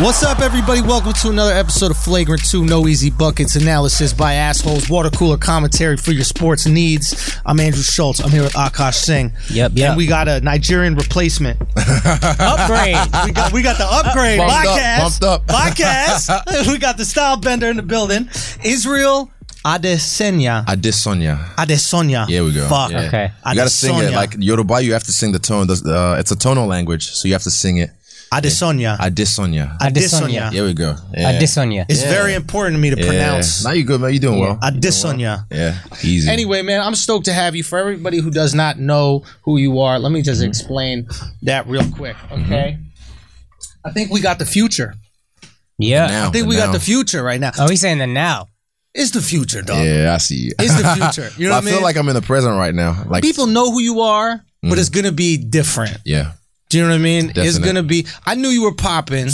What's up, everybody? Welcome to another episode of Flagrant 2 No Easy Buckets Analysis by Assholes, Water Cooler Commentary for Your Sports Needs. I'm Andrew Schultz. I'm here with Akash Singh. Yep, yep. And we got a Nigerian replacement. Upgrade. We got, we got the upgrade Bumped up, podcast. bumped up. Podcast. we got the style bender in the building. Israel Adesanya. Adesonia. Adesanya. Here we go. Fuck. Yeah. Okay. You gotta sing it Adesanya. like Yoruba. You have to sing the tone. The, uh, it's a tonal language, so you have to sing it. Adesanya. Adesonia. Adesanya. Here we go. Yeah. I diss on you. It's very important to me to Yeah. pronounce. Now you good, man. You doing well. Adesanya. yeah. Easy. Anyway, man, I'm stoked to have you. For everybody who does not know who you are, let me just Mm-hmm. explain that real quick, okay? I think we got the future. Yeah. Now. I think we got Now. the future right now. Oh, he's saying the now. It's the future, dog. Yeah, I see you. It's the future. You know I what I feel mean? like I'm in the present right now. Like People know who you are, but it's gonna be different. Yeah. Do you know what I mean? It's Definite. gonna be. I knew you were popping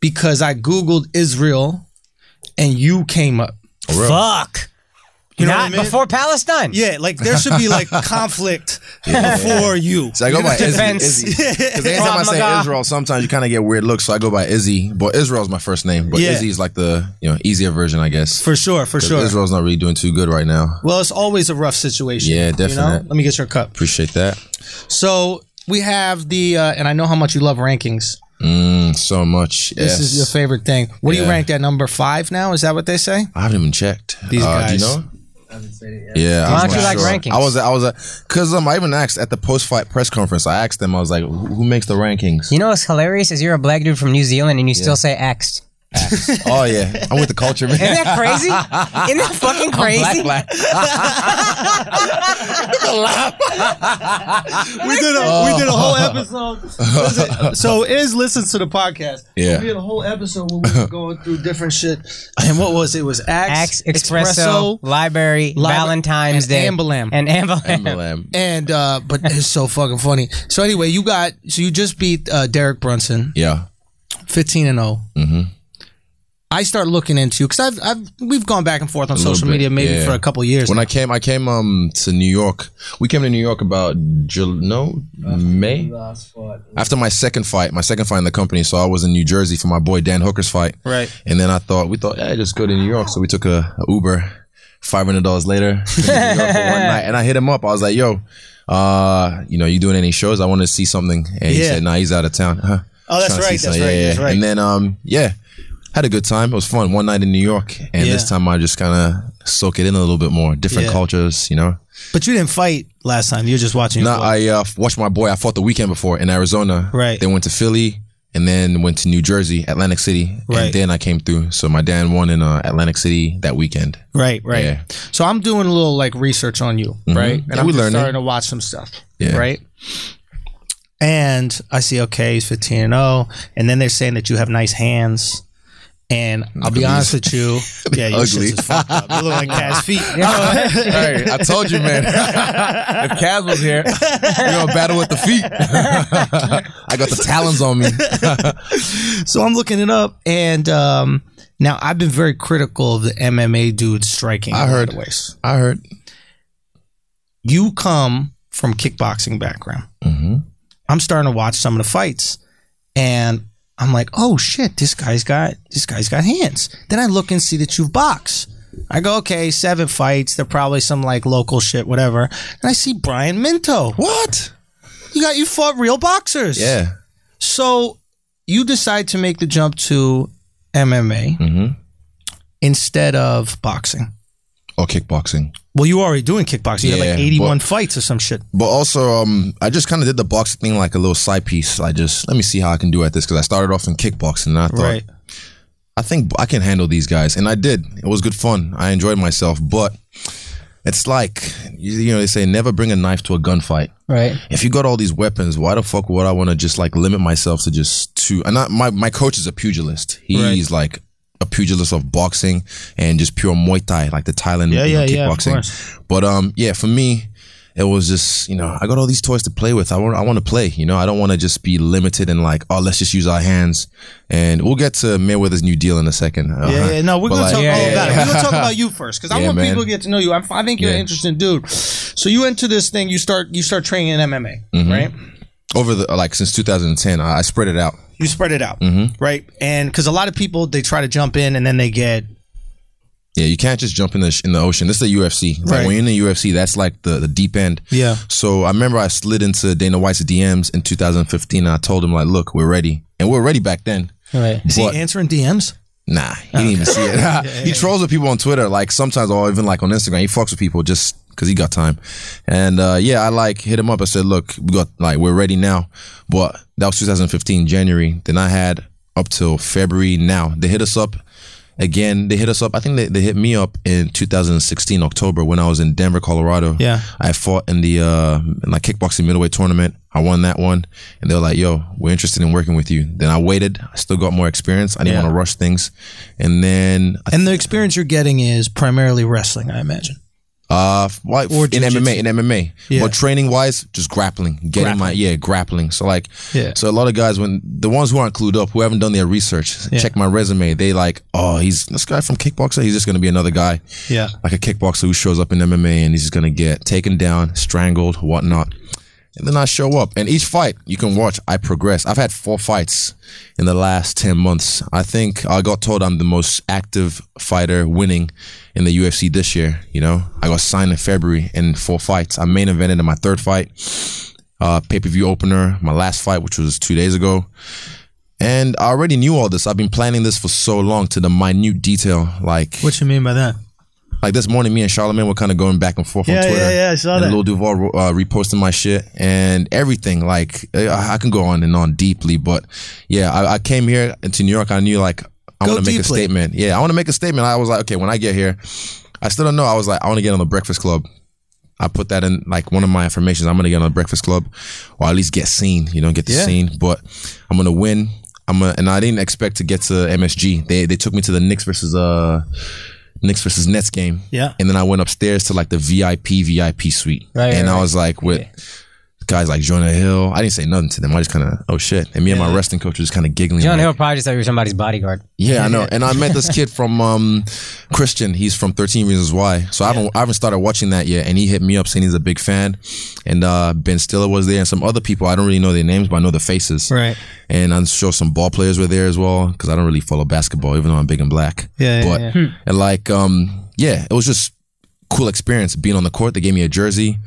because I googled Israel, and you came up. For real. Fuck. You know Not what I mean? before Palestine. Yeah, like there should be like conflict before you. So I go by Defense. Izzy. Because Oh anytime I Krav say Maga. Israel, sometimes you kind of get weird looks. So I go by Izzy, but Israel's my first name. But Yeah. Izzy is like the you know easier version, I guess. For sure, for 'Cause sure. Israel's not really doing too good right now. Well, it's always a rough situation. Yeah, you know? definite. Let me get your cup. Appreciate that So we have the, uh, and I know how much you love rankings. Mm, so much. This yes. is your favorite thing. What do you Yeah. rank at number five now? Is that what they say? I haven't even checked. Uh, These Do you guys. know? Why Yeah, I was don't you not like rankings? I was, I was, because um, I even asked at the post-fight press conference. I asked them, I was like, "Who who makes the rankings?" You know what's hilarious is you're a black dude from New Zealand and you still say axed. oh yeah, I'm with the culture, man. Isn't that crazy? Isn't that fucking crazy? black. We did a we did a whole Oh. episode. Listen, so is listen to the podcast. Yeah. we did a whole episode where we were going through different shit. And what was it? It was Axe, Axe, espresso, library, Libra- Valentine's and Day, Ambalam. and Ambalam. Lamb. and uh but it's so fucking funny. So anyway, you got so you just beat uh Derek Brunson, Yeah, fifteen and 0 Mm-hmm. I start looking into because I've I've we've gone back and forth on little social bit, media maybe yeah. for a couple years. when I came, I came um to New York. We came to New York about Jul no May after my second fight, my second fight in the company. So I was in New Jersey for my boy Dan Hooker's fight. Right. And then I thought we thought, yeah, just go to New York. So we took a, a Uber. Five hundred dollars later, been to New York for one night, and I hit him up. I was like, "Yo, uh, you know, you doing any shows? I want to see something." And he Yeah. said, "Nah, he's out of town." Huh. Oh, that's Trying to right, see that's something. right, that's right. And then, um, yeah, had a good time. It was fun. One night in New York, and Yeah. this time I just kind of soak it in a little bit more. Different Yeah. cultures, you know. But you didn't fight last time. You were just watching. No, I uh, watched my boy. I fought the weekend before in Arizona. Right. Then went to Philly, and then went to New Jersey, Atlantic City, Right. and then I came through. So my dad won in uh, Atlantic City that weekend. right, right. Yeah. Mm-hmm. So I'm doing a little like research on you, right? And Yeah, I'm we just learning. starting to watch some stuff, Yeah. right? And I see, okay, he's 15 and 0, and then they're saying that you have nice hands. And I'll be at honest with you, yeah, your Ugly. shit's just fucked up. You look like Cass feet. hey, I told you, man. if Cavs was here, we're gonna battle with the feet. I got the talons on me. So I'm looking it up, and um, now I've been very critical of the MMA dudes striking. in I a lot heard. of ways. I heard. you come from kickboxing background. Mm-hmm. I'm starting to watch some of the fights, and I'm like, oh shit, this guy's got this guy's got hands. Then I look and see that you box. I go, okay, seven fights. They're probably some like local shit, whatever. And I see Brian Minto. What? You got you fought real boxers. Yeah. So you decide to make the jump to MMA Mm-hmm. instead of boxing. Or kickboxing. Well, you were already doing kickboxing. You had Yeah, like but- 81 fights or some shit. But also, um, I just kind of did the boxing thing like a little side piece. I just let me see how I can do at this because I started off in kickboxing and I thought Right. I think I can handle these guys, and I did. It was good fun. I enjoyed myself, but it's like you, you know they say never bring a knife to a gunfight. Right. If you got all these weapons, why the fuck would I want to just like limit myself to just two? And I, my my coach is a pugilist. He's like a pugilist of boxing and just pure Muay Thai, like the Thailand Yeah, you know, yeah, yeah, of kickboxing. course. But um, yeah, for me, it was just you know I got all these toys to play with. I want I want to play. You know I don't want to just be limited and like oh let's just use our hands. And we'll get to Mayweather's new deal in a second. Uh, Yeah, yeah, no, we're but, gonna like, talk all yeah, about yeah. it. We're gonna talk about you first because I Yeah, want man. people to get to know you. I'm, I think you're an Yeah. Mm-hmm. interesting dude. So you enter this thing, you start you start training in MMA, right? over the like since 2010. I, I spread it out. You spread it out, Mm-hmm. right? And because a lot of people they try to jump in and then they get Yeah, you can't just jump in the sh- in the ocean. This is the UFC. Like Right. when you're in the UFC, that's like the, the deep end. Yeah. So I remember I slid into Dana White's DMs in 2015, and I told him like, "Look, we're ready," and we we're ready back then. Right. is What? he answering DMs? Nah, he didn't even see it. he trolls with people on Twitter, like sometimes, or even like on Instagram. He fucks with people just because he got time. And uh, yeah, I like hit him up. I said, "Look, we got like we're ready now." But that was 2015 January. Then I had up till February. Now they hit us up again. They hit us up. I think they, they hit me up in 2016 October when I was in Denver, Colorado. Yeah. I fought in the uh, in like kickboxing middleweight tournament. I won that one, and they were like, "Yo, we're interested in working with you." Then I waited. I still got more experience. I didn't Yeah. want to rush things, and then And the experience you're getting is primarily wrestling, I imagine. uh, like Or in jiu-jitsu. MMA, in MMA, Yeah. but training wise, just grappling, getting my yeah, grappling. So like, Yeah. So a lot of guys, when the ones who aren't clued up, who haven't done their research, check my resume. They like, oh, he's this guy from kickboxer. He's just gonna be another guy. Yeah. like a kickboxer who shows up in MMA and he's just gonna get taken down, strangled, whatnot. And then I show up, and each fight you can watch, I progress. I've had four fights in the last ten months. I think I got told I'm the most active fighter winning in the UFC this year. You know, I got signed in February in four fights. I main evented in my third fight, uh, pay per view opener, my last fight, which was two days ago. And I already knew all this. I've been planning this for so long to the minute detail. Like What you mean by that? like this morning, me and Charlemagne were kind of going back and forth Yeah, on yeah, Twitter. yeah, I saw and that. Lil Duval uh, reposting my shit and everything. Like I, I can go on and on deeply, but yeah, I, I came here to New York. I knew like I Go want to make a deeply. statement. Yeah, I want to make a statement. I was like, okay, when I get here, I still don't know. I was like, I want to get on the Breakfast Club. I put that in like one of my affirmations. I'm gonna get on the Breakfast Club, or at least get seen. You know, get the Yeah. scene. But I'm gonna win. I'm gonna, and I didn't expect to get to MSG. They they took me to the Knicks versus uh Knicks versus Nets game. Yeah. And then I went upstairs to like the VIP VIP suite, Right, and right, I was like with. Guys like Jonah Hill, I didn't say nothing to them. I just kind of, oh shit. And me and my wrestling coach was just kind of giggling. John like, Hill probably just thought you were somebody's bodyguard. yeah, I know. And I met this kid from um, Christian. He's from Thirteen Reasons Why. So I haven't I haven't started watching that yet. And he hit me up saying he's a big fan. And uh, Ben Stiller was there, and some other people. I don't really know their names, but I know their faces. Right. And I'm sure some ball players were there as well because I don't really follow basketball, even though I'm big and black. Yeah, Hmm. yeah, But yeah. and like um, yeah, it was just cool experience being on the court. They gave me a jersey.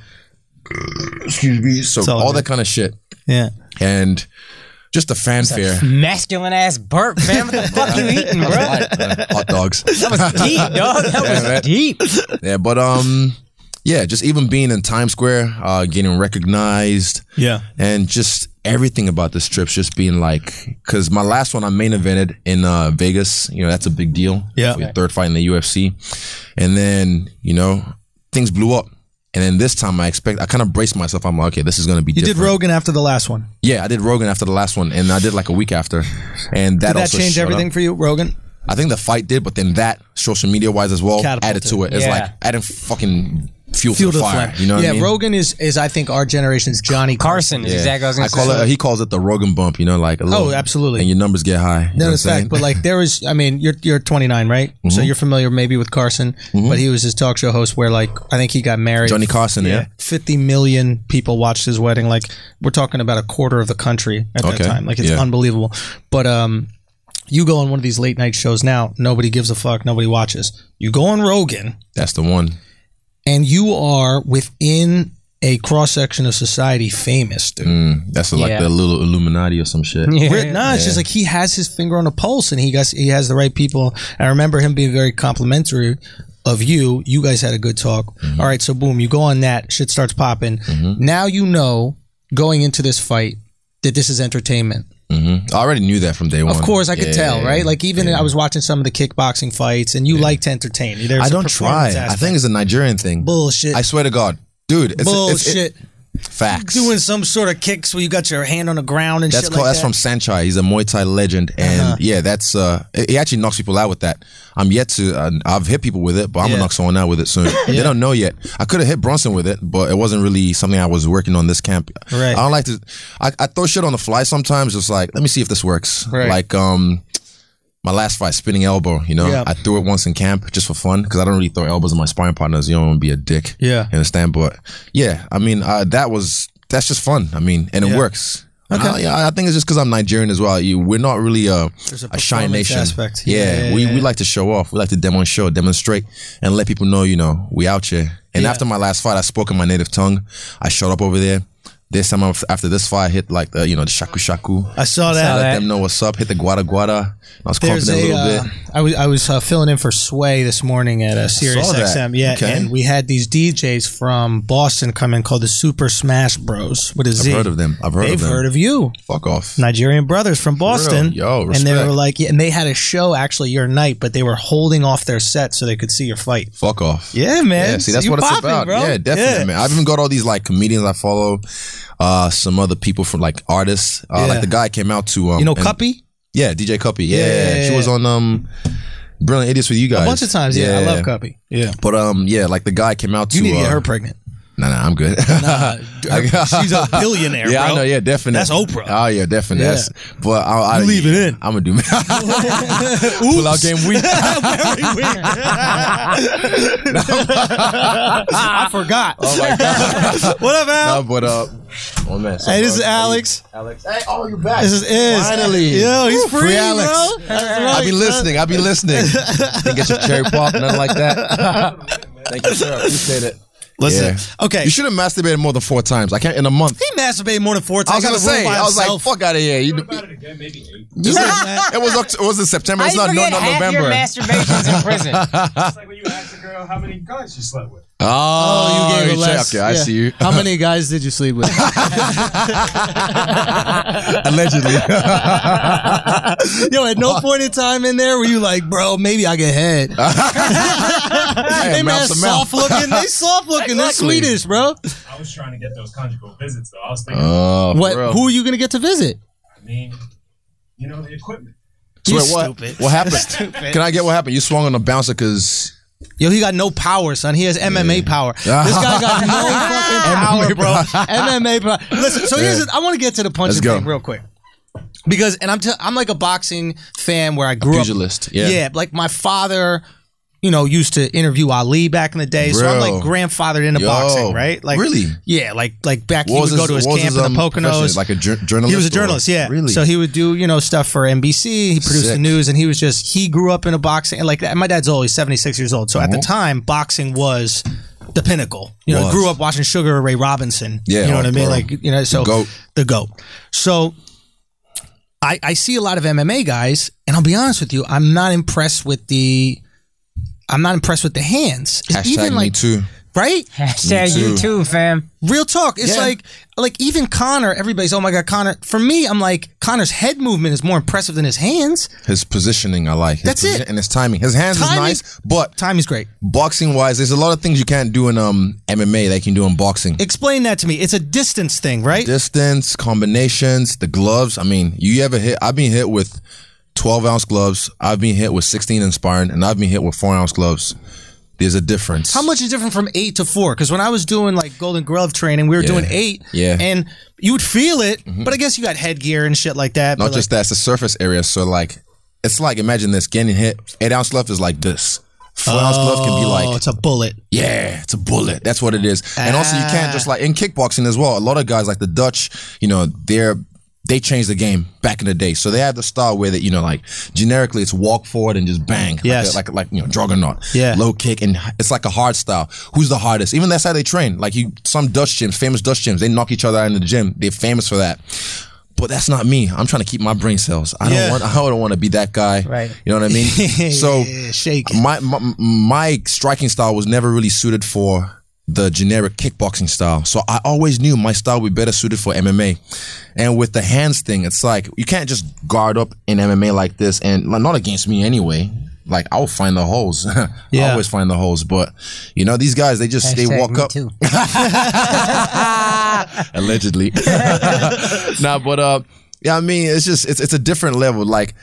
Excuse me. So all all, good. that kind of shit Yeah. and just the fanfare. Masculine ass burp, man. What the fuck you eating, bro? That Hot dogs. was deep, dog. That was deep. Yeah, but um, yeah, just even being in Times Square, uh, getting recognized, Yeah. and just everything about this trip's just being like, because my last one I main evented in uh, Vegas. You know, that's a big deal. Yeah. for your third fight in the UFC, and then you know things blew up. And then this time I expect I kind of braced myself. I'm like, okay, this is gonna be You different. did Rogan after the last one. yeah, I did Rogan after the last one, and I did like a week after, and that Did that also change showed up. everything for you, Rogan? I think the fight did, but then that social media wise as well Catapulted. added to it. It's Yeah. like adding fucking fuel, to the fire. You know what yeah, I mean? Rogan is is I think our generation's Johnny Carson is Yeah. exactly what I I was going call to it. say. He calls it the Rogan bump. You know, like a little, Oh, absolutely. And your numbers get high. You know No, what I'm it's fact, saying? Mm-hmm. but like there was, I mean, you're you're 29, right? So you're familiar maybe with Carson, but he was his talk show host where like I think he got married. Johnny Carson. Yeah. 50 million people watched his wedding. Like we're talking about a quarter of the country at Okay. that time. Like it's Yeah. unbelievable. But um, you go on one of these late night shows now, nobody gives a fuck, nobody watches. You go on Rogan, that's the one. and you are within a cross section of society famous, dude. Mm, that's like Yeah. the little Illuminati or some shit. Yeah. Ri- no, it's just like he has his finger on the pulse, and he guys he has the right people. I remember him being very complimentary of you. You guys had a good talk. Mm-hmm. All right, so boom, you go on that shit starts popping. Now you know going into this fight that this is entertainment. Mm-hmm. I already knew that from day one. Of course, I could Yeah, tell, yeah, right? yeah. Like even I was watching some of the kickboxing fights, and you like to entertain. There's I a don't try. performance I aspect. think it's a Nigerian thing. bullshit. I swear to God, dude. It's, it's- bullshit. it- facts. Doing some sort of kicks where you got your hand on the ground and That's shit called, like that's that. Uh-huh. from Sanchai. He's a Muay Thai legend, and yeah, that's uh, he actually knocks people out with that. I'm yet to. Uh, I've hit people with it, but I'm Yeah. gonna knock someone out with it soon. They don't know yet. I could have hit Bronson with it, but it wasn't really something I was working on this camp. Right. I don't like to. I, I throw shit on the fly sometimes. Just like let me see if this works. Right. Like um. My last fight, spinning elbow. You know, Yeah. I threw it once in camp just for fun because I don't really throw elbows at my sparring partners. You don't want to be a dick. Yeah. You understand? But yeah, I mean, uh, that was that's just fun. I mean, and it Yeah. works. Okay. I, yeah, I think it's just because I'm Nigerian as well. You, we're not really a, There's a shy nation. aspect. Yeah, we, yeah, we yeah. like to show off. We like to demonstrate, demonstrate, and let people know, you know, we out here. And Yeah. after my last fight, I spoke in my native tongue. I showed up over there. This time af- after this fight, I hit like the you know the shaku shaku. I saw I that. let that. them know what's up. Hit the guada guada. I was There's confident a a, little uh, bit. I was I was uh, filling in for Sway this morning at a Sirius saw that. XM. Yeah, Okay. and we had these DJs from Boston come in called the Super Smash Bros. With a Z. I've heard of them. I've heard They've of them. heard of you. Fuck off. Nigerian brothers from Boston. Yo, and they respect. were like, yeah, and they had a show actually your night, but they were holding off their set so they could see your fight. Fuck off. Yeah, man. Yeah, So see, that's you what it's popping, about. bro. Yeah, definitely, Yeah. man. I've even got all these like comedians I follow, uh, some other people from like artists. Uh, Yeah. Like the guy I came out to, um, You know, and- Cuppy yeah, DJ Cuppy, yeah, Yeah, yeah, she was yeah. on um, Brilliant Idiots with you guys a bunch of times. Yeah, I love Cuppy. Yeah, But um, yeah, like the guy came out to. you need to uh, get her pregnant. Nah, nah, I'm good. her- she's a billionaire, Yeah, I bro. know. Yeah, definitely. That's Oprah. Oh yeah, definitely. Yeah. That's, but I, I You leave it in. I'm gonna do. Pull out game week. I forgot. Oh my god. What up, Al? No, but uh, oh man. so- hey, this is Alex. Alex. Hey, oh, you're back. This is Iz. Finally. Yo, he's Woo, free, free Alex. bro. That's I'll right. be listening. I'll be listening. Didn't get your cherry pop, nothing like that. Thank you, sir. Appreciate it. Listen, okay. You should have masturbated more than four times. I can't in a month. he masturbated more than four I times. was gonna in a room say. by I was like, himself. fuck out of here. You, Just like that. it was Oct- it was in September. I It's not, no, forget not half November. your masturbations in prison. It's like when you ask a girl how many guys you slept with. oh, Oh, you gave it check- less. Okay, I Yeah. see you. How many guys did you sleep with? Allegedly. Yo, at Uh-huh. no point in time in there were you like, bro, maybe I get head. hey, They man, mouth to soft mouth. looking. They soft looking. They're Exactly. Swedish, bro. I was trying to get those conjugal visits though. I was thinking, Oh, for What? real. Who are you gonna get to visit? I mean, you know, the equipment. So wait, what? What happened? Can I get what happened? You swung on a bouncer because Yo, he got no power, son. He has MMA power. This guy got no fucking power, bro. MMA, bro. Listen, so here's. the- I want to get to the punching Let's go. thing real quick. Because, and I'm, t- I'm like a boxing fan where I grew up. pugilist. Yeah. like my father, you know, used to interview Ali back in the day, so I'm Bro. like grandfathered into Yo. boxing, right? Like Really? Yeah, like like back he What would was go to his what was camp in the um, Poconos. profession? Like a jour- journalist. he was a or- journalist, yeah. Really? So he would do you know stuff for NBC. He produced the Sick. news, and he was just he grew up in a boxing and like that. My dad's old; he's seventy six years old. So Uh-huh. at the time, boxing was the pinnacle. You know, Was. grew up watching Sugar Ray Robinson. Yeah, you know oh, what I mean. bro. Like you know, so GOAT. the goat. So I I see a lot of MMA guys, and I'll be honest with you, I'm not impressed with the. I'm not impressed with the hands. It's Hashtag even me like too. right, Hashtag Me you too, fam. Real talk. It's Yeah. like like even Connor, everybody's oh my god, Connor. For me, I'm like Connor's head movement is more impressive than his hands. His positioning, I like. His That's it. position- And his timing. His hands Timing- is nice, but Timing's great. boxing wise, there's a lot of things you can't do in um MMA that you can do in boxing. Explain that to me. It's a distance thing, right? Distance, combinations, the gloves. I mean, you ever hit? I've been hit with 12 ounce gloves. I've been hit with 16 inspiring, and I've been hit with four ounce gloves. There's a difference. How much is different from eight to four? Because when I was doing like Golden Glove training, we were doing eight. Yeah. Mm-hmm. And you would feel it, but I guess you got headgear and shit like that. Not but, just that, it's the surface area. So like, it's like imagine this getting hit. Eight ounce glove is like this. Four ounce glove can be like, oh, like it's a bullet. Yeah, it's a bullet. That's what it is. And also, you can't just like in kickboxing as well. A lot of guys like the Dutch, you know, they're they changed the game back in the day. So they had the style where that you know, like generically, it's walk forward and just bang. Like Yes. a- Like like, you know, juggernaut. Yeah. Low kick and it's like a hard style. Who's the hardest? Even that's how they train. Like you, some Dutch gyms, famous Dutch gyms, they knock each other out in the gym. They're famous for that. But that's not me. I'm trying to keep my brain cells. I Yeah. don't want. I don't want to be that guy. Right. You know what I mean? so Yeah, shake. it. my, my my striking style was never really suited for the generic kickboxing style. So I always knew my style would be better suited for MMA. And with the hands thing, it's like you can't just guard up in MMA like this and like, not against me anyway. Like I'll find the holes. I Yeah. always find the holes. But you know, these guys, they just they Hashtag walk me up too. allegedly. nah, but uh, yeah, I mean, it's just it's it's a different level. Like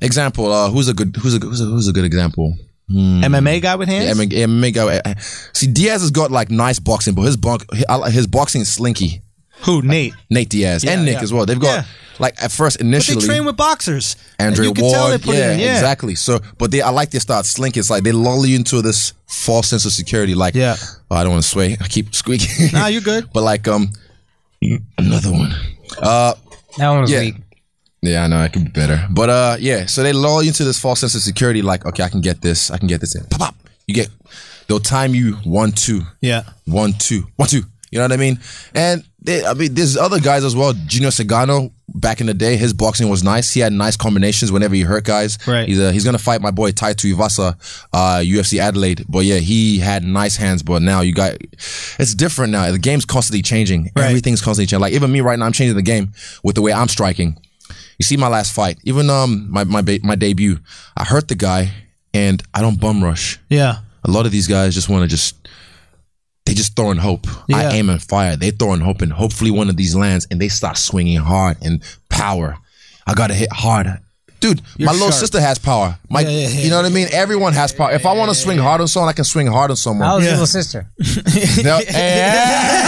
example, uh, who's a good who's a who's a, who's a good example? MMA guy with um, Yeah, hands. I mean, yeah, Mingo, uh, uh, see, Diaz has got like nice boxing, but his bunk, hi- I like- his boxing is slinky. Who? Nate. Nate Diaz and Nick yeah. as well. They've got Yeah. like at first But they initially train with boxers. Andrew you can Ward. tell they put yeah, it in. Yeah. exactly. So, but they I like their style. It's slinky. It's like they lull you into this false sense of security. Like, Yeah. oh, I don't want to sway. I keep squeaking. Nah, you're good. But like, um, Another one. Uh, That one was Yeah. weak. yeah, I know I could be better, but uh, yeah. So they lull you into this false sense of security, like, okay, I can get this, I can get this. And pop, pop. You get. They'll time you one, two, Yeah. one, two, one, two. You know what I mean? And they, I mean, there's other guys as well. Gino Segano, back in the day, his boxing was nice. He had nice combinations whenever he hurt guys. Right. He's, uh, he's gonna fight my boy Taito Ivasa, uh, UFC Adelaide. But yeah, he had nice hands. But now you got, it's different now. The game's constantly changing. Right. Everything's constantly changing. Like even me right now, I'm changing the game with the way I'm striking. You see my last fight, even um my my ba- my debut, I hurt the guy, and I don't bum rush Yeah. a lot of these guys just want to just they just throwing hope. Yeah. I aim and fire. They throwing hope, and hopefully one of these lands, and they start swinging hard and power. I gotta hit hard, dude. my little sharp. sister has power. My, yeah, yeah. you know what I mean. Everyone has power. If I want to swing hard on someone, I can swing hard on How someone. was Yeah. your little sister? No- Yeah.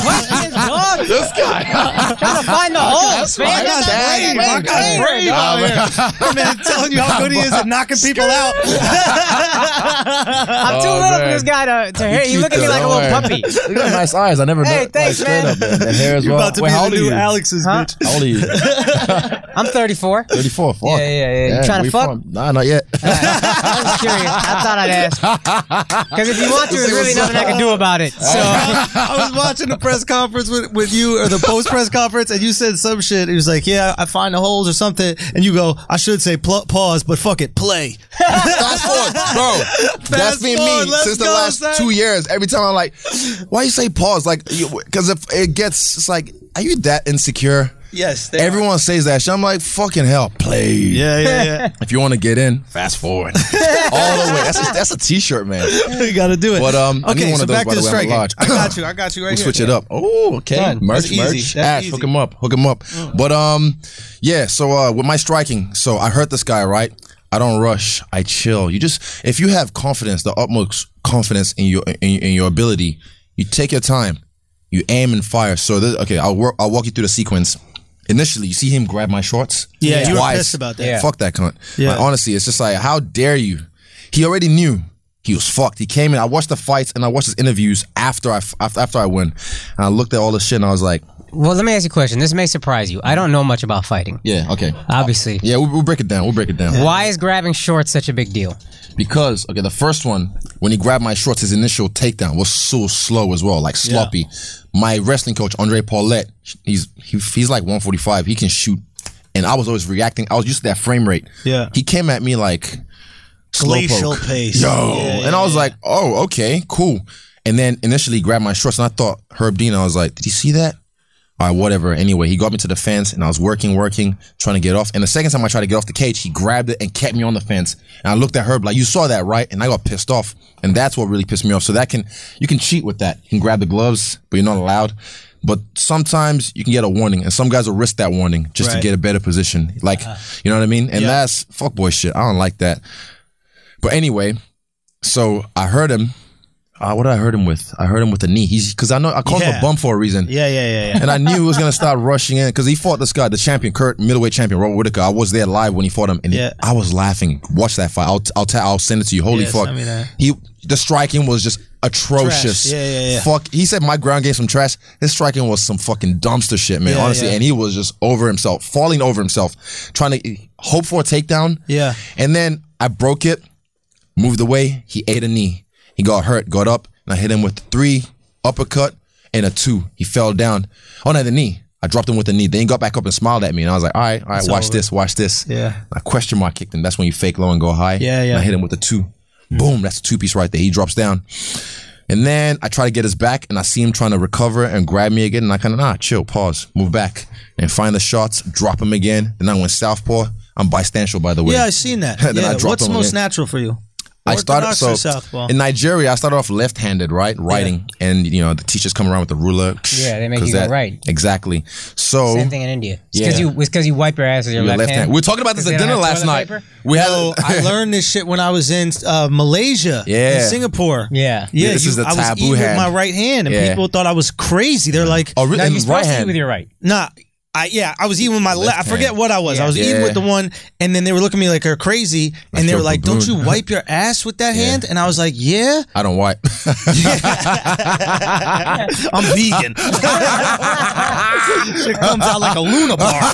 this guy. Trying to find the holes, man. I got That's brave. I brave. got Brave. man, I'm telling you how good he is at knocking people out. I'm too Oh, little for man. this guy to, to hear. You cute look at me though, like a don't little worry. puppy. Look at the nice eyes. I never Hey, know- like, thanks, straight man. up, man. The hair as well. About to Wait, be how old the are new you? Alex's Huh? bitch. How old are you? I'm 34. 34. Fuck. Yeah, yeah, yeah. You tryna where fuck? from? Nah, not yet. I was curious. I thought I'd ask. Because if you want to, there's really what's nothing I can do about it. So I was watching the press conference with, with you or the post press conference, and you said some shit. It was like, "Yeah, I find the holes or something," and you go, "I should say pl- pause, but fuck it, play." Fast forward, bro. That's been forward, me let's since the go, last son. two years. Every time I'm like, why you say pause? Like, because if it gets, it's like, are you that insecure? Yes, Everyone says that shit. I'm like, fucking hell, play. Yeah, yeah, If you want to get in, fast forward all the way. That's a, that's a t-shirt, man. yeah. you got to do it. But um, I need okay, one so of those back by to the the way. I'm striking. large. I got you. I got you right We'll here. switch it up. Oh, okay. Done. Merch, That's easy. merch. That's Ash, easy. Mm. hook him up. Hook him up. But um, yeah. So uh, with my striking, so I hurt this guy, right? I don't rush. I chill. You just if you have confidence, the utmost confidence in your in, in your ability, you take your time. You aim and fire. So this, okay, I'll work. I'll walk you through the sequence. Initially, you see him grab my shorts. Yeah, you were Twice. pissed about that. Yeah. Fuck that cunt. Yeah. Like, honestly, it's just like, how dare you? He already knew he was fucked. He came in. I watched the fights and I watched his interviews after I f- after, after I win, and I looked at all this shit and I was like, Well, let me ask you a question. This may surprise you. I don't know much about fighting, yeah, okay, obviously. yeah, we'll, we'll break it down. We'll break it down. Why is grabbing shorts such a big deal? Because okay, the first one when he grabbed my shorts, his initial takedown was so slow as well, like sloppy. My wrestling coach Andre Paulette, he's he, he's like 145. He can shoot, and I was always reacting. I was used to that frame rate. Yeah. he came at me like Glacial slowpoke. pace. Yo, Yeah, yeah, and I was yeah. like, oh, okay, cool. And then initially he grabbed my shorts, and I thought Herb Dean. I was like, did you see that? All right, whatever. Anyway, he got me to the fence, and I was working, working, trying to get off. And the second time I tried to get off the cage, he grabbed it and kept me on the fence. And I looked at Herb like, "You saw that, right?" And I got pissed off, and that's what really pissed me off. So that can you can cheat with that. You can grab the gloves, but you're not allowed. But sometimes you can get a warning, and some guys will risk that warning just Right. to get a better position. Like, you know what I mean? And that's fuckboy shit. I don't like that. But anyway, so I heard him. Uh, what did I hurt him with? I hurt him with a knee. He's because I know I called him Yeah. a bum for a reason. Yeah, yeah, yeah, yeah. And I knew he was gonna start rushing in because he fought this guy, the champion, Kurt middleweight champion, Robert Whitaker. I was there live when he fought him, and Yeah. I was laughing. Watch that fight. I'll t- I'll, ta- I'll send it to you. Holy Yeah, fuck! send me that. He the striking was just atrocious. Trash. Yeah, yeah, yeah. Fuck. He said my ground game some trash. His striking was some fucking dumpster shit, man. Yeah, honestly, yeah. and he was just over himself, falling over himself, trying to eh, hope for a takedown. Yeah. And then I broke it, moved away. He ate a knee. He got hurt, got up, and I hit him with three uppercut and a two. He fell down. Oh, no, the knee. I dropped him with the knee. Then he got back up and smiled at me. And I was like, all right, all right, watch over. this, watch this. Yeah. I question mark kicked him. That's when you fake low and go high. Yeah, yeah. Mm. And I hit him with a two. Boom, that's a two piece right there. He drops down. And then I try to get his back and I see him trying to recover and grab me again. And I kind of, nah, chill, pause, move back and find the shots, drop him again. Then I went southpaw. I'm bistandal, by the way. Yeah, I've seen that. Then I yeah. dropped What's him most again. natural for you? I started Orthodox so or southpaw? in Nigeria. I started off left-handed, right, writing, and you know the teachers come around with a ruler. Yeah, they make 'cause you go right. Exactly. So Same thing in India. It's because Oh. Yeah. you, it's 'cause you wipe your ass with your, your left, hand. We were talking about this 'Cause they at don't dinner have last toilet night. paper? We had. So Oh, I learned this shit when I was in uh, Malaysia, Yeah. in Singapore. Yeah. yeah. This you- is the I was taboo eating with hand. my right hand, and Yeah. people thought I was crazy. They're like, Oh, really? No, And you're supposed right to eat hand. with your right. "Nah, I yeah, I was eating with my left. I Left forget hand. what I was. I was eating Yeah. with the one, and then they were looking at me like you're crazy, and they you're were a like, "Don't you baboon." wipe your ass with that hand?" And I was like, "Yeah, I don't wipe. I'm vegan." Shit comes out like a Luna bar.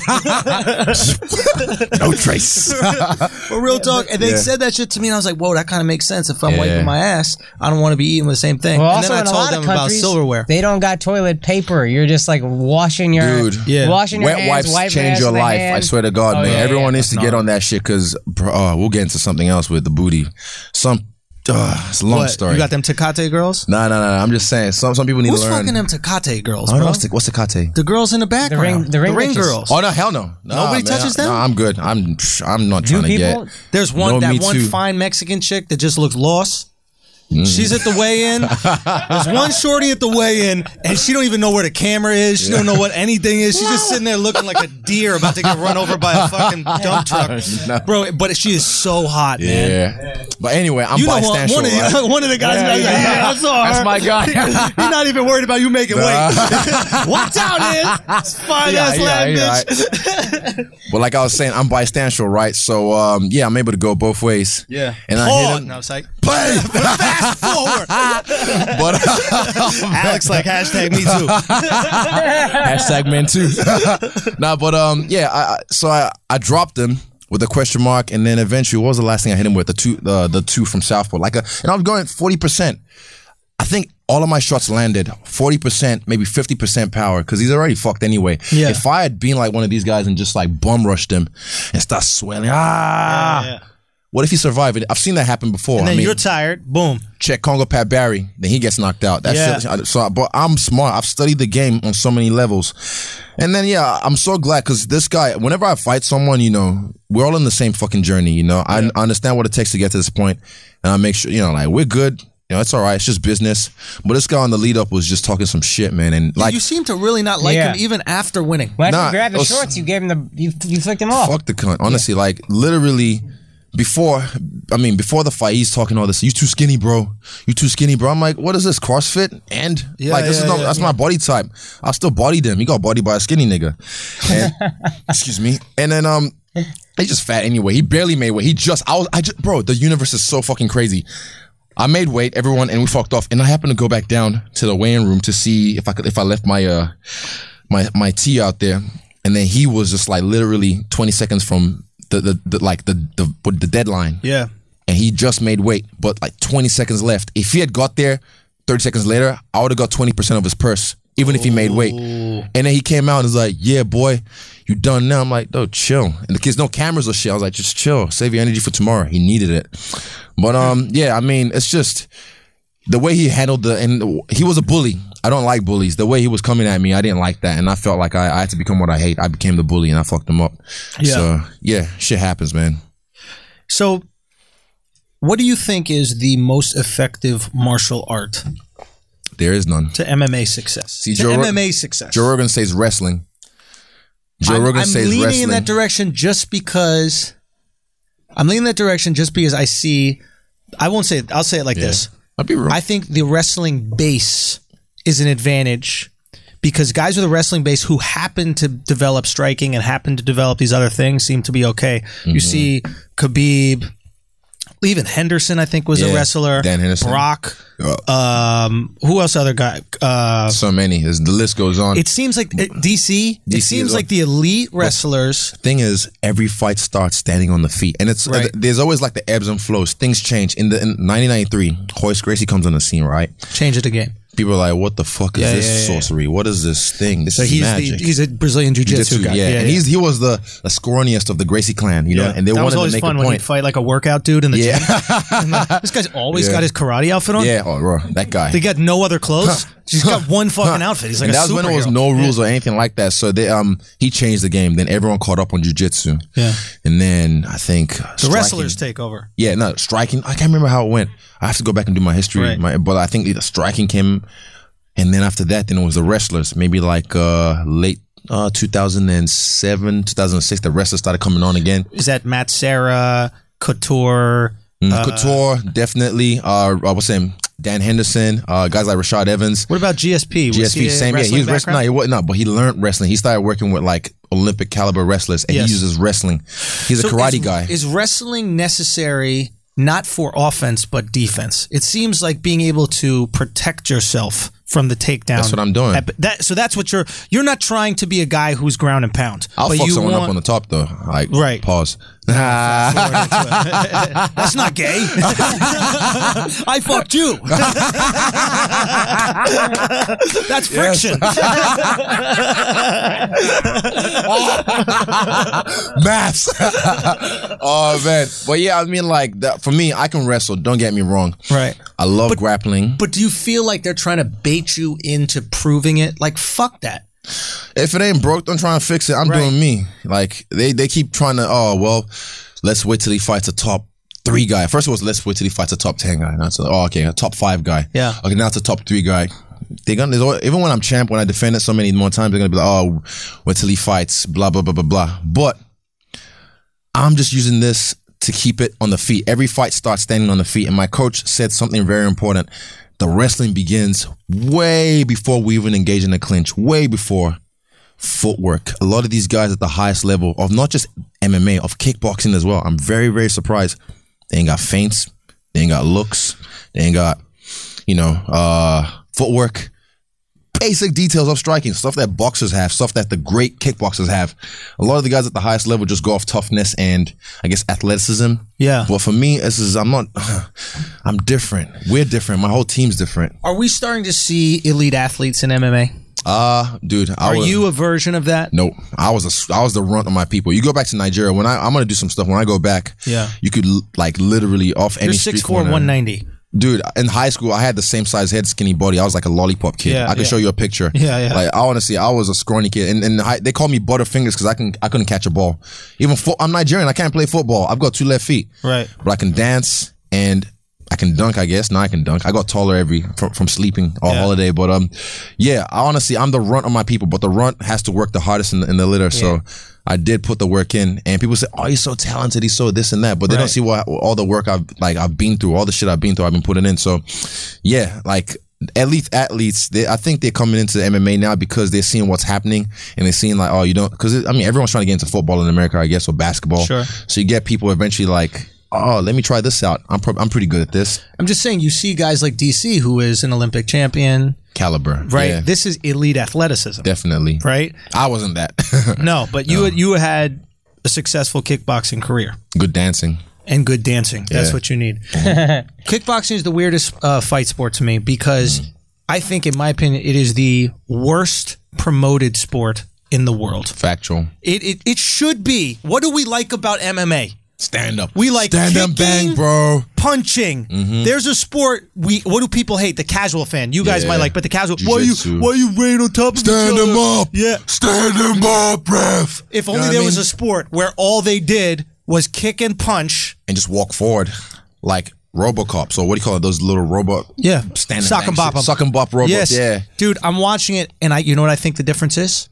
no trace. But real talk, and they Yeah. said that shit to me, and I was like, "Whoa, that kind of makes sense. If I'm Yeah. wiping my ass, I don't want to be eating with the same thing." Well, and also then I in a told lot them of about countries, silverware. they don't got toilet paper. You're just like washing your Dude. Yeah. washing your Wet hands, wipes wiping change ass your with a life. I hand. swear to God, Oh, man. yeah, Everyone yeah. needs to get on that shit because oh, we'll get into something else with the booty. Some uh, it's a long What, story. You got them Tecate girls? Nah, nah, nah. nah. I'm just saying. Some some people need Who's to learn. fucking them Tecate girls, I don't know bro? what's the, what's the kate. The girls in the background, ring- the ring bitches. girls. Oh no, hell no. Nah, Nobody man. touches them? Nah, I'm good. I'm I'm not Two trying to people. get. There's one No, me that one too. Mm. fine Mexican chick that just looks lost. She's at the weigh-in. There's one shorty at the weigh-in, and she don't even know where the camera is. She don't know what anything is. She's just sitting there looking like a deer about to get run over by a fucking dump truck, No. bro. But she is so hot, man. Yeah. But anyway, I'm You know what? bisexual. One of, right? the, one of the guys, was like, yeah, I saw her. That's my guy. He's not even worried about you making weight. Watch out, man. Fine ass yeah, lad, yeah, bitch. But like I was saying, I'm bisexual, right? So um, yeah, I'm able to go both ways. Yeah. And I hit Pause. him. And I was like, Play, fast forward. but uh, Alex like hashtag me too. hashtag man too. nah, but um, yeah. I, I so I I dropped him with a question mark, and then eventually, what was the last thing I hit him with? The two the the two from Southport, like a, and I'm going forty percent. I think all of my shots landed forty percent, maybe fifty percent power, because he's already fucked anyway. Yeah. If I had been like one of these guys and just like bum rushed him and start swelling, ah. What if he survived it? I've seen that happen before. And I then mean- you're tired. Boom. check Congo Pat Barry, then he gets knocked out. That's Yeah. it. so. But I'm smart. I've studied the game on so many levels, and then yeah, I'm so glad because this guy. Whenever I fight someone, you know, we're all on the same fucking journey. You know, I, I understand what it takes to get to this point, and I make sure you know, like we're good. You know, it's all right. It's just business. But this guy on the lead up was just talking some shit, man, and like you seem to really not like Yeah. him even after winning. When Nah, you grabbed the those- shorts, you gave him the you, you flicked him off. Fuck the cunt. Honestly, like literally before I mean before the fight, he's talking all this. You too skinny, bro. You too skinny, bro. I'm like, what is this CrossFit? And Yeah, like this yeah, is not yeah, that's my body type. I still bodied him. He got bodied by a skinny nigga. And, excuse me. And then um. He's just fat anyway. He barely made weight. He just I was I just bro, the universe is so fucking crazy. I made weight, everyone, and we fucked off. And I happened to go back down to the weighing room to see if I could if I left my uh my my tea out there, and then he was just like literally twenty seconds from the the, the like the the what, the deadline, Yeah. and he just made weight, but like twenty seconds left. If he had got there thirty seconds later, I would have got twenty percent of his purse, even if he made weight. And then he came out and was like, "Yeah, boy." You done now? I'm like, no, chill. And the kids, no cameras or shit. I was like, just chill, save your energy for tomorrow. He needed it, but um, yeah, I mean, it's just the way he handled the and he was a bully. I don't like bullies. The way he was coming at me, I didn't like that, and I felt like I, I had to become what I hate. I became the bully, and I fucked him up. Yeah. So yeah, shit happens, man. So, what do you think is the most effective martial art There is none. to MMA success? See, to Joe Rog- MMA success. Joe Rogan says wrestling. Joe I'm, Rogan I'm says leaning wrestling. in that direction just because I'm leaning in that direction just because I see. I won't say it. I'll say it like this. I'd be wrong. I think the wrestling base is an advantage because guys with a wrestling base who happen to develop striking and happen to develop these other things seem to be okay. Mm-hmm. You see Khabib, even Henderson, I think, was a Yeah, wrestler. Dan Henderson. Brock. Uh, Um, who else? Other guy. Uh, so many. As the list goes on. it seems like uh, DC. DC It as seems well. like the elite wrestlers. thing is every fight starts standing on the feet and it's uh, Right. there's always like the ebbs and flows things change in the in 1993 Hoist Gracie comes on the scene right Change it again. people are like what the fuck is Yeah, this yeah, yeah, yeah. sorcery what is this thing this So is he's magic the, he's a Brazilian jiu-jitsu Jitsu, guy. yeah. and he's he was the, the scrawniest of the Gracie clan, you know, and they that was wanted always to make fun a when he'd point. fight like a workout dude in the Yeah. gym. I'm like, this guy's always Yeah. got his karate outfit on. yeah, oh, bro, that guy. They got no other clothes. He's got one fucking outfit. He's like and a that was when superhero. there was no rules or anything like that. So they um he changed the game. Then everyone caught up on jujitsu. Yeah. and then I think the wrestlers take over. Yeah, no, striking. I can't remember how it went. I have to go back and do my history. Right. My, but I think the striking came, and then after that, then it was the wrestlers. Maybe like uh late uh 2007, 2006, the wrestlers started coming on again. Is that Matt Serra, Couture? Mm, Couture, definitely. Uh, uh, what's his name? Dan Henderson, uh, guys like Rashad Evans. What about GSP? Was GSP, he a same yeah. He wrestling was wrestling. No, background? he wasn't. No, but he learned wrestling. He started working with like Olympic caliber wrestlers, and Yes. he uses wrestling. He's So a karate is- guy. Is wrestling necessary not for offense but defense? It seems like being able to protect yourself from the takedown. That's what I'm doing. Ep- that- so that's what you're. You're not trying to be a guy who's ground and pound. I'll but fuck you someone up want- on the top though. Like Right. pause. That's not gay. I fucked you. That's friction. Maps. oh man. But yeah, I mean like that, for me, I can wrestle. Don't get me wrong. Right. I love grappling. But do you feel like they're trying to bait you into proving it? Like fuck that. If it ain't broke, don't try and fix it. I'm Right. doing me. Like they they keep trying to. Oh well, let's wait till he fights a top three guy. First it was let's wait till he fights a top ten guy. Now it's like, oh okay, a top five guy. Yeah. Okay, now it's a top three guy. They're gonna there's al- even when I'm champ, when I defend it so many more times, they're gonna be like, oh, wait till he fights. Blah blah blah blah blah. But I'm just using this to keep it on the feet. Every fight starts standing on the feet. And my coach said something very important. The wrestling begins way before we even engage in a clinch, way before footwork. A lot of these guys at the highest level of not just MMA, of kickboxing as well. I'm very, very surprised. They ain't got feints. They ain't got looks. They ain't got, you know, uh, footwork. Basic details of striking, stuff that boxers have, stuff that the great kickboxers have. A lot of the guys at the highest level just go off toughness and I guess athleticism. Yeah. But for me, this is I'm not I'm different. We're different. My whole team's different. Are we starting to see elite athletes in MMA? Uh dude, I Are was, you a version of that? No, I was a s I was the runt of my people. You go back to Nigeria when I I'm gonna do some stuff when I go back. Yeah. you could l- like literally off any You're street 6'4", corner. 190. Dude, in high school I had the same size head, skinny body. I was like a lollipop kid. Yeah, I could yeah. show you a picture. Yeah, yeah. Like I honestly, I was a scrawny kid, and and I, they called me Butterfingers because I can I couldn't catch a ball. Even fo- I'm Nigerian, I can't play football. I've got two left feet. Right. But I can dance and I can dunk, I guess. Now I can dunk. I got taller every from, from sleeping all holiday. But um, yeah, I honestly, I'm the runt of my people, but the runt has to work the hardest in the, in the litter. So I did put the work in, and people say, "Oh, he's so talented. He's so this and that," but they don't Right. see what all the work I've like I've been through, all the shit I've been through, I've been putting in. So yeah, like. Elite athletes, they, I think they're coming into MMA now because they're seeing what's happening and they're seeing like, oh, you don't, because I mean, everyone's trying to get into football in America, I guess, or basketball. Sure. So you get people eventually like, oh, let me try this out. I'm prob- I'm pretty good at this I'm just saying you see guys like DC who is an Olympic champion, caliber. right? Yeah, This is elite athleticism, definitely. right? I wasn't that No, but you you had a successful kickboxing career good dancing. and good dancing. That's Yeah. Uh-huh. what you need. kickboxing is the weirdest uh, fight sport to me because Mm. I think, in my opinion, it is the worst promoted sport in the world. Factual. It it, it should be. What do we like about MMA? Stand up. We like stand up, kicking. bang, bro. punching. Mm-hmm. There's a sport we what do people hate? The casual fan. You guys Yeah. might like, but the casual Jiu-jitsu. why are you why are you rain on top of Stand each other? him up. Yeah. Stand him up, bruv. If You only know what I there mean? was a sport where all they did was kick and punch. and just walk forward like RoboCop. So what do you call it? Those little robot. Yeah. Stand Sock and bop 'em. Suck and bop robots. Yes. Yeah. Hmm. Dude, I'm watching it and I you know what I think the difference is?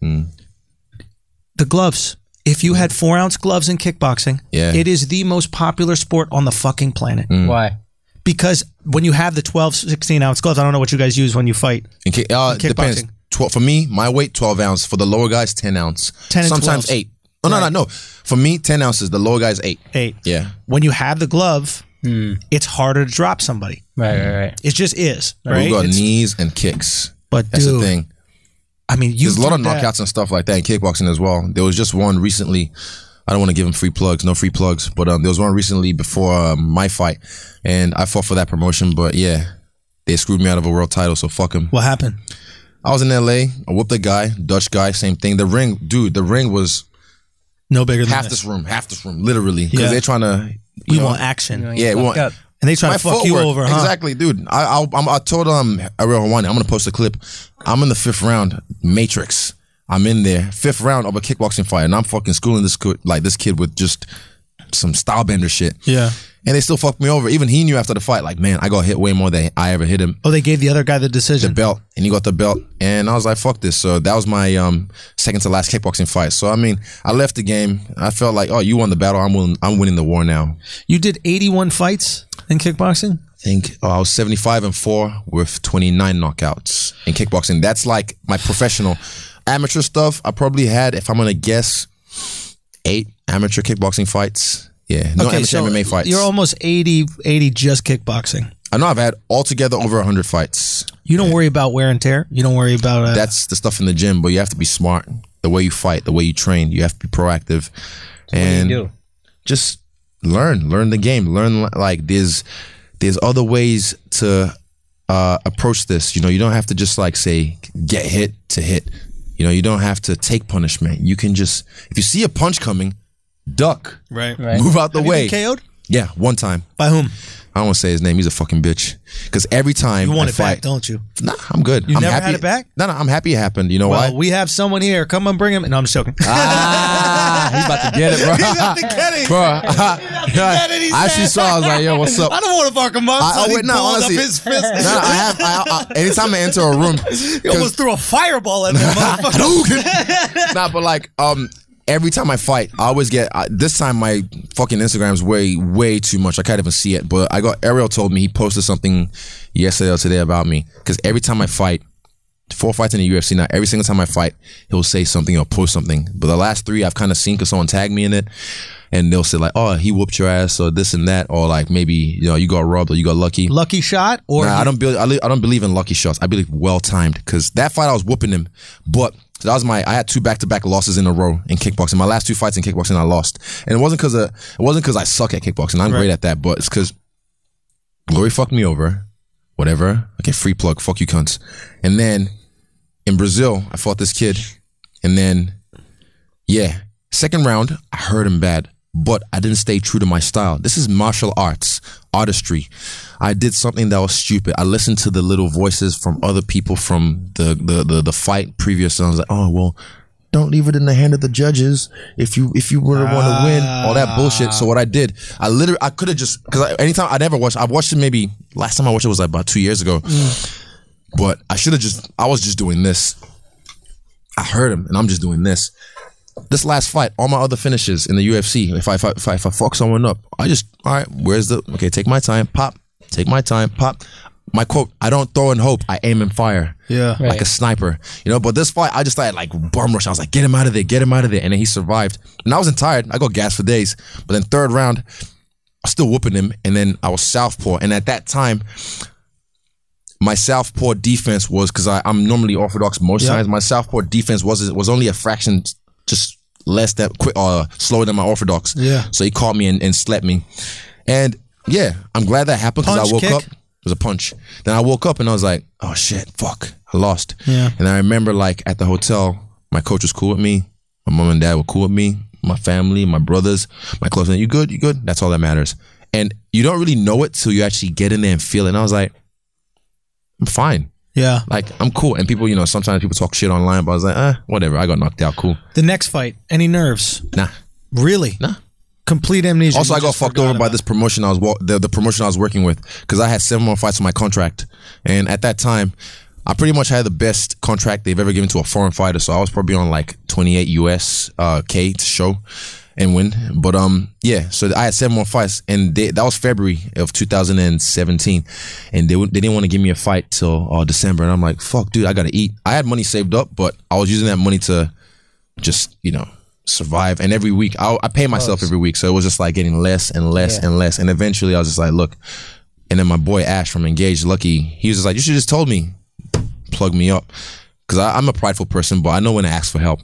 The gloves. If you had four ounce gloves in kickboxing, Yeah. Hmm. it is the most popular sport on the fucking planet. Why? Because when you have the 12, 16 ounce gloves, I don't know what you guys use when you fight. In ki- uh, In depends. kickboxing. Twelve for me, my weight twelve ounce. For the lower guys, ten ounce. 10 and Sometimes 12s. eight. Oh no, no, no. For me, ten ounces. The lower guys eight. Eight. Yeah. when you have the glove, it's harder to drop somebody. Right, right, right. It just is, right? We got It's- knees and kicks. but That's dude, the thing. I mean, you There's a lot of did that. knockouts and stuff like that in kickboxing as well. There was just one recently. I don't want to give him free plugs, no free plugs, but um, there was one recently before uh, my fight, and I fought for that promotion. But yeah, they screwed me out of a world title, so fuck him. What happened? I was in LA. I whooped a guy, Dutch guy, same thing. The ring, dude, the ring was No bigger than half this. this room, half this room, literally, because Yeah. they're trying to. We you know, want action, Yeah, we want. Fucked up. and they try my to fuck footwork. you over, huh? Exactly, dude. I I, I'm, I told um Ariel Hawani, I'm gonna post a clip. I'm in the fifth round, Matrix. I'm in there, fifth round of a kickboxing fight, and I'm fucking schooling this kid, like this kid with just some style bender shit. Yeah. And they still fucked me over. Even he knew after the fight, like, man, I got hit way more than I ever hit him. Oh, they gave the other guy the decision. Belt, and he got the belt, and I was like, fuck this. So that was my um second to last kickboxing fight. So I mean, I left the game. I felt like, oh, you won the battle. I'm winning. I'm winning the war now. you did 81 fights in kickboxing. think oh, I was 75 and four with 29 knockouts in kickboxing. That's like my professional amateur stuff. I probably had, if I'm gonna guess, eight amateur kickboxing fights. Yeah, no amateur MMA fights. You're almost 80, 80 just kickboxing. I know I've had altogether over 100 fights. You don't worry about wear and tear. You don't worry about uh, That's the stuff in the gym, but you have to be smart. The way you fight, the way you train, you have to be proactive. and just learn learn the game learn like there's there's other ways to uh, approach this you know you don't have to just like say get hit to hit you know you don't have to take punishment you can just if you see a punch coming duck right. move out the way KO'd yeah one time by whom? i don't want to say his name he's a fucking bitch because every time You want I it fight back, don't you? nah i'm good you i'm never happy had it back? no no i'm happy it happened you know Well, why we have someone here. Come and bring him. No, I'm just joking. ah, he's about to get it bro bro i actually saw i was like yo what's up I don't want to fuck him up. I- so I he would- no, balls honestly- up his fist. No, no, I have. I, I, anytime I enter a room, He almost threw a fireball at me. motherfucker. nah, but like, um, every time I fight, I always get. I, this time, my fucking Instagram's way, way too much. I can't even see it. But I got Ariel told me he posted something yesterday or today about me because every time I fight. Four fights in the UFC now. Every single time I fight, he'll say something or post something. But the last three, I've kind of seen because someone tagged me in it, and they'll say like, "Oh, he whooped your ass," or this and that, or like maybe you know you got robbed or you got lucky. Lucky shot or Nah, he- I don't believe I, li- I don't believe in lucky shots. I believe well timed because that fight I was whooping him, but that was my I had two back to back losses in a row in kickboxing. My last two fights in kickboxing I lost, and it wasn't because it wasn't because I suck at kickboxing. I'm great at that, but it's because Glory fucked me over, whatever. Okay, free plug. Fuck you, cunts. And then in Brazil, I fought this kid, and then yeah. Second round, I hurt him bad, but I didn't stay true to my style. This is martial arts, artistry. I did something that was stupid. I listened to the little voices from other people from the the the, the fight previous, and I was like, oh well. Don't leave it in the hand of the judges if you if you were to want to win all that bullshit. So what I did, I literally I could have just because anytime I never watched, I watched it maybe last time I watched it was like about two years ago, but I should have just I was just doing this. I heard him and I'm just doing this this last fight, all my other finishes in the UFC, if I, if I if I if I fuck someone up, I just all right. Where's the okay? Take my time, pop. Take my time, pop. My quote: I don't throw and hope, I aim and fire. Yeah. like a sniper, you know. But this fight, I just started like bum rush. I was like, get him out of there, get him out of there, and then he survived. And I wasn't tired. I got gas for days. But then third round, I was still whooping him, and then I was southpaw. And at that time, my southpaw defense was because I'm normally orthodox most times. My southpaw defense was was only a fraction, just less than quick uh, slower than my orthodox. Yeah. So he caught me and, and slept me, and yeah, I'm glad that happened because Punch, I woke kick? up. It was a punch. Then I woke up and I was like, oh shit, fuck, I lost. Yeah. And I remember like at the hotel, my coach was cool with me. My mom and dad were cool with me. My family, my brothers, my close. You good? You good? That's all that matters. And you don't really know it till you actually get in there and feel it. And I was like, I'm fine. Yeah. Like I'm cool. And people, you know, sometimes people talk shit online, but I was like, eh, whatever. I got knocked out. Cool. The next fight. Any nerves? Nah. Really? Nah. Complete amnesia. Also, You I got just fucked forgot over by about- this promotion I was wa- the, the promotion I was working with because I had seven more fights on my contract, and at that time, I pretty much had the best contract they've ever given to a foreign fighter. So I was probably on like twenty eight US uh, K to show and win. But um, yeah, so I had seven more fights, and they, that was February of two thousand and seventeen, and they wouldn't- they didn't want to give me a fight till uh, December, and I'm like, fuck, dude, I gotta eat. I had money saved up, but I was using that money to just you know survive and every week I, I pay myself every week so it was just like getting less and less and less and eventually i was just like look and then my boy ash from engaged lucky he was just like you should have just told me plug me up because i'm a prideful person but i know when to ask for help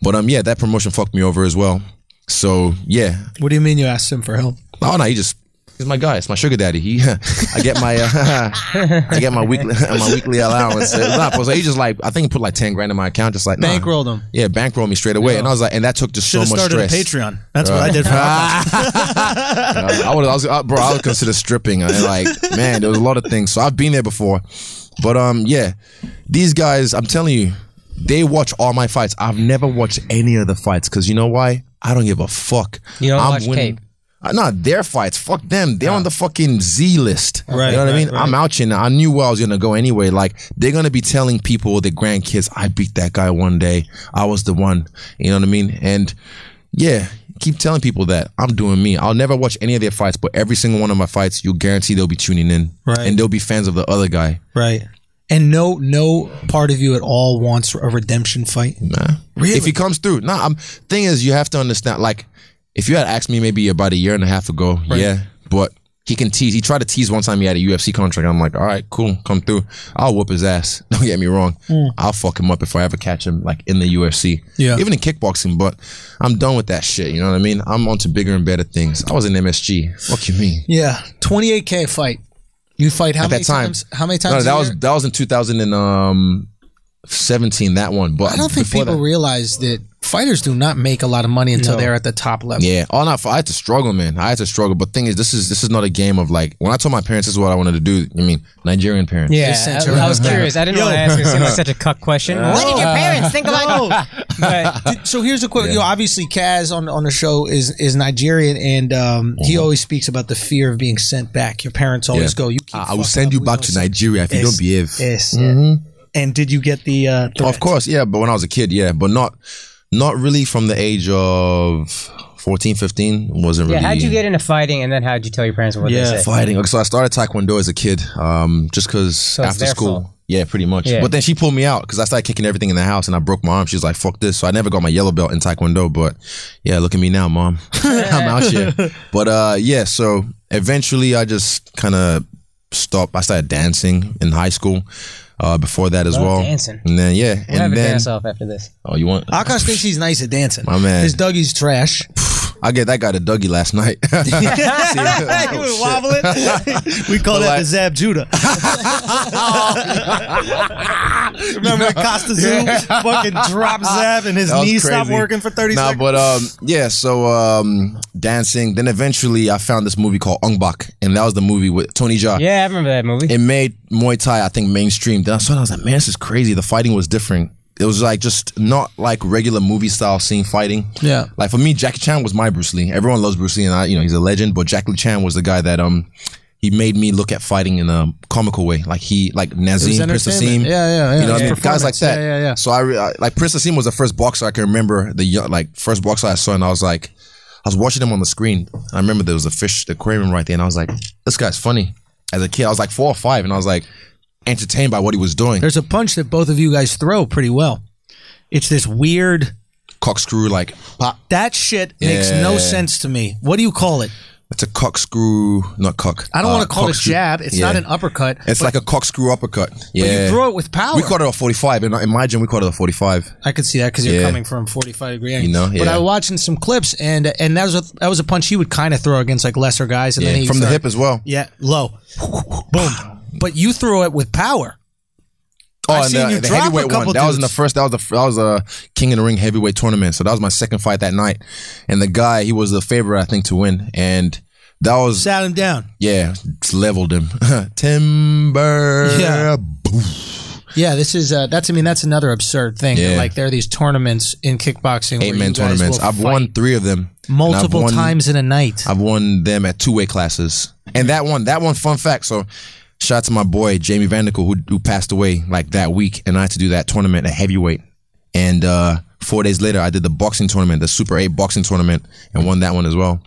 but um yeah that promotion fucked me over as well so yeah What do you mean you asked him for help? oh no he just he's my guy it's my sugar daddy he i get my uh, i get my weekly my weekly allowance it's not, so he just like i think he put like 10 grand in my account just like nah. Bankrolled him. Yeah, bankroll me straight away, and I was like, and that took just Should have so much started stress. a Patreon. That's what I did. For I would, I was, uh, bro, I would consider stripping. And like, man, there was a lot of things. So I've been there before, but um, yeah, these guys, I'm telling you, they watch all my fights. I've never watched any of the fights because you know why? I don't give a fuck. You don't I'm watch tape. winning. Uh, Nah, their fights. Fuck them. They're on the fucking Z list. Right, You know what I right, mean? I'm out here now. I knew where I was gonna go anyway. Like they're gonna be telling people, their grandkids, I beat that guy one day. I was the one. You know what I mean? And yeah, keep telling people that I'm doing me. I'll never watch any of their fights, but every single one of my fights, you'll guarantee they'll be tuning in, Right. and they'll be fans of the other guy. Right. And no, no part of you at all wants a redemption fight. Nah. Really? If he comes through, nah. I'm, thing is, you have to understand. Like, if you had asked me maybe about a year and a half ago, yeah, but he can tease. He tried to tease one time. He had a UFC contract. I'm like, all right, cool, come through. I'll whoop his ass. Don't get me wrong. I'll fuck him up if I ever catch him, like in the UFC. Hmm. Yeah. Even in kickboxing, but I'm done with that shit. You know what I mean? I'm onto bigger and better things. I was in MSG. What you mean? Yeah. 28K fight. You fight how At many that time, times? How many times? No, a that year? was that was in 2017. um, That one, but I don't think before people that- realize that fighters do not make a lot of money until they're at the top level. Yeah, all not. I had to struggle, man. I had to struggle. But thing is, this is this is not a game of like when I told my parents this is what I wanted to do. I mean, Nigerian parents. Yeah, sent I, her I was out. curious. I didn't want to ask. It seemed like such a cuck question. What did your parents think about? But Uh, Did- so here's a quick. You know, obviously, Kaz on on the show is is Nigerian, and um, he always speaks about the fear of being sent back. Your parents always Uh-huh. go, "You, Yeah. keep I, I will fucking send up, you we back Mm-hmm. gonna send to Nigeria if you don't behave. Yes. And did you get the? Uh, Of course, yeah. But when I was a kid, yeah, but not not really from the age of 14, 15. Wasn't yeah, really. how'd you get into fighting, and then how'd you tell your parents what Yeah, they said? fighting? Okay, so I started taekwondo as a kid, um, just because it's after their school. fault. Yeah, pretty much. Yeah. But then she pulled me out because I started kicking everything in the house and I broke my arm. She was like, fuck this. So I never got my yellow belt in Taekwondo. But yeah, look at me now, mom. I'm out here. But uh, yeah, so eventually I just kind of stopped. I started dancing in high school uh, before that as Love well. dancing. And then, yeah. We'll have and a then, dance off after this. oh, you want? Akash thinks he's nice at dancing. My man. His Dougie's trash. I get that guy to Dougie last night. he was wobbling. we call that the Zab Judah. Remember the Costa Zoo fucking dropped Zab and his That was knees stopped crazy. working for 30 nah, seconds? but um, yeah. So um, dancing. Then eventually, I found this movie called Ong Bak, and that was the movie with Tony Jaa. Yeah, I remember that movie. It made Muay Thai, I think, mainstream. Then I saw it, I was like, man, this is crazy. The fighting was different. It was like just not like regular movie style scene fighting. Yeah. Like for me, Jackie Chan was my Bruce Lee. Everyone loves Bruce Lee, and I, you know, he's a legend. But Jackie Chan was the guy that um, he made me look at fighting in a comical way. Like he, like Nazim, Prince Nassim. entertainment. Yeah, yeah, yeah. You know, what I Yeah, mean? guys like performance. that. Yeah, yeah, yeah. So I, re- I like Prince Nassim was the first boxer I can remember. The young, like first boxer I saw, and I was like, I was watching him on the screen. I remember there was a fish aquarium right there, and I was like, this guy's funny. As a kid, I was like four or five, and I was like entertained by what he was doing. There's a punch that both of you guys throw pretty well. It's this weird. Cockscrew, like pop. That shit makes no Yeah. sense to me. What do you call it? It's a cockscrew, not cock. I don't uh, want to call it cockscrew. jab. It's Yeah. not an uppercut. It's like a cockscrew uppercut. Yeah. You throw it with power. we caught it at 45. In, in my gym, we caught it at 45. I could see that because you're Yeah. coming from 45 degree angle. You know, But yeah. I was watching some clips and and that was a, that was a punch he would kind of throw against like lesser guys and then he From the started- hip as well. Yeah, low, boom. But you threw it with power. Oh, I've and seen the, you the drop a heavyweight one. couple That was in the dudes. first. That was the that was a King of the Ring heavyweight tournament. So that was my second fight that night, and the guy he was the favorite I think to win, and that was Sat him down. yeah just leveled him. Timber. Yeah. Boom. Yeah, this is uh, that's. I mean, that's another absurd thing. Yeah. Like there are these tournaments in kickboxing, where Eight man you guys tournaments. will I've fight won three of them and I've multiple won- times in a night. I've won them at two weight classes. And that one, that one, fun fact. So, shout out to my boy Jamie Vanderkool who, who passed away like that week, and I had to do that tournament at heavyweight. And uh, four days later, I did the boxing tournament, the Super Eight boxing tournament, and won that one as well.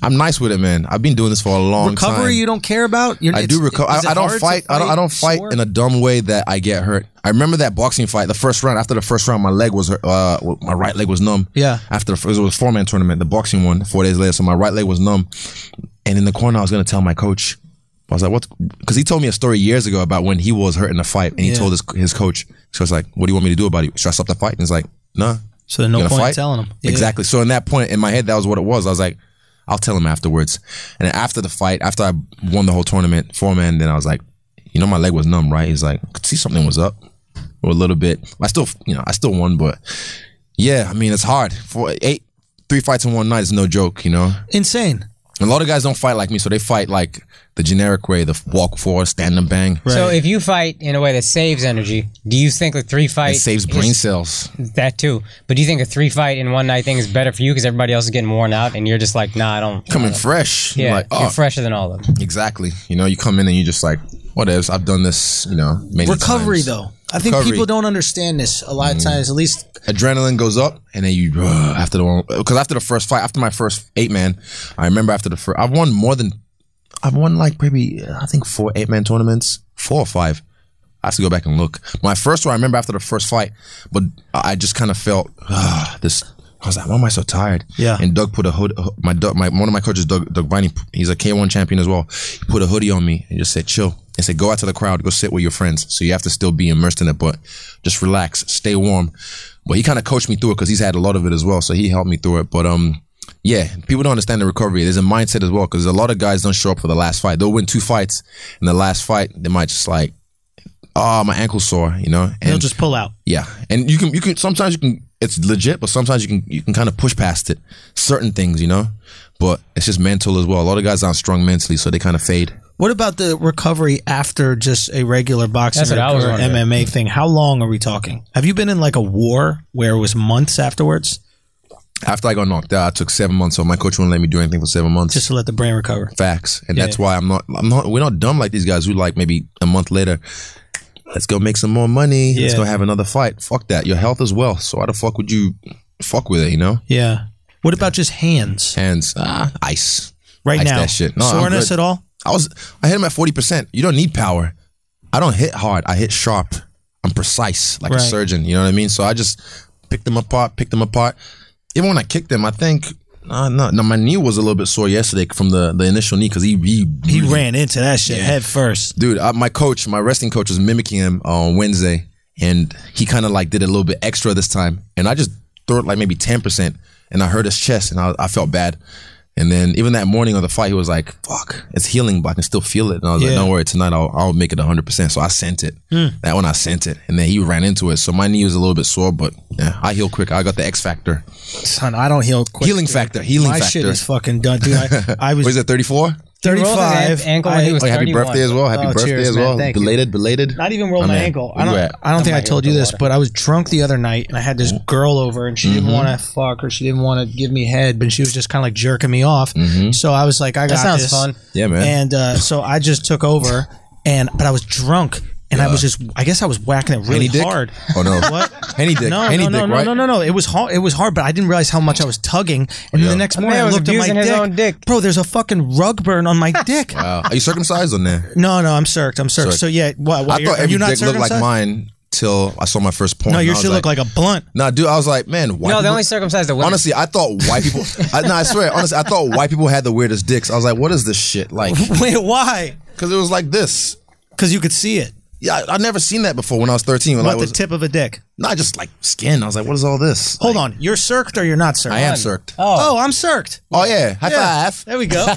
I'm nice with it, man. I've been doing this for a long time. Recovery you don't care about. You're, I it's- do recover. is it I, I don't hard to fight. I don't. I don't fight sore? in a dumb way that I get hurt. I remember that boxing fight, the first round. After the first round, my leg was hurt. Uh, well, my right leg was numb. Yeah. After the, it was a four man tournament, the boxing one. Four days later, so my right leg was numb, and in the corner, I was gonna tell my coach. I was like, "What?" Because he told me a story years ago about when he was hurt in a fight, and he told his his coach. So it's like, "What do you want me to do about it? Should I stop the fight?" And he's like, "Nah." So there's no gonna point fight? telling them. Yeah. Exactly. So in that point in my head, that was what it was. I was like, I'll tell him afterwards. And then after the fight, after I won the whole tournament, four man, then I was like, you know, my leg was numb, right? He's like, could see something was up or a little bit. I still, you know, I still won, but yeah, I mean, it's hard for eight, three fights in one night is no joke, you know. Insane. And a lot of guys don't fight like me, so they fight like the generic way, the walk forward, stand and bang. So if you fight in a way that saves energy, do you think the three fight It saves brain cells. is- that too? But do you think a three fight in one night thing is better for you because everybody else is getting worn out and you're just like, nah, I don't. Coming fresh. Yeah, Like, oh, you're fresher than all of them. Exactly. You know, you come in and you just like, whatever. I've done this. You know, many Recovery times. though. I think recovery. Mm-hmm. people don't understand this a lot of times. At least adrenaline goes up, and then you uh, after the one because after the first fight, after my first eight man, I remember after the first, I've won more than I've won like maybe uh, I think four eight man tournaments, four or five. I have to go back and look. My first one, I remember after the first fight, but I I just kind of felt ah, this. I was like, why am I so tired? Yeah. And Doug put a hood. uh, My Doug, my one of my coaches, Doug Doug Viney, he's a K one champion as well. He put a hoodie on me and just said, chill. And said, go out to the crowd, go sit with your friends. So you have to still be immersed in it, but just relax, stay warm. But he kind of coached me through it because he's had a lot of it as well. So he helped me through it. But um, yeah, people don't understand the recovery. There's a mindset as well because a lot of guys don't show up for the last fight. They'll win two fights, and the last fight they might just like, oh, my ankle's sore, you know. And they'll just pull out. yeah, and you can you can sometimes you can it's legit, but sometimes you can you can kind of push past it. Certain things, you know, but it's just mental as well. A lot of guys aren't strong mentally, so they kind of fade. What about the recovery after just a regular boxing That's what I was or wondering. MMA thing? How long are we talking? Have you been in like a war where it was months afterwards After I got knocked out, I took seven months. So my coach wouldn't let me do anything for seven months. just to let the brain recover? Facts, and that's why I'm not. I'm not. We're not dumb like these guys who like maybe a month later. Let's go make some more money. Let's Yeah. go have another fight. Fuck that. Your health is well. So why the fuck would you fuck with it? You know, Yeah. What about just hands hands, ah, ice. right Ice now? that shit. No, I'm Soreness good. at all? I was. I hit him at forty percent. You don't need power. I don't hit hard. I hit sharp. I'm precise, like a Right. surgeon. You know what I mean? So I just picked them apart. Picked them apart. Even when I kicked them, I think. Uh, no, no, my knee was a little bit sore yesterday from the, the initial knee because he, he He ran into that shit head first. dude uh, my coach my wrestling coach was mimicking him on wednesday and he kind of like did a little bit extra this time and i just threw it like maybe 10% and i hurt his chest and i, I felt bad and then even that morning of the fight he was like fuck it's healing but i can still feel it and i was like Yeah. Hmm. don't worry tonight I'll, I'll make it 100% so i sent it that one i sent it and then he ran into it so my knee was a little bit sore but yeah, i heal quick i got the x factor Son, I don't heal quick. healing factor healing My factor shit is fucking done, dude. I, I was what is it 34 35. ankle when I- he was oh happy 31. birthday as well happy Oh, birthday cheers, as man. well Thank you. belated belated not even rolled my, man. ankle. Where I you don't. at? I don't think I might told go you with this, the but I was drunk the other night, and I had Mm-hmm. this girl over, and she didn't want to fuck, or she didn't want to give me head, but she was just kind of like jerking me off. Mm-hmm. So I was like, I got That sounds this. fun. Yeah, man. And uh, so I just took over, and but I was drunk, and I was just, I guess I was whacking it really Henny dick? hard. Oh no. What? Henny dick. No, Henny no, no, dick, no, right? no, no, no. It was hard. It was hard, but I didn't realize how much I was tugging. And then the next morning, man I was looked at my abusing dick. his own dick. Bro, there's a fucking rug burn on my dick. Wow. Are you circumcised or nah? No, no, I'm circed. I'm circed. Circed. So yeah, what? what I you're- thought are every you not dick looked like circumcised? mine till I saw my first porn. No, and I yours was should look like a blunt. Nah, dude, I was like, man, why No, they only circumcised the women. Honestly, I thought white people. I, nah, I swear, honestly, I thought white people had the weirdest dicks. I was like, what is this shit? Like, Wait, why? because it was like this. Because you could see it. Yeah, I, I'd never seen that before when I was 13. When What I was the tip of a dick? not just like skin. I was like, what is all this? Hold on, you're circed or you're not circed? I am circed. Oh, Oh, I'm circed. yeah, high Yeah. five. There we go. nah,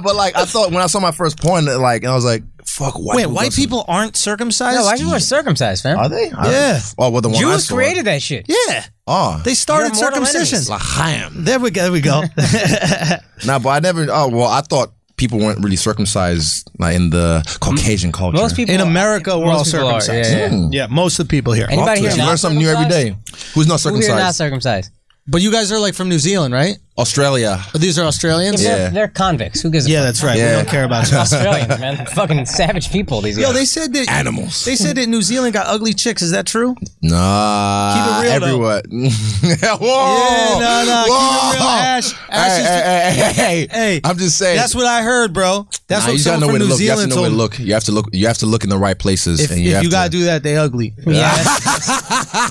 but like I thought when I saw my first porn, like, and I was like, fuck, white Wait, people white go to- people aren't circumcised? no, white people are circumcised, fam. are they? I- Yeah. Oh, well, the one I Jews saw. created that shit. yeah, Oh, they started You're mortal circumcision. enemies. There we go. There we go. Nah, but I never. Oh well, I thought people weren't really circumcised like in the Caucasian Mm-hmm. culture. Most people In America, we're most all people are, circumcised. yeah, yeah. Yeah, most of the people here. Anybody Fuck here this. you not learn something new every day. Who's not Who circumcised? here not circumcised? But you guys are like from New Zealand, right? Australia. But these are Australians. Yeah. They're, they're convicts. Who gives a Yeah, fuck? that's right. Yeah. We don't care about you. Australians, man. Fucking savage people, these Yo, guys. they said that Animals. They said that New Zealand got ugly chicks. Is that true? Nah. Keep it real, though. everywhere. Whoa. Yeah, no, no, keep it Whoa. real. Ash- Ash hey, is- hey, hey, hey, hey, Hey, I'm just saying. That's what I heard, bro. That's Nah, what you gotta someone know from where to New look. You have to Zealand know where told to me. look. You have to look. You have to look in the right places. If, and if have you gotta to, do that, they ugly. yeah, that's,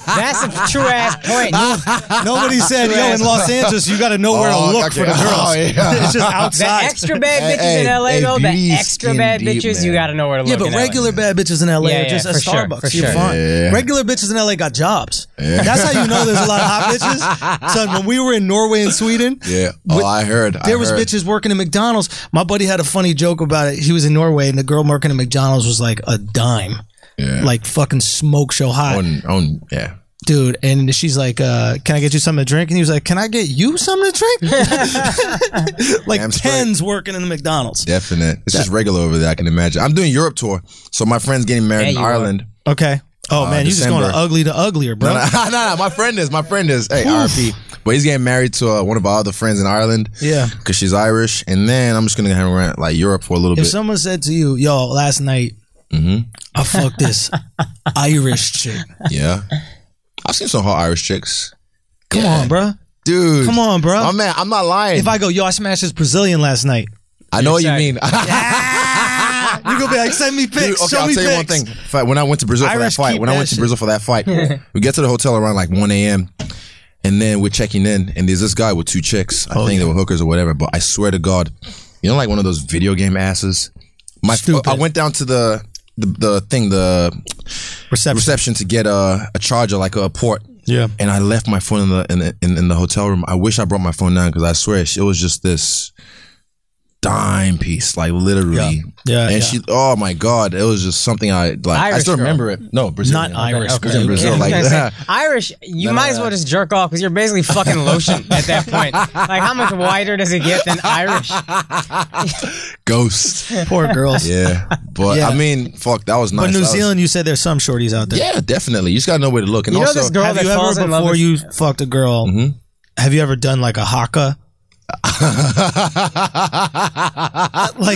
that's a true ass point. You- Nobody said, yo, in Los Angeles, you got to know where Oh, to look okay. for the girls. Oh, yeah. It's just The outside. extra bad bitches Hey, in LA, hey, though, the beauty is extra skin bad deep, bitches, man. you gotta know where to yeah, look. but in LA. regular bad bitches in LA Yeah, are just yeah, at for sure, Starbucks. for You're sure. fine. Yeah. Regular bitches in LA got jobs. That's how you know there's a lot of hot bitches. Son, when we were in Norway and Sweden, Yeah. Oh, I heard. I there was heard. bitches working at McDonald's. My buddy had a funny joke about it. He was in Norway and the girl working at McDonald's was like a dime. Yeah. Like fucking smoke show hot. on on yeah. dude and she's like uh, can i get you something to drink and he was like can i get you something to drink like Damn straight. tens working in the mcdonald's Definite. It's just regular over there. I can imagine. I'm doing Europe tour, so my friend's getting married Yeah, in you are. Ireland. okay oh Uh, man you just going to December. ugly to uglier bro No, no, no, my friend is. My friend is. Hey, RP. But he's getting married to uh, one of our other friends in Ireland. Yeah. Because she's Irish. And then I'm just going to hang around like Europe for a little if bit. someone said to you yo last night Mm-hmm. I fucked this Irish chick. Yeah. I've seen some hot Irish chicks. Come on, bro. Dude. Come on, bro. My man, I'm not lying. if I go, yo, I smashed this Brazilian last night. I know what you You're mean. Ah, you gonna be like, send me pics. Dude, okay, show I'll me tell you one pics. thing. If I- When I went to Brazil for that Irish fight, keep when I that went to shit. Brazil for that fight, we get to the hotel around like 1 a.m. and then we're checking in, and there's this guy with two chicks. Oh, I think they were hookers or whatever. But I swear to God, you know, like one of those video game asses. My, Stupid. I went down to the the, the thing, the Reception. reception to get a, a charger, like a port. Yeah. And I left my phone in the in the, in, in the hotel room. I wish I brought my phone down because I swear it was just this dime piece, like literally. Yeah. Yeah, And yeah. she, oh my god, it was just something I like. I Irish still girl. remember it. No, Brazilian. Not Irish. It was in Okay. Brazil, Yeah, I was like gonna say, that. Irish, you might as well just jerk off because you're basically fucking lotion at that point. Like, how much wider does it get than Irish? ghost. Poor girls. Yeah, but Yeah. I mean, fuck, that was nice. But That New was- Zealand, you said there's some shorties out there. yeah, definitely. You just gotta know where to look. And You know also, this girl have that you ever falls in love before with- you fucked a girl? Mm-hmm. Have you ever done like a haka? like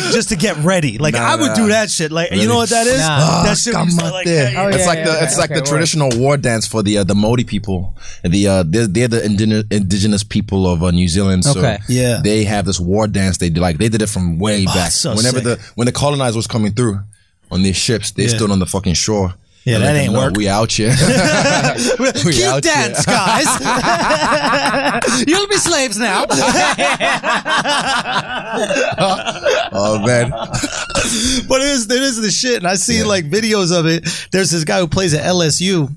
just to get ready. Like I would do that shit. Like you Really? know what that is? Ah, Nah. That shit. when you start, like, Yeah. yeah, Oh, it's yeah, like yeah, the okay, it's like okay, the word. traditional war dance for the uh, the Maori people. The uh, they're, they're the indigenous, indigenous people of uh, New Zealand. So Okay. Yeah. they have this war dance. They do like they did it from way back. it's so Whenever sick. the when the colonizers was coming through on their ships, they Yeah. stood on the fucking shore. Yeah, And that let them ain't know, work. We out here. We Cute out here. dance, guys. You'll be slaves now. oh man. but it is it is the shit. And I see like videos of it. There's this guy who plays at LSU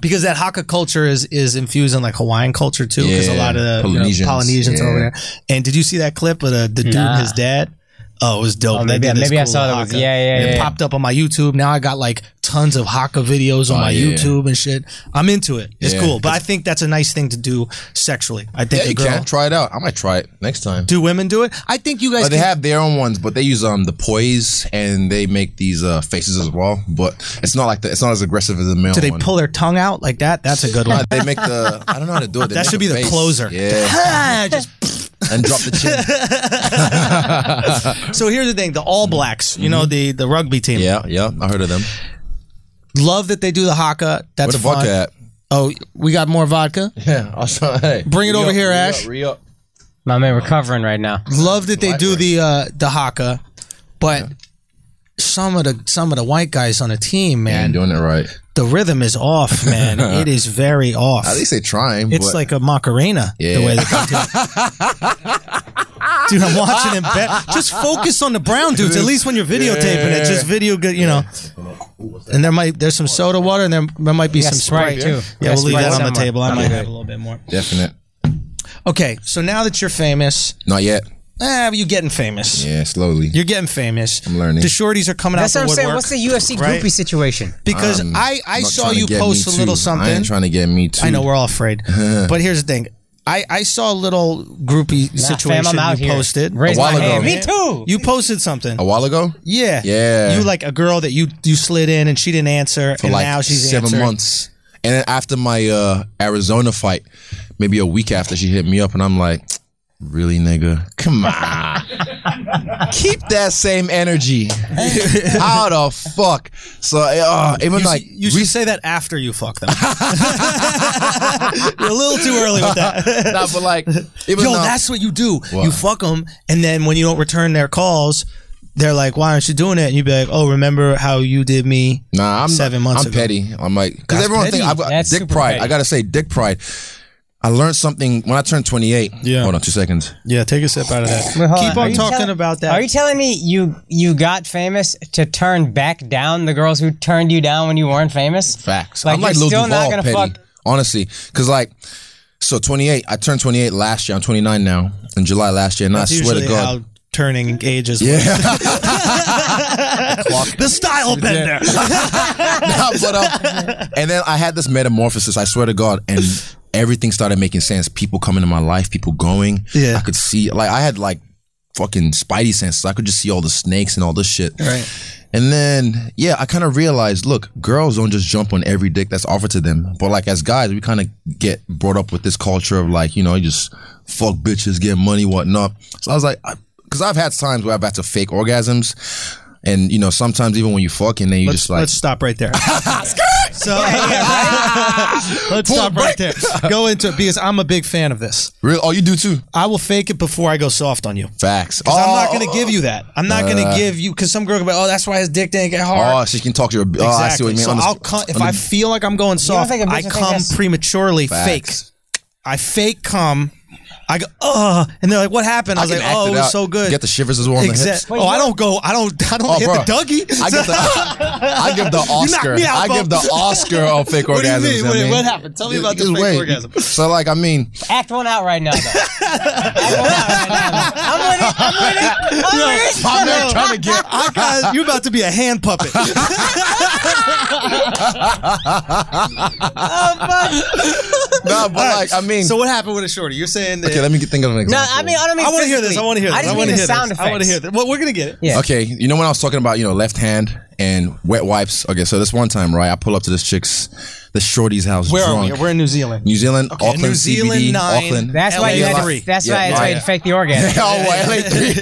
because that haka culture is is infused in like Hawaiian culture too. Because a Yeah. lot of the you know, Polynesians. Polynesians Yeah. over there. And did you see that clip of the, the dude and his dad? Oh, it was dope. Oh, They maybe- did this maybe I cool saw that haka. was- yeah, yeah, And It yeah. popped up on my YouTube. Now I got like tons of haka videos on my yeah. YouTube and shit. I'm into it. Oh, It's Yeah. cool. But I think that's a nice thing to do sexually. I think Yeah, a you girl. can try it out. I might try it next time. Do women do it? I think you guys. But Oh, they can- have their own ones, but they use um the poise and they make these uh faces as well. But it's not like the, it's not as aggressive as the male. do they one. pull their tongue out like that? That's a good Uh, one. they make the I don't know how to do it. They That make should be the face. closer. Yeah, Just and drop the chin. So here's the thing: the All Mm-hmm. Blacks, you know the the rugby team, yeah, yeah, I heard of them. love that they do the haka. Where That's the fun. vodka at? Oh, we got more vodka. Yeah, also, hey, Bring it re-up, over here, re-up, Ash. re-up. My man, recovering right now. Love that they do the uh, the haka, but some of the some of the white guys on the team, Yeah, man, doing it right. the rhythm is off, man. it is very off. At least they're trying. It's but like a Macarena, Yeah. the way that they do it. Dude, I'm watching him. Be- just focus on the brown dudes. At least when you're videotaping it, just video good, you know. And there might there's some soda water, and there, there might be got some Sprite, Sprite, too. Yeah, Got we'll leave Sprite that on the somewhere. table. I might Okay. have a little bit more. definite. Okay, so now that you're famous, Not yet. ah, you're getting famous. Yeah, slowly. You're getting famous. I'm learning. The shorties are coming That's out what the I'm saying. woodwork What's the UFC right? groupie situation? because Um, I'm I I not saw trying to you get post Me a little Too. I something. ain't trying to get me too. I know we're all afraid, but here's the thing. I, I saw a little groupie situation fam, I'm out you here. posted. Raise A while my ago. hand. Me too. You posted something. A while ago, Yeah. Oh, Yeah. You like a girl that you you slid in and she didn't answer for and like now she's seven answering. months, and then after my uh, Arizona fight, maybe a week after, she hit me up, and I'm like, "Really, nigga? Come on, keep that same energy. How the fuck? So uh, even like You, like, you should say that after you fuck them. You're a little too early with that. nah, but like even Yo, now- that's what you do. You fuck them and then when you don't return their calls, they're like, "Why aren't you doing it?" And you be like, "Oh, remember how you did me?" Nah, I'm seven months I'm ago. petty. I'm like because That's everyone petty. think I've got That's dick super pride. petty. I gotta say dick pride. I learned something when I turned 28. Yeah. Hold on, two seconds. Yeah, take a step out of that. Wait, hold Keep Are on you talking tell- about that. Are you telling me you you got famous to turn back down the girls who turned you down when you weren't famous? Facts. Like, I'm like you're Lil still Duval, not gonna petty. fuck- Honestly, because like, so 28. I turned 28 last year. I'm 29 now. In July last year, and That's I swear to usually God, how turning ages. work. yeah. The style bender. Nah, but, uh, and then I had this metamorphosis. I swear to God, and everything started making sense. People coming in my life, people going. Yeah. I could see like I had like fucking spidey senses. I could just see all the snakes and all this shit. Right. And then yeah, I kind of realized, look, girls don't just jump on every dick that's offered to them. But like as guys, we kind of get brought up with this culture of like you know you just fuck bitches, get money, whatnot. So I was like. I, Cause I've had times where I've had to fake orgasms. And you know, sometimes even when you fucking, then you Let's, just like let's stop right there. so let's stop right there. Go into it because I'm a big fan of this. real. Oh, you do too. I will fake it before I go soft on you. Facts. Because I'm not Oh, going to give you that. I'm not Uh, going to give you because some girl can be, oh, that's why his dick didn't get hard. Oh, she can talk to your. Oh, I see what exactly. you mean. so On the- I'll come if on I the- feel like I'm going soft. think a bitch I will think come that's- prematurely. Facts. Fake. I fake come. I go, oh, and they're like, what happened? I, was can like, act oh, it it was out. so good. Get the shivers as well on the hips. Exactly. Wait, Oh, I what? don't go. I don't. I don't Oh, hit bro. the Dougie. I give the, I give the Oscar. me out, I bro. give the Oscar on fake What do you orgasms. mean? I Wait, mean. what happened? Tell me about the Just fake wait. orgasm. So like, I mean, Act one out right now, though. Act one out right now, though. I'm with it. I'm with it. I'm with it. I'm not trying to get. I got, you're about to be a hand puppet. Oh, Nah, but like, I mean, so what happened with a shorty? You're saying that? okay, let me get- think of an example. No, I mean, I don't mean. I want to hear this. physically. I want to hear this. I just I want mean to the hear sound this. effects. I want to hear this. Well, we're gonna get it. Yeah. Okay, you know when I was talking about you know left hand and wet wipes. Okay, so this one time, right, I pull up to this chick's, the shorty's house. Where drunk. are we? We're in New Zealand. New Zealand, Auckland, New Zealand CBD, nine. Auckland. That's why you LA had three. to. That's Yeah, why yeah. it's why you fake the orgasm. oh, LA three. So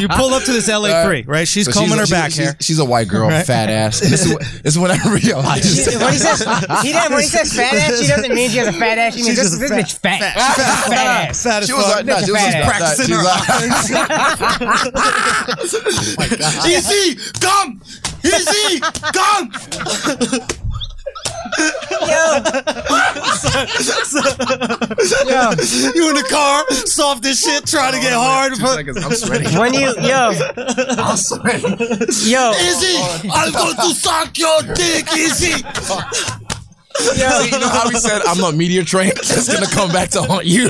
you pull up to this LA three, right? Uh, She's So she's a- combing her she's a- back she's, hair. She's a white girl, fat ass. And this, is, wh- this is when I realized. She- when he says he didn't, when he says fat ass, she doesn't mean she has a fat ass. She means She's this, this just a bitch fat. She's a fat ass. Fat as She was fuck. like, nah, she was Fat just ass. practicing her Oh offense. Easy, come, easy, come. You in the car, soft as shit, trying to get hard. but- I'm sweating. When you yo I'm sweating. yo Easy, I'm going to suck your dick, easy. See, you know how we said I'm not meteor trained? It's gonna come back to haunt you.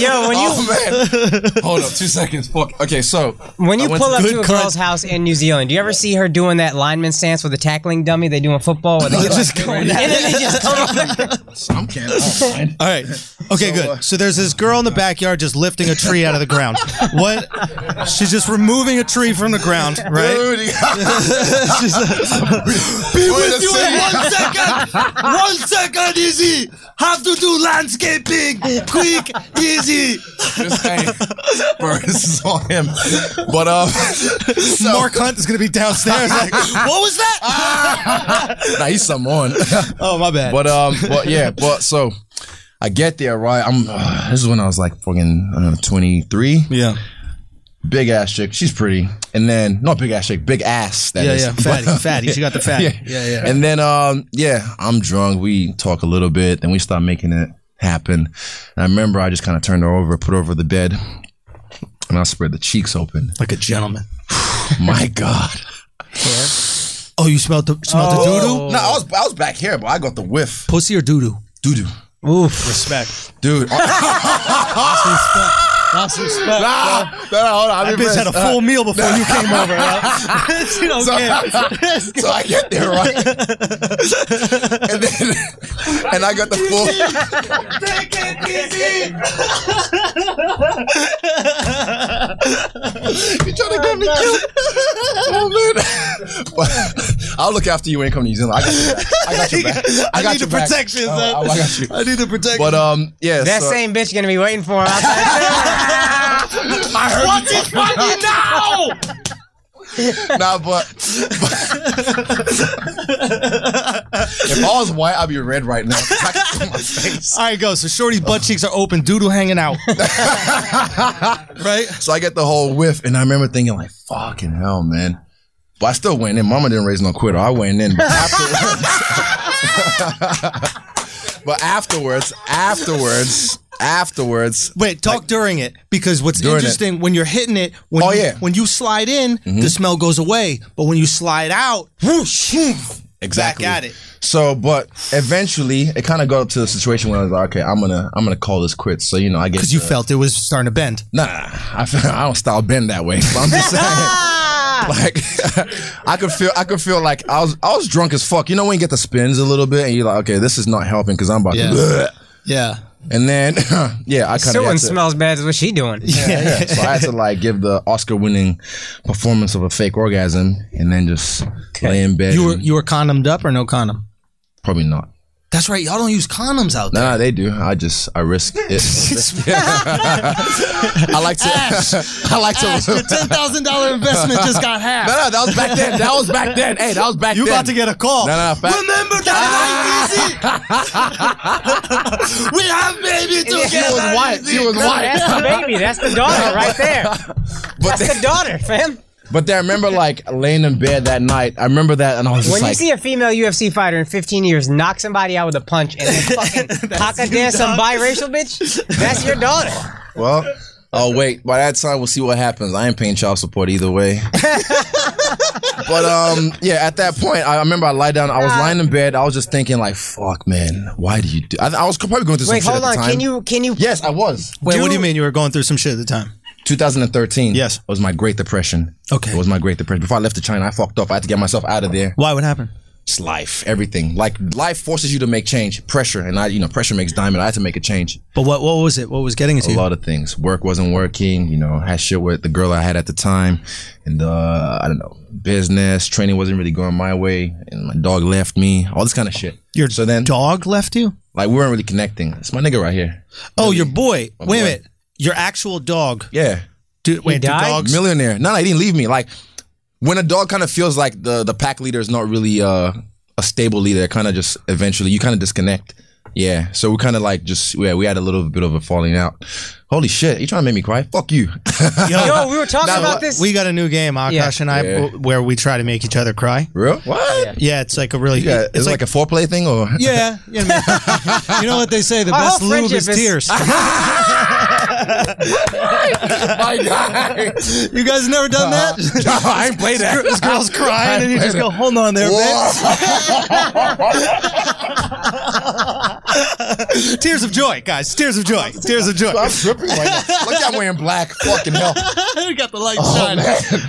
yo when you oh man. Hold up, two seconds. Fuck. Okay, so when I you went pull to- up good to a cunt. girl's house in New Zealand, do you ever see her doing that lineman stance with the tackling dummy they do in football? Where they get Just going. and then they just come up. I'm can't. I'm fine. All right. Okay, good. So there's this girl in the backyard just lifting a tree out of the ground. What? She's just removing a tree from the ground, right? Dude, you- She's Be with you in one second. One second, easy. Have to do landscaping. Quick, easy. Just saying. Bro, this is on him. But um, so, Mark Hunt is gonna be downstairs. Like, what was that? nah, he's someone. Oh my bad. But um, but yeah, but so I get there right. I'm. uh, this is when I was like fucking I don't know, 23. Yeah. Big ass chick. She's pretty. And then not big ass chick. Big ass. That Yeah, is. yeah. Fatty, fatty. She got the fatty. Yeah, yeah. And then um, yeah, I'm drunk. We talk a little bit, and we start making it happen. And I remember I just kind of turned her over, put her over the bed, and I spread the cheeks open. Like a gentleman. My God. Oh, you smelled the smelled the doo doo? No, I was I was back here, but I got the whiff. Pussy or doo doo? Doo doo. Oof. Respect. Dude, ah, That's respect. ah, no, no, hold on. Uh, I'm Bitch had a impressed. full meal before you came over. huh? she don't So, care. so I get there, right? and then, and I got the full. you trying to get me killed? Oh man! But I'll look after you when you come to New Zealand. I got your back. I got your back. I, got your back. I, need the protection, Oh, son. I got you. I need the protection. But um, yeah. That so- same bitch gonna be waiting for him outside. I heard What's you now? nah, but, if I was white, I'd be red right now. I can feel my face. all right, go. So Shorty's butt cheeks are open, doodle hanging out. right? So I get the whole whiff, and I remember thinking like, "Fucking hell, man!" But I still went in. Mama didn't raise no quitter. I went in, but afterwards, but afterwards, afterwards, afterwards, Wait, talk during it because what's During it. interesting when you're hitting it, when Oh, you, yeah. when you slide in, the smell goes away, but when you slide out, Mm-hmm. whoosh, whoosh, exactly. back at it. So, but eventually, it kind of got up to the situation where I was like, "Okay, I'm gonna, I'm gonna call this quits." So you know, I get Because you the- felt it was starting to bend. Nah, I, feel, I don't style bend that way. But I'm just saying, like, I could feel, I could feel like I was, I was drunk as fuck. You know when you get the spins a little bit, and you're like, okay, this is not helping because I'm about Yeah. to. Bleh. Yeah. And then, yeah, I kind Still of one smells bad as what she doing. yeah. So I had to like give the Oscar-winning performance of a fake orgasm, and then just lay in bed. You were and- you were condomed up or no condom? probably not. That's right. Y'all don't use condoms out there. Nah, they do. I just I risk it. I like to. I like to. Your ten thousand dollar investment just got half. No, no, that was back then. That was back then. Hey, that was back You then. about to get a call. No, no, fact- Ah. Remember that life easy. we have baby together. She was white. She was white. That's the baby. That's the daughter right there. But That's the then, daughter, fam. but then I remember like laying in bed that night. I remember that, and I was just When you like, see a female UFC fighter in 15 years knock somebody out with a punch and then fucking haka dance some biracial bitch, that's your daughter. well. Oh wait, by that time we'll see what happens. I ain't paying child support either way. but um, yeah, at that point, I remember I lied down. I Ah. was lying in bed. I was just thinking like, "Fuck, man, why do you do?" I, I was probably going through some Wait, shit hold at on. the time. Can you can you Yes, I was. Wait, what do you Dude. mean you were going through some shit at the time? 2013. Yes. was my Great Depression. Okay. it was my Great Depression. Before I left to China, I fucked up. I had to get myself out of there. Why? What happened? It's life, everything. Like life forces you to make change, pressure, and I, you know, pressure makes diamond. I had to make a change. But what? What was it? What was getting it to A you? lot of things. Work wasn't working. You know, had shit with the girl I had at the time, and uh, I don't know, business training wasn't really going my way, and my dog left me. All this kind of shit. Your so then, dog left you. like, we weren't really connecting. It's my nigga right here. Oh, your boy. Wait boy. a minute. Your actual dog. Yeah. Do, wait, do died? dogs? millionaire. No, no, he didn't leave me. Like when a dog kind of feels like the the pack leader is not really uh, a stable leader, it kind of just eventually you kind of disconnect. Yeah, so we kind of like just yeah, we had a little bit of a falling out. Holy shit, you trying to make me cry? Fuck you. Yo, we were talking about this. We got a new game, Akash Yeah. and I, Yeah. w- where we try to make each other cry. Real? What? Yeah, it's like a really. Yeah, it's like, a foreplay thing or yeah. You know, what I mean? You know what they say? The Our best whole lube friendship is, is- tears. My God. you guys never done that? No, I ain't played that. this girl's crying, and you just go, "Hold on there, man." Tears of joy, guys. Tears of joy. Tears of joy. I'm dripping right now. Look, I'm wearing black. Fucking hell. You got the light shining.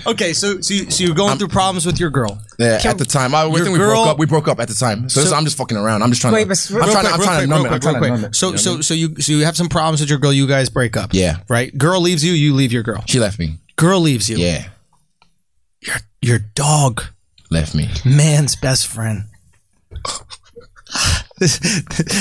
Okay, so so, you, so you're going through problems with your girl. Yeah, at the time, I, I think we girl- broke up. We broke up at the time. So, this- I'm just fucking around. I'm just trying Wait, to. but I'm real trying to. quick, I'm real trying to quick, numb it. real I'm quick, trying to real numb quick. it. So so so you so you have some problems with your girl. You guys break up. Yeah. Right. Girl leaves you. You leave your girl. She left me. Girl leaves you. Yeah, Your dog, left me. man's best friend. this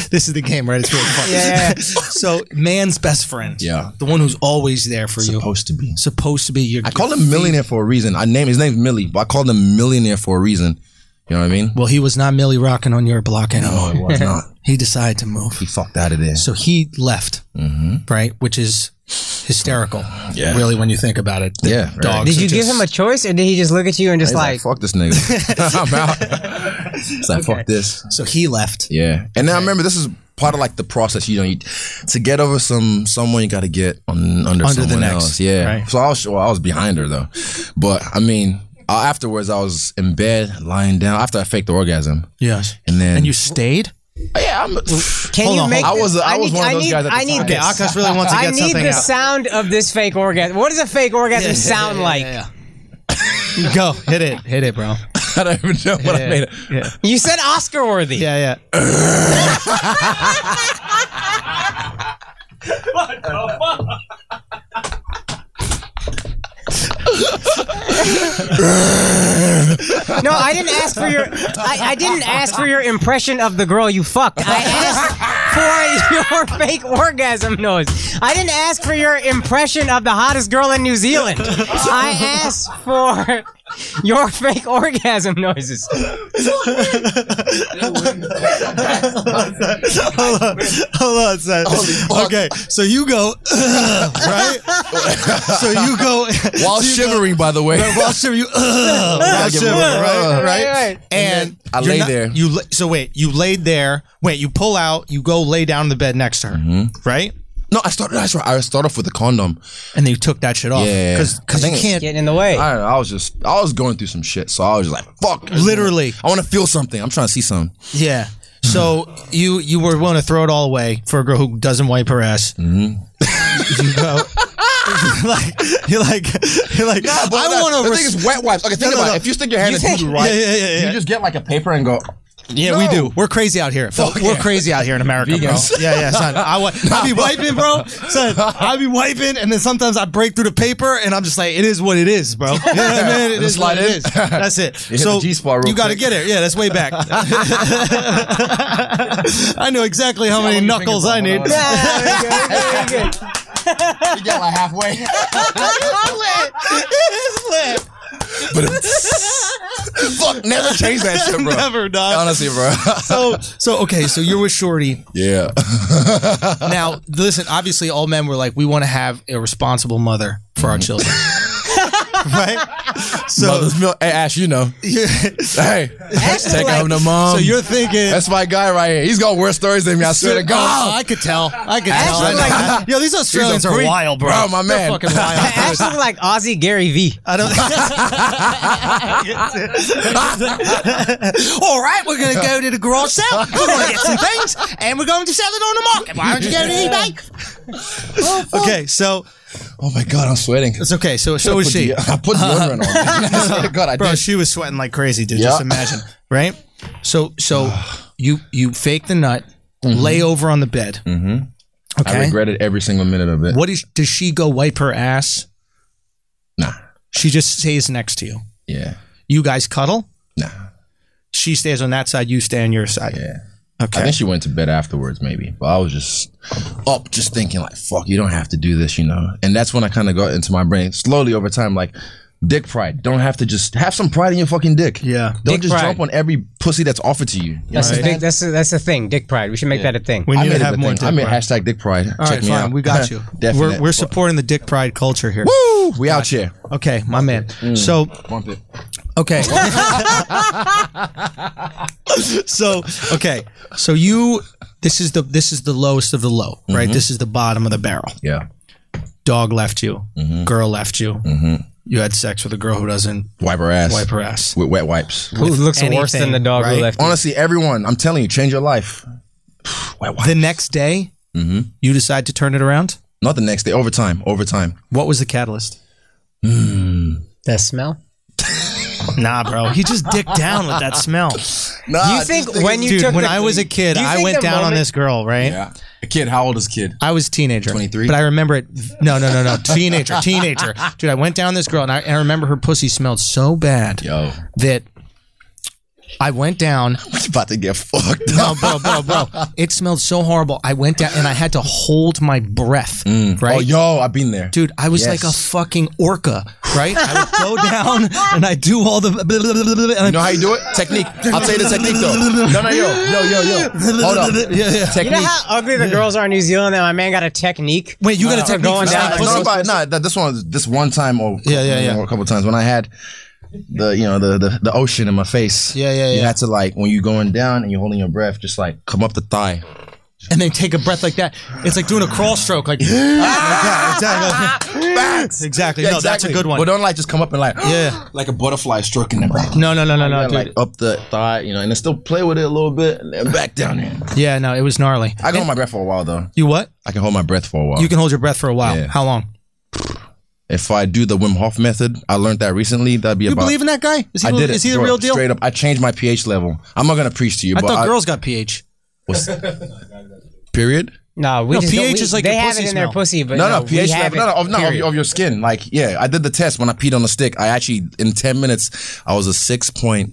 this is the game, right? It's really fun. yeah, So man's best friend. Yeah. The one who's always there for you. Supposed to be. Supposed to be your. I called him millionaire for a reason. I name his name's Millie, but I called him millionaire for a reason. You know what I mean? Well, he was not Millie rocking on your block anymore. it was not. He decided to move. He fucked out of there. So he left, right? Which is hysterical, Mm-hmm. Yeah. really, when you think about it. The Yeah, right. dogs Did are you give just- him a choice, or did he just look at you and just He's like, like, fuck this nigga. I'm out. He's like, fuck this. So he left. Yeah. And now remember, this is part of like the process. You know, you, to get over some someone, you got to get on, under, the someone next, else. Yeah. right. So I was, well, I was behind her though, but I mean, uh, afterwards I was in bed lying down after I faked the orgasm, Yes. and then And you stayed. yeah, I'm, "Can Hold you on, make?" hold I this- was I was need- one of I those need, guys at the I need time. Okay, this. Akash really wants to I get need something the out. sound of this fake orgasm. What does a fake orgasm sound like? Go hit it, hit it, bro. I don't even know what I made. It. You said Oscar worthy. Yeah, yeah. What the fuck? No, I didn't ask for your. I, I didn't ask for your impression of the girl you fucked. I asked for your fake orgasm noise. I didn't ask for your impression of the hottest girl in New Zealand. I asked for your fake orgasm noises. Hold on, hold on, son. Okay, so you go, right? so you go While so you go- shivering, by the way. while shivering, you uh, while Gotta give him shivering, a- right? uh, Right. right. And I you're lay not- there. You la- so wait. You laid there. Wait. You pull out. You go lay down in the bed next to her. Mm-hmm. Right. No, I started. That's right. I started off with the condom. And then you took that shit off. Yeah. Because I you think- can't. Getting in the way. I don't know. I was just. I was going through some shit, so I was just like, "Fuck!" Literally. I want to feel something. I'm trying to see something. Yeah. So Mm-hmm. you you were willing to throw it all away for a girl who doesn't wipe her ass. Mm-hmm. you go. like you're like you're like I want to. The thing is, wet wipes. Okay, think no, about no. it. If you stick your hand You in think- voodoo, right? Yeah, yeah, yeah, yeah. You just get like a paper and go. yeah, we do. We're crazy out here. Fuck, We're crazy out here in America, Vegans. bro. Yeah, yeah, son. I, wa- I be wiping, bro. Son, I be wiping, and then sometimes I break through the paper, and I'm just like, it is what it is, bro. You know what I mean? It Just is slide what it in. is. That's it. hit so the G-spot real you got to quick. get it. Yeah, that's way back. I know exactly how many knuckles I need. Yeah, very good, very good. You get like halfway. Fuck, never change that shit, bro. Never done. Honestly, bro. So, so okay, so you're with Shorty. yeah. Now, listen, obviously all men were like, we want to have a responsible mother for our children. right? So, Mother's milk. Hey, Ash, you know. Hey, take like- home the mom. so you're thinking That's my guy right here. He's got worse stories than me. I swear to Oh, God. I could tell. I could Actually, tell. like- Yo, these Australians He's a are freak. wild, bro. Bro, my man. They're fucking wild. Ash look like Aussie Gary V. I don't. All right, we're gonna go to the garage sale. We're gonna get some things, and we're going to sell it on the market. Why don't you go to eBay? okay, so Oh my God, I'm sweating. it's okay. So so was she, I put deodorant on. I swear to God, I bro? did. She was sweating like crazy, dude. Yeah. Just imagine, right? So so you you fake the nut, lay over on the bed. Mm-hmm. I Okay. regretted every single minute of it. What is does she go wipe her ass? Nah. She just stays next to you. Yeah. You guys cuddle. Nah. She stays on that side. You stay on your side. Yeah. I Okay. think she went to bed afterwards, maybe. But I was just up, just thinking like, "Fuck, you don't have to do this," you know. And that's when I kind of got into my brain slowly over time, like, dick pride. Don't have to just have some pride in your fucking dick. Yeah. Don't Dick just pride. jump on every pussy that's offered to you. That's a big, that's a, that's a thing. Dick pride. We should make that a thing. We I need made to it have a more. thing. Dick I made pride. hashtag dick pride. All Check right, me fine. out. We got you. Definite. We're, we're supporting the dick pride culture here. Woo! We out here. Okay, my man. Mm. So Bump it. okay. so okay. So you. This is the this is the lowest of the low, right? Mm-hmm. This is the bottom of the barrel. Yeah. Dog left you. Mm-hmm. Girl left you. You had sex with a girl who doesn't Wipe her ass. wipe her ass. With wet wipes. Who looks worse anything, than the dog right? who left? you? Honestly, everyone, I'm telling you, change your life. wet wipes. The next day, you decide to turn it around. Not the next day. Overtime. Overtime. What was the catalyst? That smell. Nah, bro. He just dicked down with that smell. Nah, you think when you Dude, took when the- I was a kid, Do you I think went the down on moment- this girl, right? Yeah. A kid, how old is kid? I was a teenager. 23? But I remember it. No, no, no, no. Teenager, teenager. Dude, I went down this girl and I, I remember her pussy smelled so bad Yo, that I went down. it's about to get fucked Oh, No, bro, bro, bro. It smelled so horrible. I went down and I had to hold my breath, right? Oh, yo, I've been there. Dude, I was Yes. like a fucking orca, right? I would go down and I do all the. Blah, blah, blah, blah, blah, and I You know how you do it? Technique. I'll tell you the technique though. No, no, yo, yo, yo, yo. Hold up. Yeah, yeah. Technique. You know how ugly the girls are in New Zealand, and my man got a technique. Wait, you got a Uh, technique going for down. that? no, no, but no, that- this one, this one time or Yeah, yeah, yeah. or a couple times when I had the you know the, the the ocean in my face. Yeah, yeah, You yeah. had to like when you're going down and you're holding your breath, just like come up the thigh. and then take a breath like that. It's like doing a crawl stroke, like exactly. exactly. No, that's a Exactly. good one. But don't like just come up and like yeah. Like a butterfly stroking the back. No, no, no, no, no, and, Oh, dude. like up the thigh, you know, and then still play with it a little bit and then back down there. yeah, no, it was gnarly. I can hold my breath for a while though. You what? I can hold my breath for a while. You can hold your breath for a while. Oh. Yeah. How long? if I do the Wim Hof method, I learned that recently. That'd be You about. believe in that guy? Is he, I did it. is he the bro, real deal? Straight up, I changed my pH level. I'm not gonna preach to you, I but thought I, girls got pH. was- period. No, we No, just don't- pH we- is like they your have it pussy in their smell. pussy, but No, no, we pH have level. No, no, it, oh, of, no of, period. your- of your skin. Like, yeah, I did the test when I peed on a stick. I actually in ten minutes, I was a six point,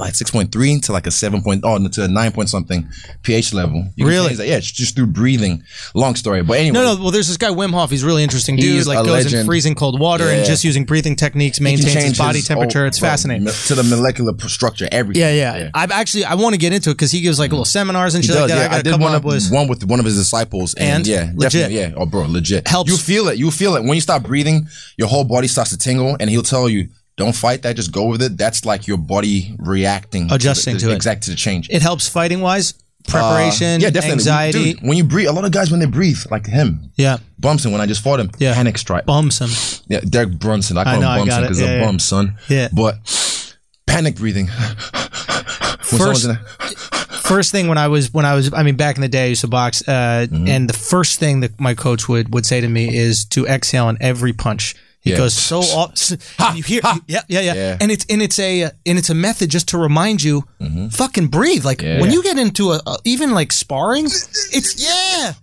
like six point three to like a seven point, oh, to a nine point something pH level. You can Really? change that. Yeah, it's just through breathing. Long story, but anyway. No, no. Well, there's this guy Wim Hof. He's a really interesting dude. He's like a goes in legend. freezing cold water and Yeah. just using breathing techniques you can maintains change his body his- temperature. oh, it's from fascinating. me- To the molecular p- structure, everything. yeah, yeah, I've actually I want to get into it because he gives like little seminars and He shit does, like that. yeah. I got I, a did couple one of of, was one with one of his disciples, And? and, yeah, Legit. definitely, yeah. Oh, bro, legit Helps. You feel it. You feel it when you stop breathing. Your whole body starts to tingle, and he'll tell you, "Don't fight that. Just go with it." That's like your body reacting, Adjusting to, the, to it. exact to the change. it helps fighting wise, preparation, Uh, yeah, definitely. anxiety. Dude, when you breathe, a lot of guys when they breathe, like him, yeah, Bumson. When I just fought him, Yeah. panic strike. bumps him. Yeah, Derek Brunson. I I call know, I him got Brunson it. because Yeah, he's a yeah. bum, son. Yeah. but panic breathing. When someone's in a- first thing when I was when I was I mean back in the day I used to box uh, Mm-hmm. and the first thing that my coach would would say to me is to exhale in every punch. He Yeah. goes so off. you hear, yeah, yeah, yeah, Yeah. and it's and it's a uh, and it's a method just to remind you, Mm-hmm. fucking breathe. Like when you get into a, a even like sparring, it's yeah.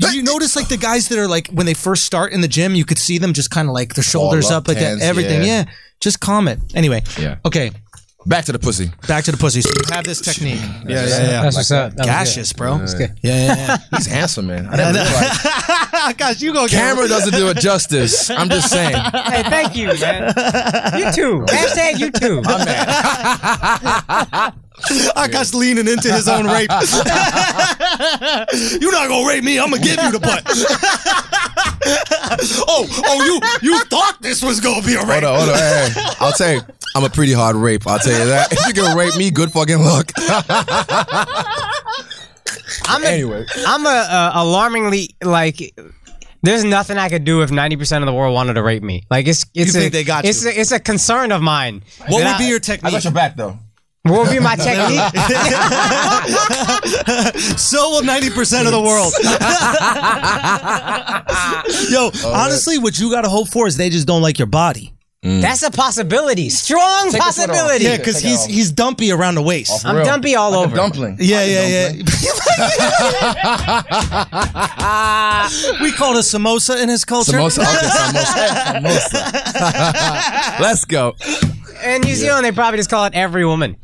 Do you notice like the guys that are like when they first start in the gym, you could see them just kind of like their shoulders up, up, like that, tense, everything. yeah. Yeah. just calm it. Anyway, Yeah. okay. Back to the pussy. Back to the pussy. So you have this technique. Yeah, yeah, That's what's up. That was Gaseous, bro. Yeah, yeah, yeah. He's handsome, man. I never realized. Gosh, you go Camera doesn't do it justice. I'm just saying. good. Hey, thank you, man. You too. Hashtag you too. Akash leaning into his own rape. You're not gonna rape me. I'm gonna give you the butt. oh, oh, you you thought this was gonna be a rape? Hold on, hold on. Hey, hey. I'll tell you, I'm a pretty hard rape. I'll tell you that. If you're gonna rape me, good fucking luck. I'm a, Anyway. I'm a, uh alarmingly like. There's nothing I could do if 90% of the world wanted to rape me. Like it's it's think a, they got it's you. A, it's a concern of mine. What That would be I- your I technique? got your back though. what would be my technique? so will 90% of the world. Oh, Yo, honestly, what you got to hope for is they just don't like your body. That's a possibility. Strong Take the photo. possibility. Yeah, because take it he's off. he's dumpy around the waist. I'm dumpy all Like a over. Dumpling. Yeah, yeah, yeah. we call it a samosa in his culture. Samosa, okay, samosa, samosa. Let's go. In New Zealand, they probably just call it every woman.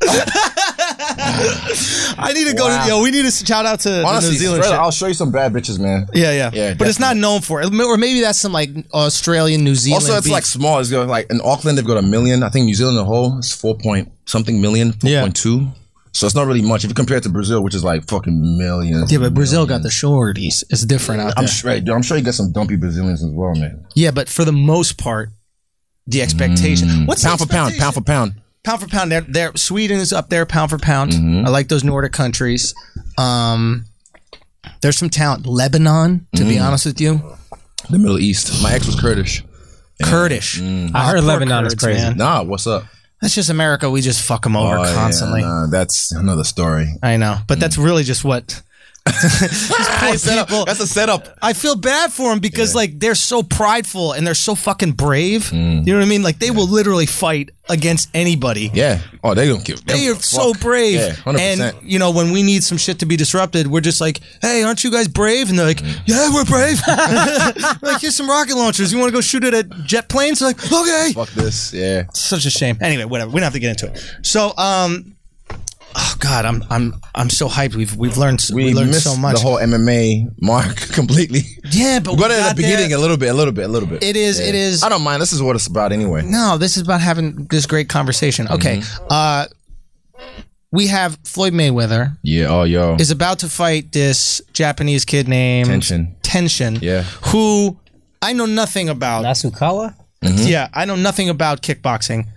I need to go to yo. We need to shout out to Honestly, the New Zealand. straight shit. up, I'll show you some bad bitches, man. Yeah, yeah, Yeah, But it's not known for it, or maybe that's some like Australian, New Zealand. Also, it's beef. like small. It's got, like in Auckland, they've got a million. I think New Zealand, the whole is four point something million, Yeah. four point two. So it's not really much if you compare it to Brazil, which is like fucking millions. Yeah, but Brazil got the shorties. It's different out I'm there. sure, dude, I'm sure you got some dumpy Brazilians as well, man. yeah, but for the most part, the expectation. What's Mm. the Pound for pound, expectation? pound for pound. pound for pound. They're, they're Sweden is up there pound for pound. Mm-hmm. I like those Nordic countries. Um, there's some talent. Lebanon, to Mm. be honest with you, The Middle East. My ex was Kurdish. Kurdish. Mm. Uh, I heard poor Lebanon is Kurds, crazy. man. Nah, what's up? That's just America. We just fuck them over Oh, yeah, constantly. nah, that's another story. I know, but that's really just what. These poor people. That's a setup. I feel bad for them because like they're so prideful and they're so fucking brave. Mm. You know what I mean? Like they will literally fight against anybody. Yeah. Oh, they don't give. They are so brave. Yeah, 100%. And you know, when we need some shit to be disrupted, we're just like, "Hey, aren't you guys brave?" And they're like, Mm-hmm. "Yeah, we're brave." like, here's some rocket launchers. You want to go shoot it at jet planes? They're like, okay. Fuck this. Yeah. Such a shame. Anyway, whatever. We don't have to get into it. So, um, oh god, I'm I'm I'm so hyped. We've we've learned s- we, We, learned missed so much. the whole MMA mark completely. yeah, but We we got it at got the beginning there. a little bit, a little bit, a little bit. It is- it is- I don't mind. This is what it's about anyway. No, this is about having this great conversation. Okay. Mm-hmm. Uh we have Floyd Mayweather Yeah. Oh, yo. is about to fight this Japanese kid named Tension. Tension. Yeah. Who I know nothing about. Nasukawa? Yeah, I know nothing about kickboxing.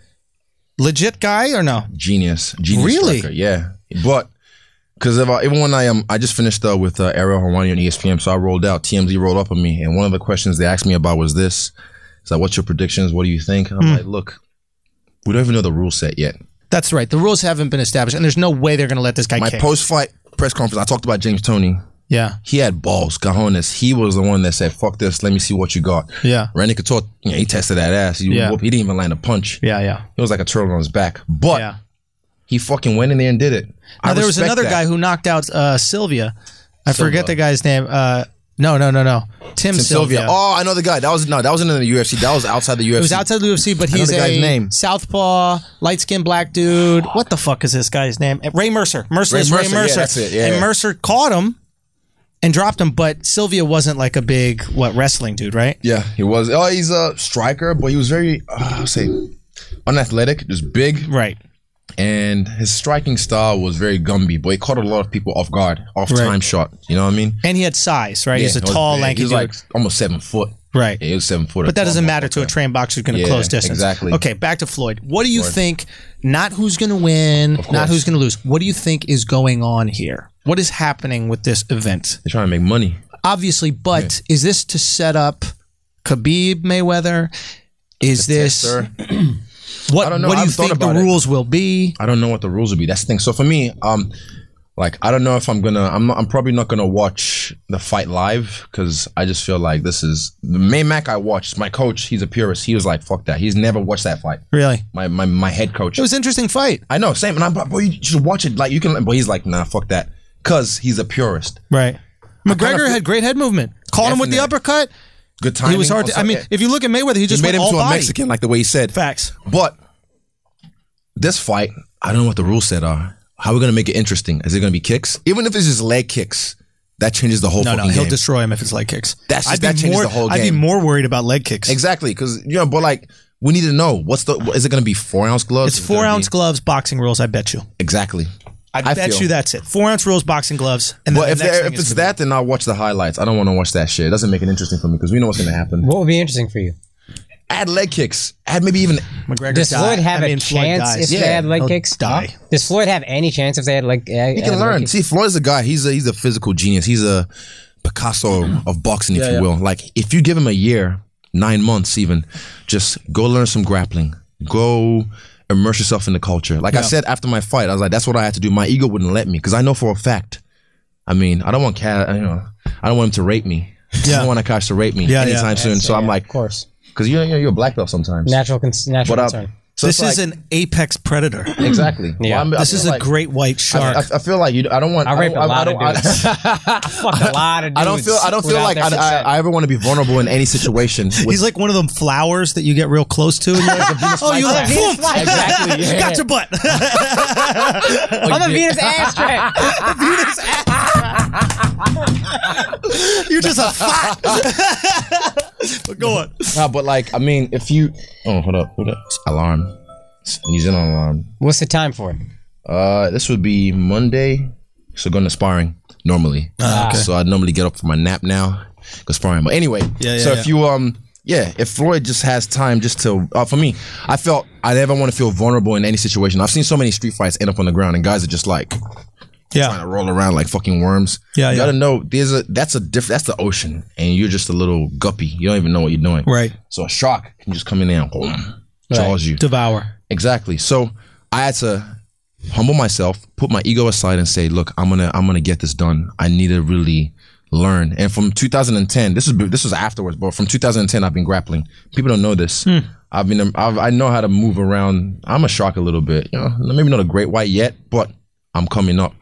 Legit guy or no? genius, genius. Really? striker, Yeah. But because of uh, even when I um I just finished uh, with uh, Ariel Hawani on ESPN, so I rolled out. TMZ rolled up on me, and one of the questions they asked me about was this: It's like, what's your predictions? What do you think? And I'm Hmm. like, look, we don't even know the rule set yet. That's right. The rules haven't been established, and there's no way they're going to let this guy My kick. post fight press conference, I talked about James Tony. yeah, He had balls, cojones. He was the one that said, "Fuck this, let me see what you got." Yeah. Randy Couture, you know, he tested that ass. He, Yeah. whoop- he didn't even land a punch. yeah, yeah, It was like a turtle on his back, but yeah. he fucking went in there and did it. I Now, there was respect another that. guy who knocked out uh, Sylvia. I forget Silva. the guy's name. Uh, no, no, no, no. Tim Tim, Sylvia. Sylvia. Oh, I know the guy. That was no, that wasn't in the UFC. That was outside the UFC. It was outside the UFC, but know he's the guy's a name. southpaw, light skinned black dude. What the fuck is this guy's name? Ray Mercer. Mercer Ray is Ray Mercer, yeah, Mercer. that's it, yeah. And Mercer caught him and dropped him, but Sylvia wasn't like a big what wrestling dude, right? Yeah, he was. Oh, he's a striker, but he was very, uh, I'll say, unathletic, just big, Right. and his striking style was very Gumby. But he caught a lot of people off guard, off time shot. You know what I mean? And he had size, right? he's Yeah, a he was tall, big. lanky He was dude. like almost seven foot. right. Yeah, he was seven foot. But that doesn't matter to a trained boxer who's going to Yeah, close distance. exactly. Okay, back to Floyd. What do you think? Not who's going to win, not course. who's going to lose. What do you think is going on here? What is happening with this event? They're trying to make money. obviously, but is this to set up Khabib Mayweather? Is this Sir. what? I don't know. What do I you haven't thought think the about it. rules will be? I don't know what the rules will be. That's the thing. So for me, um, like I don't know if I'm gonna. I'm not, I'm probably not gonna watch the fight live because I just feel like this is the main Mac I watched. My coach, he's a purist. He was like, "Fuck that." He's never watched that fight. Really, My my, my head coach. it was an interesting fight, I know, same. And I'm like, "Boy, you should watch it." Like you can, but he's like, "Nah, fuck that," because he's a purist. right? McGregor feel- had great head movement. Caught him with the Definitely. uppercut. Good time. He was hard. To, I mean, if you look at Mayweather, he just made went him all to a body. Mexican, like the way he said. Facts. But this fight, I don't know what the rules set are. How are we gonna make it interesting? Is it gonna be kicks? Even if it's just leg kicks, that changes the whole No, no, fucking he'll game. destroy him if it's leg kicks. That's just- be that changes more, the whole I'd be game. more worried about leg kicks. exactly, because you know, but like we need to know what's the what- is it gonna be four ounce gloves? It's Is it four gonna ounce be- gloves, boxing rules. I bet you. exactly. I, bet feel- you that's it. Four ounce rules, boxing gloves. And Well, the if, next there- thing if is it's gonna that, then I'll watch the highlights. I don't want to watch that shit. It doesn't make it interesting for me because we know what's going to happen. What would be interesting for you? Add leg kicks. Add maybe even. be McGregor Does die. Floyd have I a mean, Floyd chance dies. if they Yeah, Oh, had leg he'll kicks? die. Huh? Does Floyd have any chance if they had leg? He can learn. See, Floyd's a guy. He's a he's a physical genius. He's a Picasso of boxing, if you will. Like if you give him a year, nine months, even, just go learn some grappling. Go immerse yourself in the culture. Like I said after my fight, I was like, that's what I had to do. My ego wouldn't let me because I know for a fact. I mean, I don't want cat. You know, I don't want him to rape me. I don't want Akash to rape me Yeah, yeah. anytime soon. So I'm like, of course, because you're, you're you're a black belt sometimes. natural, cons- natural But uh, concern. so this it's is like- an apex predator. exactly. Yeah. I'm- I This feel is a like- great white I, shark. I, I feel like you. I don't want. I rape don't- a lot I of don't, I- dudes. Fuck a lot of dudes. I don't feel. I don't feel without like their I, I, consent. I ever want to be vulnerable in any situation. With, He's like one of them flowers that you get real close to. And you're like, oh, you like, Venus boom, flytrap. Exactly, yeah. got your butt. I'm a Venus ashtray. you're just a fat. but go on. nah, but like I mean, if you. Oh, hold up, hold up. Alarm. New Zealand alarm. What's the time for it? Uh, this would be Monday. So going to sparring normally. Ah, So I normally get up for my nap now, go sparring. But anyway, Yeah, yeah, so yeah. if you um, yeah, if Floyd just has time just to, uh, for me, I felt I never want to feel vulnerable in any situation. I've seen so many street fights end up on the ground, and guys are just like trying Yeah. to roll around like fucking worms. Yeah, you yeah. gotta know there's a that's a diff that's the ocean, and you're just a little guppy. You don't even know what you're doing. Right. So a shark can just come in there and boom, jaws you. Devour. Exactly. So I had to humble myself, put my ego aside, and say, "Look, I'm gonna, I'm gonna get this done. I need to really learn." And from 2010, this is this was afterwards, but from 2010, I've been grappling. People don't know this. Hmm. I've been, I've, I know how to move around. I'm a shark a little bit. You know, maybe not a great white yet, but I'm coming up.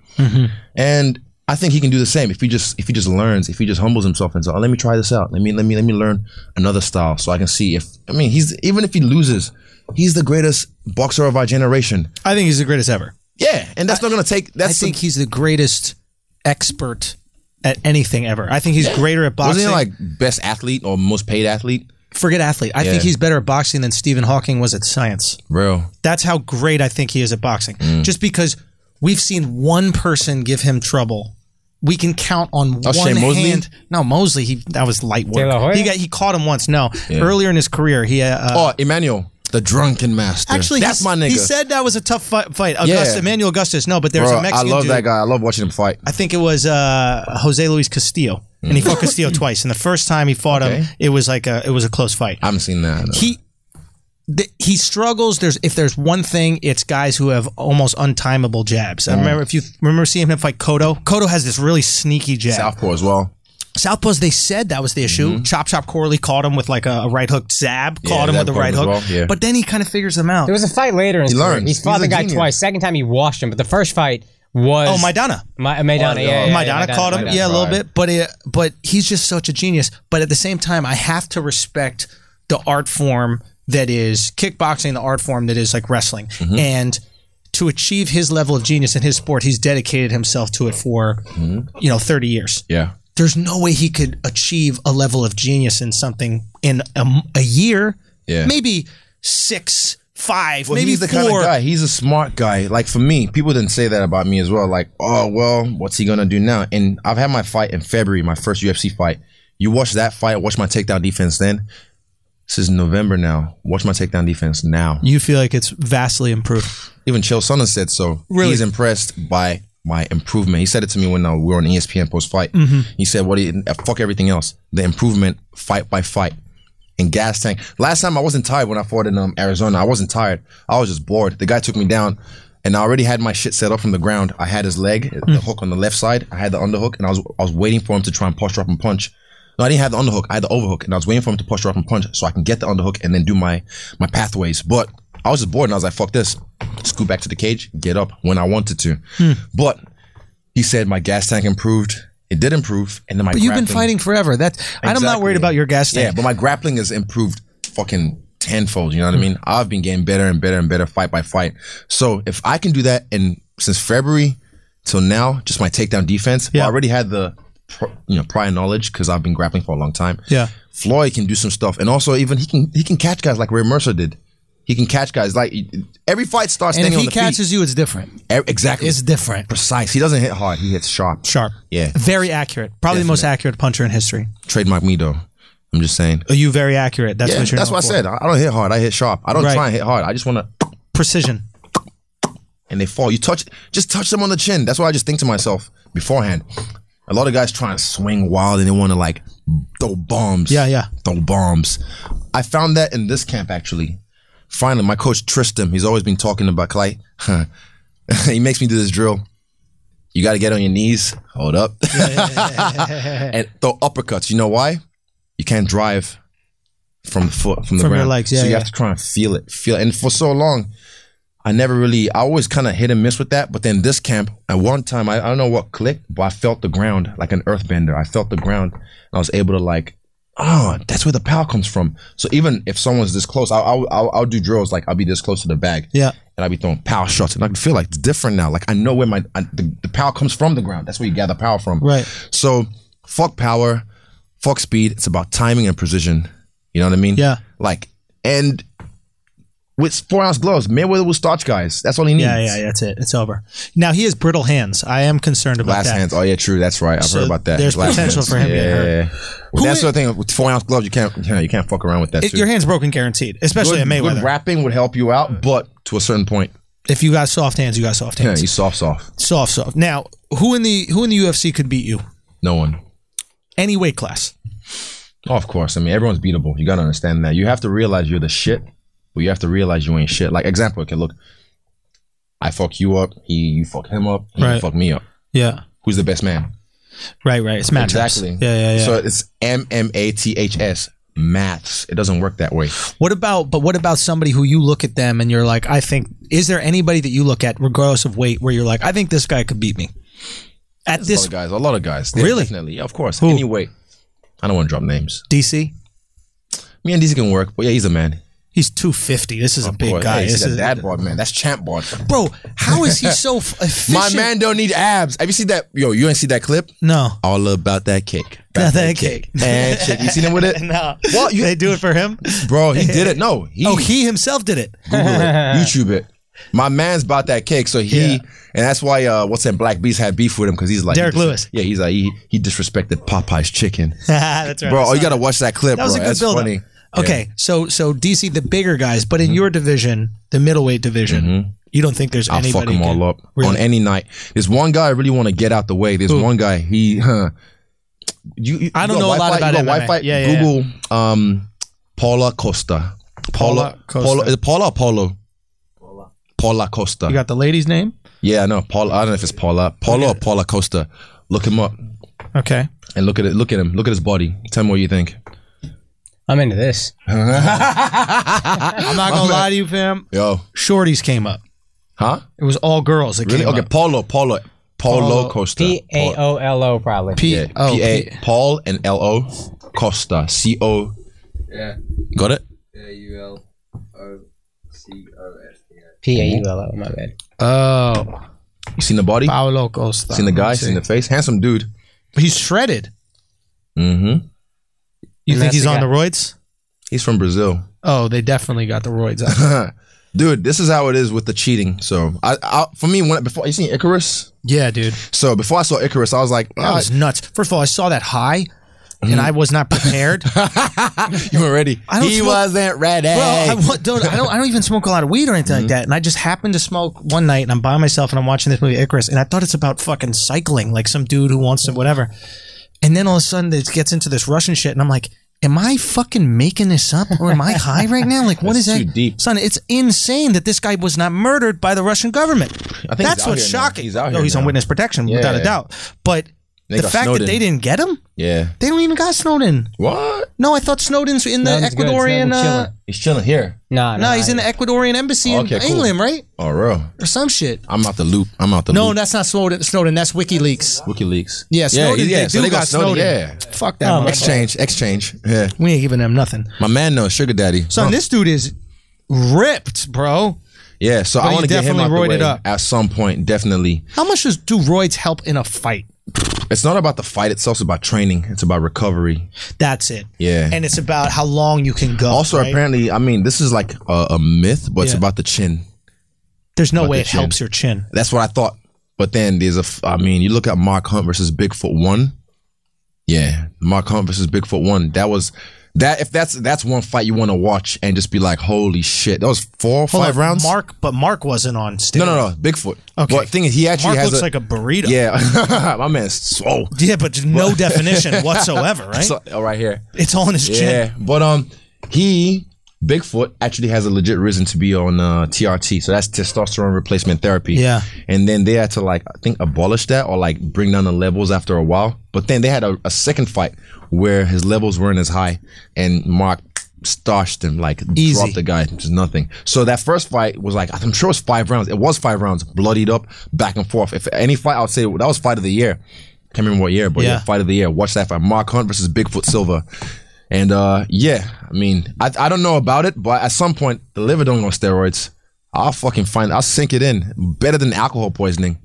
And I think he can do the same if he just if he just learns, if he just humbles himself and says, oh, "Let me try this out. Let me let me let me learn another style, so I can see if I mean he's even if he loses, he's the greatest boxer of our generation. I think he's the greatest ever. Yeah, and that's not gonna take. I That's think he's the greatest expert at anything ever. I think he's greater at boxing. wasn't he like best athlete or most paid athlete? Forget athlete. I Yeah. think he's better at boxing than Stephen Hawking was at science. Real. That's how great I think he is at boxing. Mm. Just because we've seen one person give him trouble. We can count on Oh, one Shane Mosley? hand. No, Mosley. He that was light work. De La Hoya? He got he caught him once. No, Yeah. earlier in his career, he uh, Oh, Emmanuel, the drunken master. actually that's he, my nigga. He said that was a tough fight. fight. Augustus, Yeah. Emmanuel Augustus. No, but there's Bro, a I Mexican love dude. that guy. I love watching him fight. I think it was uh, Jose Luis Castillo, and he fought Castillo twice. And the first time he fought him, Mm. Okay. it was like a it was a close fight. I haven't seen that. He th- he struggles. There's if there's one thing, it's guys who have almost untimeable jabs. Mm. I remember if you remember seeing him fight Cotto. Cotto has this really sneaky jab. Southpaw as well. Southpaws, they said that was the issue. Mm-hmm. Chop Chop Corley caught him with like a, a right hook zab, caught him Zab with a caught right him as hook. well, yeah. But then he kind of figures them out. There was a fight later in his He career. learns. He fought He's the a guy genius. twice. Second time he washed him, but the first fight was oh, Maidana. My, Maidana, yeah, yeah, yeah, Maidana caught him, Maidana. yeah, a little right. bit, but it, but he's just such a genius. But at the same time, I have to respect the art form that is kickboxing, the art form that is like wrestling, Mm-hmm. and to achieve his level of genius in his sport, he's dedicated himself to it for Mm-hmm. you know thirty years. Yeah. There's no way he could achieve a level of genius in something in a, m- a year, Yeah. maybe six, five, Well, maybe he's the four. kind of guy. He's a smart guy. Like for me, people didn't say that about me as well. Like, oh well, what's he gonna do now? And I've had my fight in February, my first UFC fight. You watch that fight, watch my takedown defense. Then this is November now. Watch my takedown defense now. You feel like it's vastly improved. Even Chael Sonnen said so. Really? He's impressed by my improvement. He said it to me when uh, we were on ESPN post fight. Mm-hmm. He said, "What? Do you, uh, fuck everything else. The improvement, fight by fight." And gas tank. Last time I wasn't tired when I fought in um, Arizona. I wasn't tired. I was just bored. The guy took me down, and I already had my shit set up from the ground. I had his leg, Hmm. the hook on the left side. I had the underhook, and I was I was waiting for him to try and posture up and punch. No, I didn't have the underhook. I had the overhook, and I was waiting for him to posture up and punch so I can get the underhook and then do my my pathways. But I was just bored, and I was like, "Fuck this." Scoot back to the cage, get up when I wanted to. Hmm. But he said my gas tank improved. It did improve, and then my But you've been grappling- fighting forever. That and I'm not worried Exactly. about your gas tank. yeah, but my grappling has improved fucking tenfold. You know what I mean? I've been getting better and better and better fight by fight. So if I can do that, and since February till now, just my takedown defense, I already had the pr- you know prior knowledge because I've been grappling for a long time. Yeah. Floyd can do some stuff, and also even he can he can catch guys like Ray Mercer did. He can catch guys like every fight starts And standing if on he the catches you, it's different. feet. E- Exactly, It's different. precise. He doesn't hit hard. He hits sharp. Sharp. Yeah. Very accurate. Probably the most accurate puncher in history. Trademark me though. I'm just saying. Are you very accurate? That's Yeah, what you're that's known what I for. said. I I don't hit hard. I hit sharp. I don't Right. try and hit hard. I just want to, Precision. and they fall. You touch, just touch them on the chin. That's what I just think to myself beforehand. A lot of guys try and swing wild and they want to like throw bombs. Yeah, yeah. Throw bombs. I found that in this camp actually. Finally, my coach Tristan, he's always been talking about Clay. he makes me do this drill. You got to get on your knees, hold up, and throw uppercuts. You know why? You can't drive from the foot, from the From your ground. legs, yeah, so you yeah. have to try and feel it, feel. It. And for so long, I never really. I always kind of hit and miss with that. But then this camp, at one time, I, I don't know what clicked, but I felt the ground like an earthbender. I felt the ground, and I was able to like, oh, that's where the power comes from. So even if someone's this close, I'll I'll, I'll, I'll do drills like I'll be this close to the bag, Yeah. and I'll be throwing power shots, and I can feel like it's different now. Like I know where my I, the, the power comes from the ground. That's where you gather power from. Right. So fuck power, fuck speed. It's about timing and precision. You know what I mean? Yeah. Like and with four ounce gloves, Mayweather will starch guys. That's all he needs. Yeah, yeah, yeah. That's it. It's over. Now he has brittle hands. I am concerned about Glass that. hands. Oh yeah, true. That's right. I've So heard about that. there's Glass potential hands. for him Yeah. getting hurt. Well, that's the thing. With four ounce gloves, you can't. You, know, you can't fuck around with that. It- too. your hands broken, guaranteed. Especially good, in Mayweather. good rapping would help you out, but to a certain point, if you got soft hands, you got soft yeah, hands. you soft, soft. soft, soft. Now, who in the who in the UFC could beat you? No one. Any weight class. Oh, of course. I mean, everyone's beatable. You gotta understand that. You have to realize you're the shit, but you have to realize you ain't shit. Like example, okay, look, I fuck you up. He, you fuck him up. He Right. fuck me up. Yeah. Who's the best man? Right, right. It's matchups. Exactly. Yeah, yeah, yeah. So it's M M A T H S maths. It doesn't work that way. What about? But what about somebody who you look at them and you're like, I think. Is there anybody that you look at, regardless of weight, where you're like, I think this guy could beat me? At A lot this of guys. A lot of guys. Yeah, Really? Definitely. Yeah, of course. Anyway, I don't want to drop names. DC, Me and DC can work, but yeah, he's a man. he's two fifty. This is a big Oh, Boy, guy. hey, This he's a is- dad bod man. That's champ bod. bro, how is he so f- efficient? My man don't need abs. Have you seen that? Yo, you ain't see that clip? no. All about that cake. About that cake. And chick. You seen him with it? no. Well, you, They do it for him? bro, he did it. No, he Oh, he himself did it. Google it, YouTube it. My man's bought that cake, so he and that's why uh, what's that Black Beast had beef with him because he's like Derek he dis- Lewis. Yeah, he's like he, he disrespected Popeye's chicken, That's right. bro. Oh, you gotta watch that clip, That was bro. a good that's build funny. Okay, so so DC, the bigger guys, but in Mm-hmm. your division, the middleweight division, you don't think there's I'll fuck anybody. them good- all up Really? on any night. There's one guy I really want to get out the way. There's one guy he. Huh, you, you- I don't you got know a lot Wi-Fi? about you got MMA. Wi-Fi? Yeah, yeah, yeah. Google um, Paula Costa. Paula, Costa. Paula, is it Paula or Paulo? Paula Costa. You got the lady's name? yeah, I know. Paula. I don't know if it's Paula. Paula or Paula Costa. Look him up Okay. and look at it. Look at him. Look at his body. Tell me what you think. I'm into this. I'm not gonna lie to you, fam. Yo, Shorties came up. huh? It was all girls that Really? came Okay, up. Paulo. Paulo. Paulo Costa. P A O L O probably. P- Yeah, oh, P A Paul and L O Costa C O. Yeah. Got it. P A U L O. My bad. oh, You seen the body? Paolo Costa. Seen the guy? Seen the face? Handsome dude. He's shredded. Mm-hmm. You And think that's he's the on guy. the roids? He's from Brazil. Oh, they definitely got the roids out. Dude, this is how it is with the cheating. So, I, I for me, when before you seen Icarus, yeah, dude. so before I saw Icarus, I was like, That ah, was nuts. First of all, I saw that high, Mm-hmm. and I was not prepared. Bro, "Ah, you were ready. I don't he smoke- wasn't ready. I, wa- dude, I don't. I don't even smoke a lot of weed or anything Mm-hmm. like that. And I just happened to smoke one night, and I'm by myself, and I'm watching this movie Icarus, and I thought it's about fucking cycling, like some dude who wants to whatever. And then all of a sudden, it gets into this Russian shit, and I'm like. Am I fucking making this up or am I high right now? Like, what is That's that? too deep. Son, it's insane that this guy was not murdered by the Russian government. I think he's That's out what's here now. shocking. He's out no, here he's on now. witness protection, without a Yeah. doubt. But They the got fact Snowden. that they didn't get him, Yeah. they don't even got Snowden. What? No, I thought Snowden's in the Snowden's good. Ecuadorian. Snowden's uh, chilling. He's chilling here. No, no, he's in the Ecuadorian embassy Okay, in cool. England, right, Oh, real. or some shit. I'm out the loop. I'm out the No, loop. that's not Snowden. Snowden, that's WikiLeaks. WikiLeaks. Yeah, Snowden. yeah. they so do they got, Snowden. Yeah. Fuck that. motherfucker. Exchange. Exchange. Yeah. Oh, we ain't giving them nothing. My man knows Sugar Daddy. Son, Huh. this dude is ripped, bro. Yeah, so But I he want to get him out definitely the roided way up. at some point. Definitely, How much does do roids help in a fight? it's not about the fight itself; it's about training. It's about recovery. That's it. Yeah. And it's about how long you can go. Also, right? apparently, I mean, this is like a, a myth, but it's Yeah. about the chin. there's no about way the it chin. helps your chin. That's what I thought. But then there's a, f- I mean, you look at Mark Hunt versus Bigfoot one. Yeah, Mark Hunt versus Bigfoot one. That was that. If that's that's one fight you want to watch and just be like, holy shit, that was four, or Hold five on, rounds. Mark, but Mark wasn't on stage. no, no, no, Bigfoot. Okay. But thing is, he actually Mark has looks a, like a burrito. yeah, my man's swole. Yeah, but no definition whatsoever, right? So, oh, right here. it's all in his chin. Yeah, but um, he Bigfoot actually has a legit reason to be on uh, TRT, so that's testosterone replacement therapy. Yeah. and then they had to like I think abolish that or like bring down the levels after a while. But then they had a, a second fight where his levels weren't as high, and Mark starched him like Easy. dropped the guy just nothing. So that first fight was like I'm sure it was five rounds. It was five rounds, bloodied up, back and forth. If any fight, I would say that was fight of the year. Can't remember what year, but yeah, Yeah. fight of the year. Watch that fight, Mark Hunt versus Bigfoot Silva. And uh, yeah, I mean, I, I don't know about it, but at some point, the liver don't go on steroids. I'll fucking find. I'll sink it in. Better than alcohol poisoning.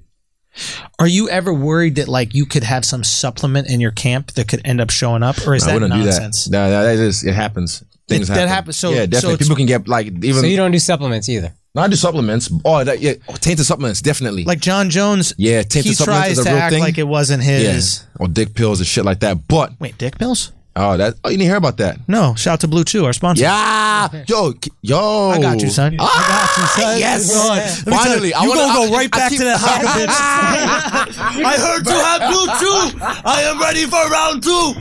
Are you ever worried that like you could have some supplement in your camp that could end up showing up, or is I that wouldn't nonsense? do that. No, no, that is. It happens. Things that happen. happens, so- yeah, so definitely. it's- People can get like even. So you don't do supplements either. no, I do supplements. Oh, that, yeah, oh, tainted supplements definitely. Like John Jones, Yeah, tainted he supplements tries is a to real act thing. like it wasn't yeah, his. or dick pills and shit like that. But Wait, dick pills? oh, that oh, you didn't hear about that. No. Shout out to Blue Chew, our sponsor. Yeah, yo, k- yo, I got you, son. Ah, I got you, son. yes. Go on. Let me tell Finally, you, I you wanna- gonna I- go right I back keep- to that hawker bitch. I heard you have Blue Chew. I am ready for round two.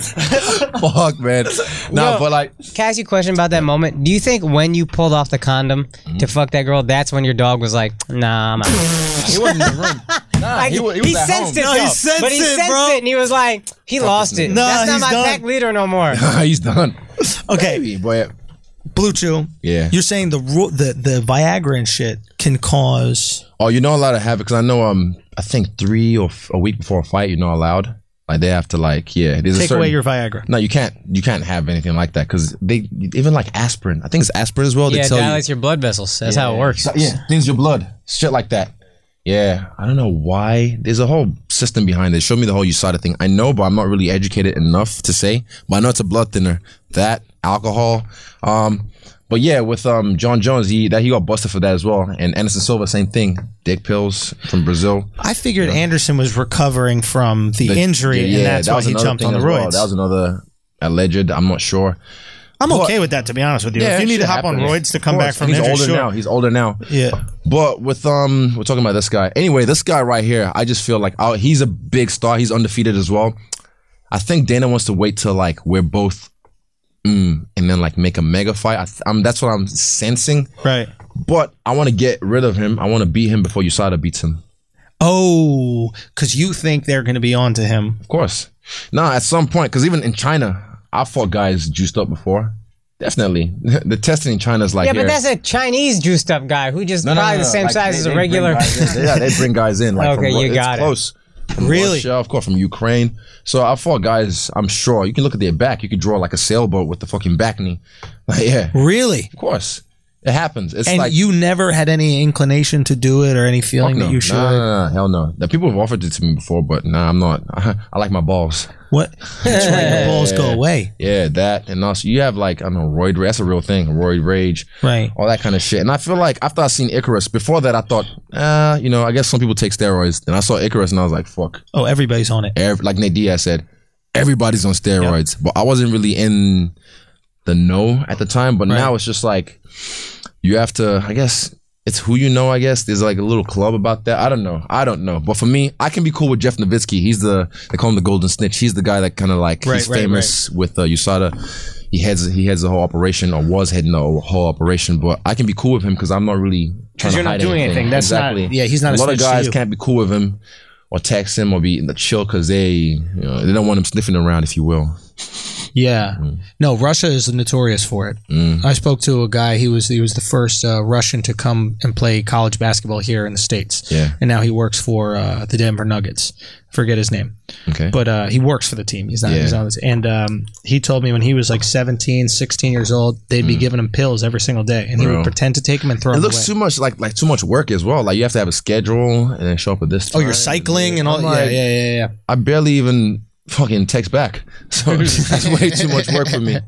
Fuck, man. No, but like, Can I ask you a question about that moment? Do you think when you pulled off the condom to fuck that girl, that's when your dog was like, "Nah, I'm out." he wasn't in the room. Nah, Like, he, wa- he was at sensed home. it, No, he though. sensed but he it, sensed bro. it, and he was like, "He lost it. Nah, that's not he's my done. pack leader no more." He's done. Okay, But Blue Chew. Yeah. You're saying the ro- the the Viagra and shit can cause oh, you're not allowed to have it because I know. Um, I think three or f- a week before a fight, you're not allowed. Like they have to like, yeah. There's a take certain, away your Viagra. No, you can't. You can't have anything like that because they even like aspirin. I think it's aspirin as well. yeah, they it tell dilates your blood vessels. That's how it works. you. Yeah, things your blood, shit like that. Yeah, I don't know why. There's a whole system behind it. Show me the whole USADA thing. I know, but I'm not really educated enough to say. But I know it's a blood thinner. That alcohol. Um, but yeah, with um John Jones, he that he got busted for that as well. And Anderson Silva, same thing. Dick pills from Brazil. I figured Anderson was recovering from the, The- injury, yeah, and that's that why was he another jumped thing on the as well. roids. That was another alleged. I'm not sure. I'm okay with that, to be honest with you. Yeah, if you it need to shit hop on happens. roids to come Of back course. from he's injury, older sure. now. He's older now. Yeah. But with um, we're talking about this guy. Anyway, this guy right here, I just feel like oh, he's a big star. He's undefeated as well. I think Dana wants to wait till like we're both, mm, and then like make a mega fight. I th- I'm, that's what I'm sensing. Right. But I want to get rid of him. I want to beat him before USADA beats him. Oh, because you think they're going to be on to him. Of course. Nah, at some point, because even in China, I fought guys juiced up before. Definitely, the testing in China is like Yeah, but here. that's a Chinese juiced up guy who just probably the same Like, size they- as they a bring regular. guys in. yeah, they bring guys in. Like, Okay, from, Ru- you it's got it. Close. From Really? Russia, of course, from Ukraine. So I fought guys. I'm sure you can look at their back. You could draw like a sailboat with the fucking back knee. Like, yeah, of Really? course, it happens. It's And like you never had any inclination to do it or any fuck feeling no. that you should? Nah, nah, nah, hell no. The people have offered it to me before, but nah, I'm not. I, like my balls. What? That's right. Your balls go away. Yeah, that and also you have like I don't know, roid. That's a real thing. Roid rage. Right. all that kind of shit. And I feel like after I seen Icarus, before that I thought, uh, you know, I guess some people take steroids. Then I saw Icarus and I was like, fuck. Oh, everybody's on it. Ev- like Nate Diaz said, everybody's on steroids. But I wasn't really in the know at the time. But now it's just like you have to. I guess it's who you know. I guess there's like a little club about that. I don't know. I don't know. But for me, I can be cool with Jeff Nowitzki. He's the they call him the Golden Snitch. He's the guy that kind of like he's famous with uh, USADA. He heads he heads the whole operation or was heading the whole operation. But I can be cool with him because I'm not really because you're not doing anything. That's not- exactly. yeah, he's not a a lot of snitch to guys you. can't be cool with him or text him or be in the chill because they you know, they don't want him sniffing around, if you will. Yeah. Mm. No, Russia is notorious for it. I spoke to a guy. He was he was the first uh, Russian to come and play college basketball here in the states. Yeah. And now he works for uh, the Denver Nuggets. Forget his name, Okay. but uh, he works for the team. He's not. He's Yeah. on this. And um, he told me when he was like 17, 16 years old, they'd Hmm. be giving him pills every single day, and he Bro. would pretend to take them and throw it them looks away. too much like like too much work as well. Like you have to have a schedule and then show up at this. oh, Time. you're cycling and all. I'm like, yeah, yeah, yeah, yeah. I barely even fucking text back. So that's way too much work for me.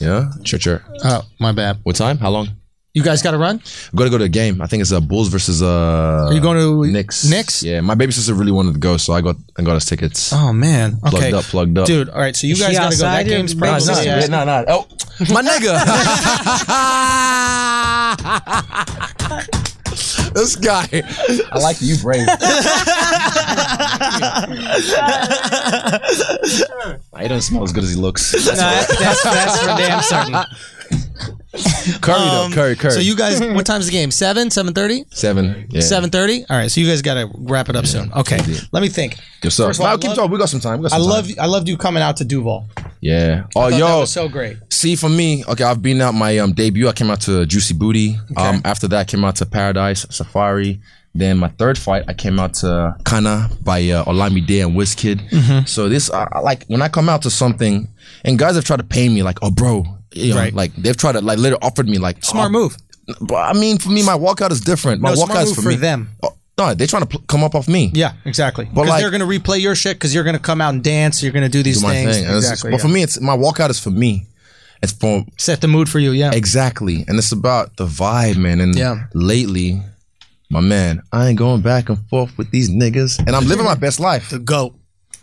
Yeah. Sure, sure. Oh, my bad. What time? How long? You guys got to run. I've got to go to a game. I think it's uh, Bulls versus uh. Are you going to Knicks? Knicks? Yeah, my baby sister really wanted to go, so I got I got us tickets. Oh man. plugged Okay. up, plugged up. Dude, all right. So you guys she gotta go. That outside your game's baby probably. sister? Yeah. no, no. Oh, my nigga, this guy. I like you, brave. He doesn't smell as good as he looks. that's, that's, that's for damn certain. Curry though, Curry, Curry. Um, So you guys, what time's the game? Seven, seven thirty, seven, yeah. seven thirty. All right, so you guys got to wrap it up soon. Okay, let me think. Good stuff. First of all, Nah, I keep love- talking. We got some time. We got I some time. love, I loved you coming out to Duval. Yeah. Oh, Thought that yo. was so great. See, for me, okay, I've been out my um, debut. I came out to Juicy Booty. Um, after that, I came out to Paradise Safari. Then my third fight, I came out to Kana by uh, Olamide and Wizkid. Mm-hmm. So this, I, I like when I come out to something, and guys have tried to pay me like, oh, bro, you know, Right. like they've tried to like literally offered me like Smart oh, move. But I mean, for me, my walkout is different. My No, smart walkout is move for, for me. them. Oh, no, they're trying to pl- come up off me. Yeah, exactly. Because like- they're gonna replay your shit. Because you're gonna come out and dance. You're gonna do these do my things. thing. And it's- Exactly. but yeah. for me, it's my walkout is for me. It's for set the mood for you. Yeah. Exactly. And it's about the vibe, man. And Yeah. lately, my man, I ain't going back and forth with these niggas. And I'm living my best life. Go.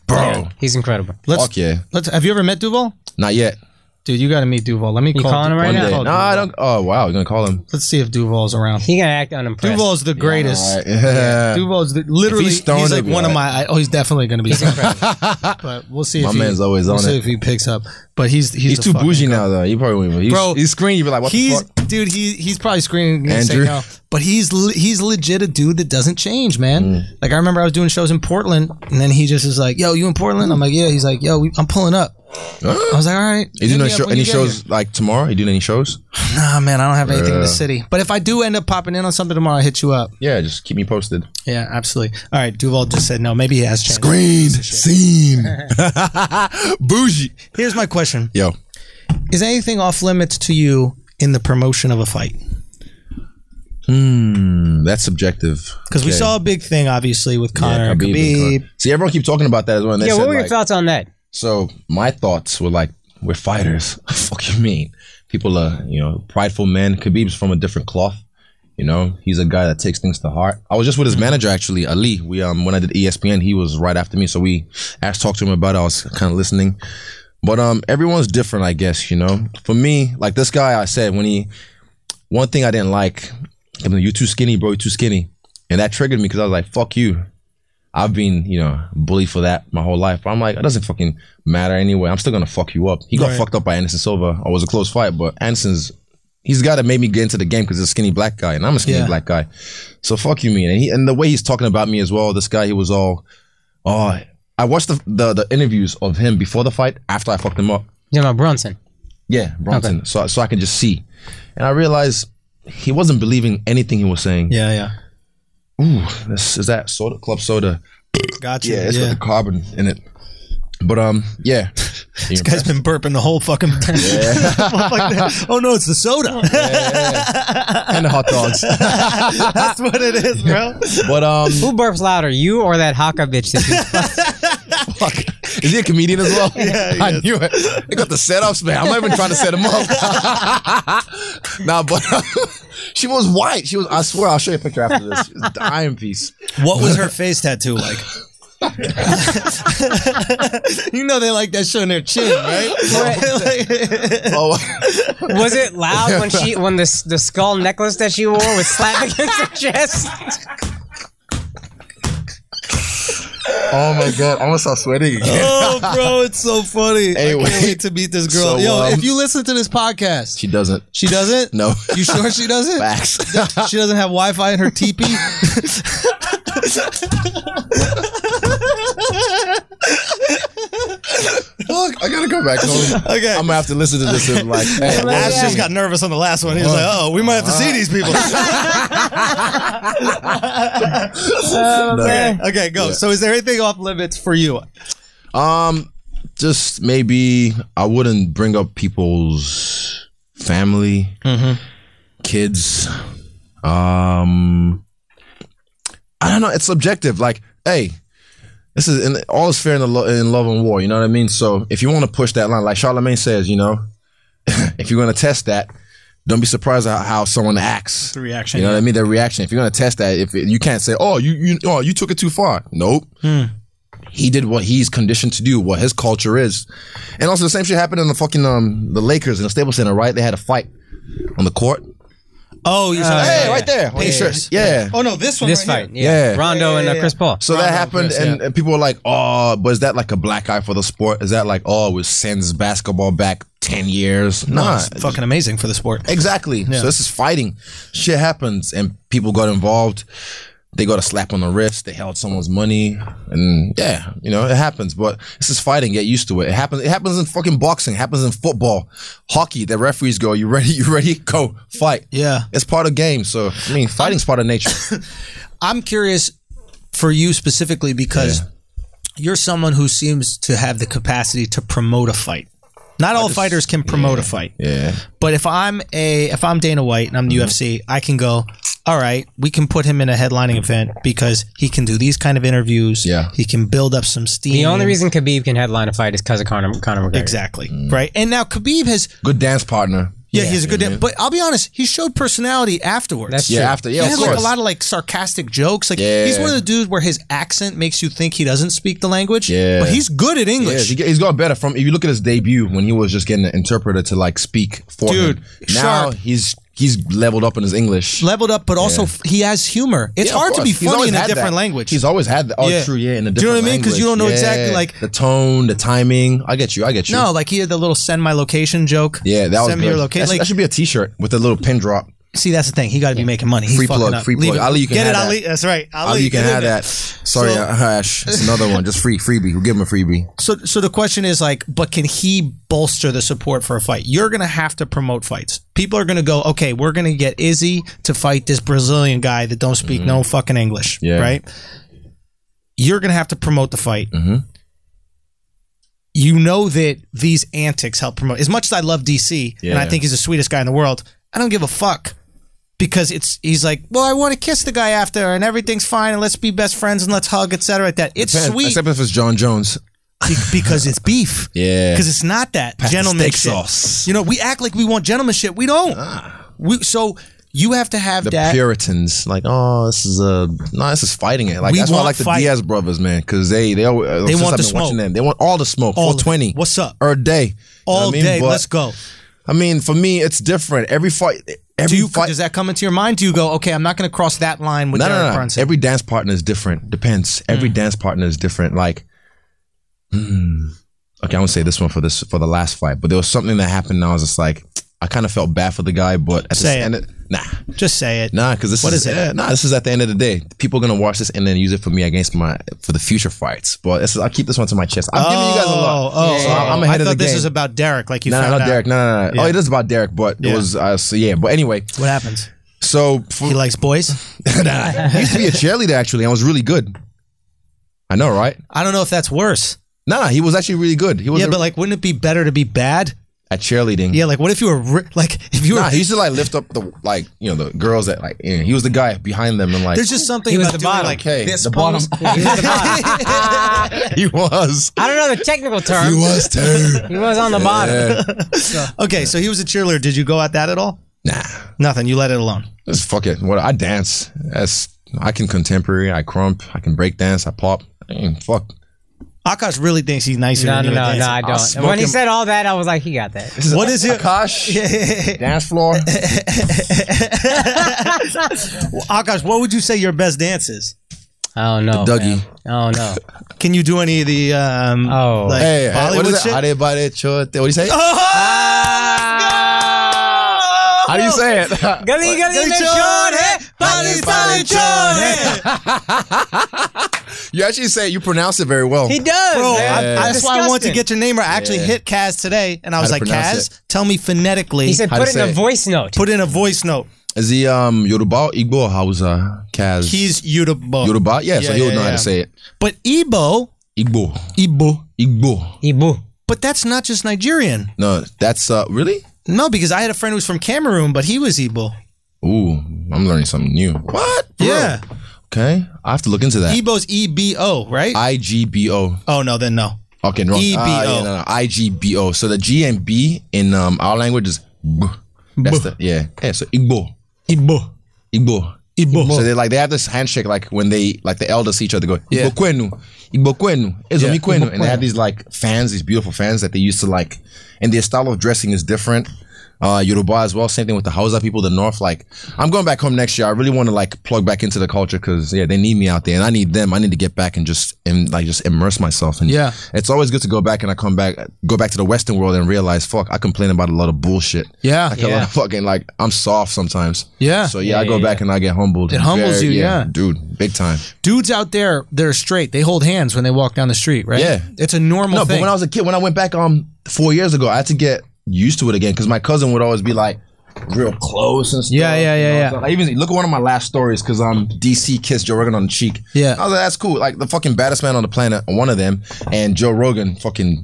Bro. He's incredible. Let's. Fuck yeah. Let's. Have you ever met Duval? Not yet. Dude, you got to meet Duval. Let me You call calling him right One now? day. Call No, I Duval. don't. Oh, wow. You're going to call him. Let's see if Duval's around. He gonna act unimpressed. Duval's the greatest. Yeah. Duval's the, literally If he's he's, stoned, like he'll be one of all my. Oh, he's definitely going to be. but we'll see. My if man's he, always we'll on see it. if he picks up. But he's he's, He's a too fucking- bougie now, though. You probably won't even. He's, Bro, he's screening. You'd be like, what He's the fuck? dude. He he's probably screaming. and Andrew. Say no. But he's le- he's legit a dude that doesn't change, man. Mm. Like I remember I was doing shows in Portland, and then he just is like, "Yo, you in Portland?" I'm like, "Yeah." He's like, "Yo, we, I'm pulling up." I was like, "All right." Is he hit doing me any, up show, when you any get shows like tomorrow? You doing any shows? here." Nah, man, I don't have anything in Yeah. the city. But if I do end up popping in on something tomorrow, I hit you up. Yeah, just keep me posted. Yeah, absolutely. All right, Duval just said no. Maybe he has changed. Green scene. bougie. Here's my question. Yo. Is anything off limits to you in the promotion of a fight? Hmm, that's subjective. Because we Okay. saw a big thing, obviously, with Conor Yeah, and Khabib and Khabib. Conor. See, everyone keep talking about that as well. and they yeah, said, what were your like, thoughts on that? So my thoughts were like, we're fighters. Fuck you mean? People are, you know, prideful men. Khabib's from a different cloth. You know, he's a guy that takes things to heart. I was just with his manager actually, Ali. We um when I did ESPN, he was right after me, so we asked talked to him about. It. I was kind of listening, but um everyone's different, I guess. You know, for me, like this guy, I said when he one thing I didn't like, I'm like, you're too skinny, bro. You're too skinny, and that triggered me because I was like, fuck you. I've been, you know, bullied for that my whole life. But I'm like, it doesn't fucking matter anyway. I'm still gonna fuck you up. He got fucked up by Anderson Silva. It was a close fight, but Anderson's he's the guy that made me get into the game because he's a skinny black guy, and I'm a skinny Yeah. black guy. So fuck you, man. And, he, and the way he's talking about me as well, this guy, he was all, oh, I watched the, the the interviews of him before the fight, after I fucked him up. You know, Brunson. Yeah, Bronson. So so I could just see, and I realized he wasn't believing anything he was saying. Yeah, yeah. Ooh, this is that soda club soda. Gotcha. Yeah, Yeah, it's got the carbon in it. But um, yeah. this Guy's been burping the whole fucking. oh no, it's the soda. and the hot dogs. That's what it is, bro. But um, Who burps louder, you or that haka bitch? That you fuck. Is he a comedian as well? Yeah, I knew it. They got the setups, man. I'm not even trying to set him up. nah, but um, she was white. She was. I swear, I'll show you a picture after this. She was dying piece. What was her face tattoo like? you know they like that shit on their chin, right? Oh, Was it loud when she when the the skull necklace that she wore was slapped against her chest? oh my god! I almost start sweating again. oh, bro, it's so funny. I Anyway. can't wait to meet this So, girl. Yo, um, if you listen to this podcast, She doesn't. she doesn't. No. you sure she doesn't? Facts. She doesn't have Wi Fi in her teepee. Look, I gotta go back home. Okay. I'm gonna have to listen to this and like, hey, what Ash was just he? got nervous on the last one. He was like, "Oh, we might have to see these people." Oh, okay, okay, go. So, is there anything off limits for you? Um, just maybe I wouldn't bring up people's family, kids. Um, I don't know. It's subjective. Like, hey, this is in, all is fair in, the lo- in love and war. You know what I mean? So if you want to push that line, like Charlemagne says, you know, if you're going to test that, don't be surprised at how someone acts. The reaction, You know what I mean? The reaction. If you're going to test that, if it, you can't say, oh, you, you, oh, you took it too far. Nope Hmm. he did what he's conditioned to do, what his culture is. And also the same shit happened in the fucking um the Lakers in the Staples Center, right? They had a fight on the court. Oh, you're talking- hey, right there. On the shirt. Yeah. Oh no, this one. This right here. fight, yeah. Yeah. Rondo and uh, Chris Paul. So that happened, and, and people were like, "Oh, but is that like a black eye for the sport? Is that like, oh, it sends basketball back ten years? Oh, Nah, it's fucking amazing for the sport. Exactly. So this is fighting. Shit happens, and people got involved. They got a slap on the wrist. They held someone's money, and yeah, you know it happens. But this is fighting. Get used to it. It happens. It happens in fucking boxing. It happens in football, hockey. The referees go, "You ready? You ready? Go fight." Yeah. it's part of game. So I mean, fighting's part of nature. I'm curious for you specifically because you're someone who seems to have the capacity to promote a fight. Not all fighters can promote a fight. yeah, But if I'm a if I'm Dana White and I'm the UFC, I can go. All right, we can put him in a headlining event because he can do these kind of interviews. Yeah. he can build up some steam. The only reason Khabib can headline a fight is because of Conor, Conor McGregor. mm. exactly right. And now Khabib has good dance partner. yeah, he's a good. But I'll be honest, he showed personality afterwards. That's Yeah, true. after yeah, of he has course. like a lot of like sarcastic jokes. Like Yeah. he's one of the dudes where his accent makes you think he doesn't speak the language. Yeah. But he's good at Yeah, English. he, has got better from. If you look at his debut when he was just getting an interpreter to like speak for Dude, him, now sharp. he's he's leveled up in his English. Leveled up, but also f- he has humor. It's Yeah, of hard to course. be He's funny always in a had different that. language. He's always had that. Oh, Yeah. true. Yeah, in a different. Do you know what I mean? 'Cause you don't know language. exactly, Yeah. like- the tone, the timing. I get you. I get you. no, like he had the little send my location joke. Yeah, that was send me your good. location. That, Like, that should be a T-shirt with a little pin drop. see, that's the thing. He got to be making money. He Free fucking plug, up. free Leave plug. it. Ali, you can Get have it, that. Ali. That's right. Ali, Ali, Oh, you can get have it. that. Sorry, So- Ash. It's another one. Just free, freebie. We'll give him a freebie. So, so the question is like, but can he bolster the support for a fight? You're gonna have to promote fights. People are gonna go, okay, we're gonna get Izzy to fight this Brazilian guy that don't speak no fucking English, Mm-hmm. Yeah. right? You're gonna have to promote the fight. Mm-hmm. You know that these antics help promote. As much as I love DC and I Yeah. think he's the sweetest guy in the world, I don't give a fuck because it's he's like, well, I want to kiss the guy after and everything's fine and let's be best friends and let's hug, etc. Like that, it's Depends, sweet. Except if it's John Jones. Be- because it's beef. Yeah. Because it's not that gentleman steak shit. sauce. Ah. You know, we act like we want gentleman shit. We don't. We so you have to have The that. Puritans, like, oh, this is a no, this is fighting it. Like We that's why I want like the fight. Diaz brothers, man, because they they always, they want I've the been watching smoke. them. They want all the smoke. All of it. Four twenty. What's up? Or a day. You know all what I mean? day, But- let's go. I mean, for me, it's different. Every fight, every Do you, fight. does that come into your mind? Do you go, okay, I'm not going to cross that line with no, Derek no, no. Brunson? Mm. Every dance partner is different. Depends. Every dance partner is different. Like, hmm. okay, I won't say this one for this for the last fight, but there was something that happened. And I was just like, I kind of felt bad for the guy, but at Say the it. end, of- nah, Just say it. nah, because this What is, is it? eh, nah, this is at the end of the day. People are gonna watch this and then use it for me against my for the future fights. But this is, I'll keep this one to my chest. I'm giving you guys a lot. Oh, so I'm ahead I of thought the this game. is about Derek, like you no, found no, not out. Derek. No, no, no. Oh, it is about Derek, but it was uh, so yeah. But anyway, What happens? so for, He likes boys. I used to be a cheerleader actually. I was really good. I know, right? I don't know if that's worse. Nah, he was actually really good. He was Yeah, a- but like, wouldn't it be better to be bad? at cheerleading. Yeah, like, what if you were ri- like, if you were? Nah, he used to like lift up the like you know the girls that like you know, he was the guy behind them and like there's just something He was about the doing, bottom. like okay this the pose. he was I don't know the technical term. He was, too on the bottom. yeah. okay, so he was a cheerleader. Did you go at that at all? nah Nothing. You let it alone. just fuck it what I dance that's I can contemporary I crump I can break dance I pop I mean, fuck Akash really thinks he's nicer. No, than no, you at no, no, dancing. I don't. smoke when he him. said all that, I was like, he got that. what is it Akash dance floor Akash, what would you say your best dance is? I don't know. Dougie. Man. Oh no. Can you do any of the um, Oh. like hey what Bollywood is it shit? Are about it what do you say how do you say it Gully, gully, make sure that- Bali, Bali, Jordan. You actually say it, you pronounce it very well. He does. Bro, I, man. I- that's why I wanted to Disgusting. get your name right. I actually hit Kaz today, and I was to like, pronounce Kaz, tell me phonetically. He said, How to put it in say a it. voice note. put in a voice note. Is he um Yoruba, Igbo, or Hausa, Kaz? He's Yoruba. Yoruba. Yeah, so Yeah, he would yeah, know how to yeah. say it. But Igbo, Igbo, Igbo. Igbo. Ibu. But that's not just Nigerian. No, that's uh really. No, because I had a friend who was from Cameroon, but he was Igbo. Ooh, I'm learning something new. What? For Yeah. real? Okay, I have to look into that. Igbo's E B O, right? I G B O. oh no, then no. Okay, wrong. EBO. Ah, yeah, no, no. IGBO. So the G and B in um, our language is B. That's the, yeah. Yeah, so Igbo. Igbo. Igbo. Igbo. So they like they have this handshake like when they like the elders see each other go Yeah. Igbo kwenu, Igbo kwenu, Ezomi Yeah. kwenu, and they have these like fans, these beautiful fans that they used to like, and their style of dressing is different. Uh, Yoruba as well. Same thing with the Hausa people, the North. Like, I'm going back home next year. I really want to like plug back into the culture because yeah, they need me out there, and I need them. I need to get back and just and like just immerse myself. And Yeah. it's always good to go back and I come back, go back to the Western world and realize, fuck, I complain about a lot of bullshit. Yeah. like a lot of fucking like I'm soft sometimes. Yeah. So yeah, I go back and I get humbled. It humbles you, yeah. dude, big time. Dudes out there, they're straight. They hold hands when they walk down the street, right? Yeah. It's a normal No, thing. but when I was a kid, when I went back um four years ago, I had to get used to it again because my cousin would always be like real close and stuff. Yeah, yeah, yeah, you know? yeah. So, like, even look at one of my last stories because um DC kissed Joe Rogan on the cheek. Yeah. I was like, that's cool. Like the fucking baddest man on the planet, uh, one of them, and Joe Rogan, fucking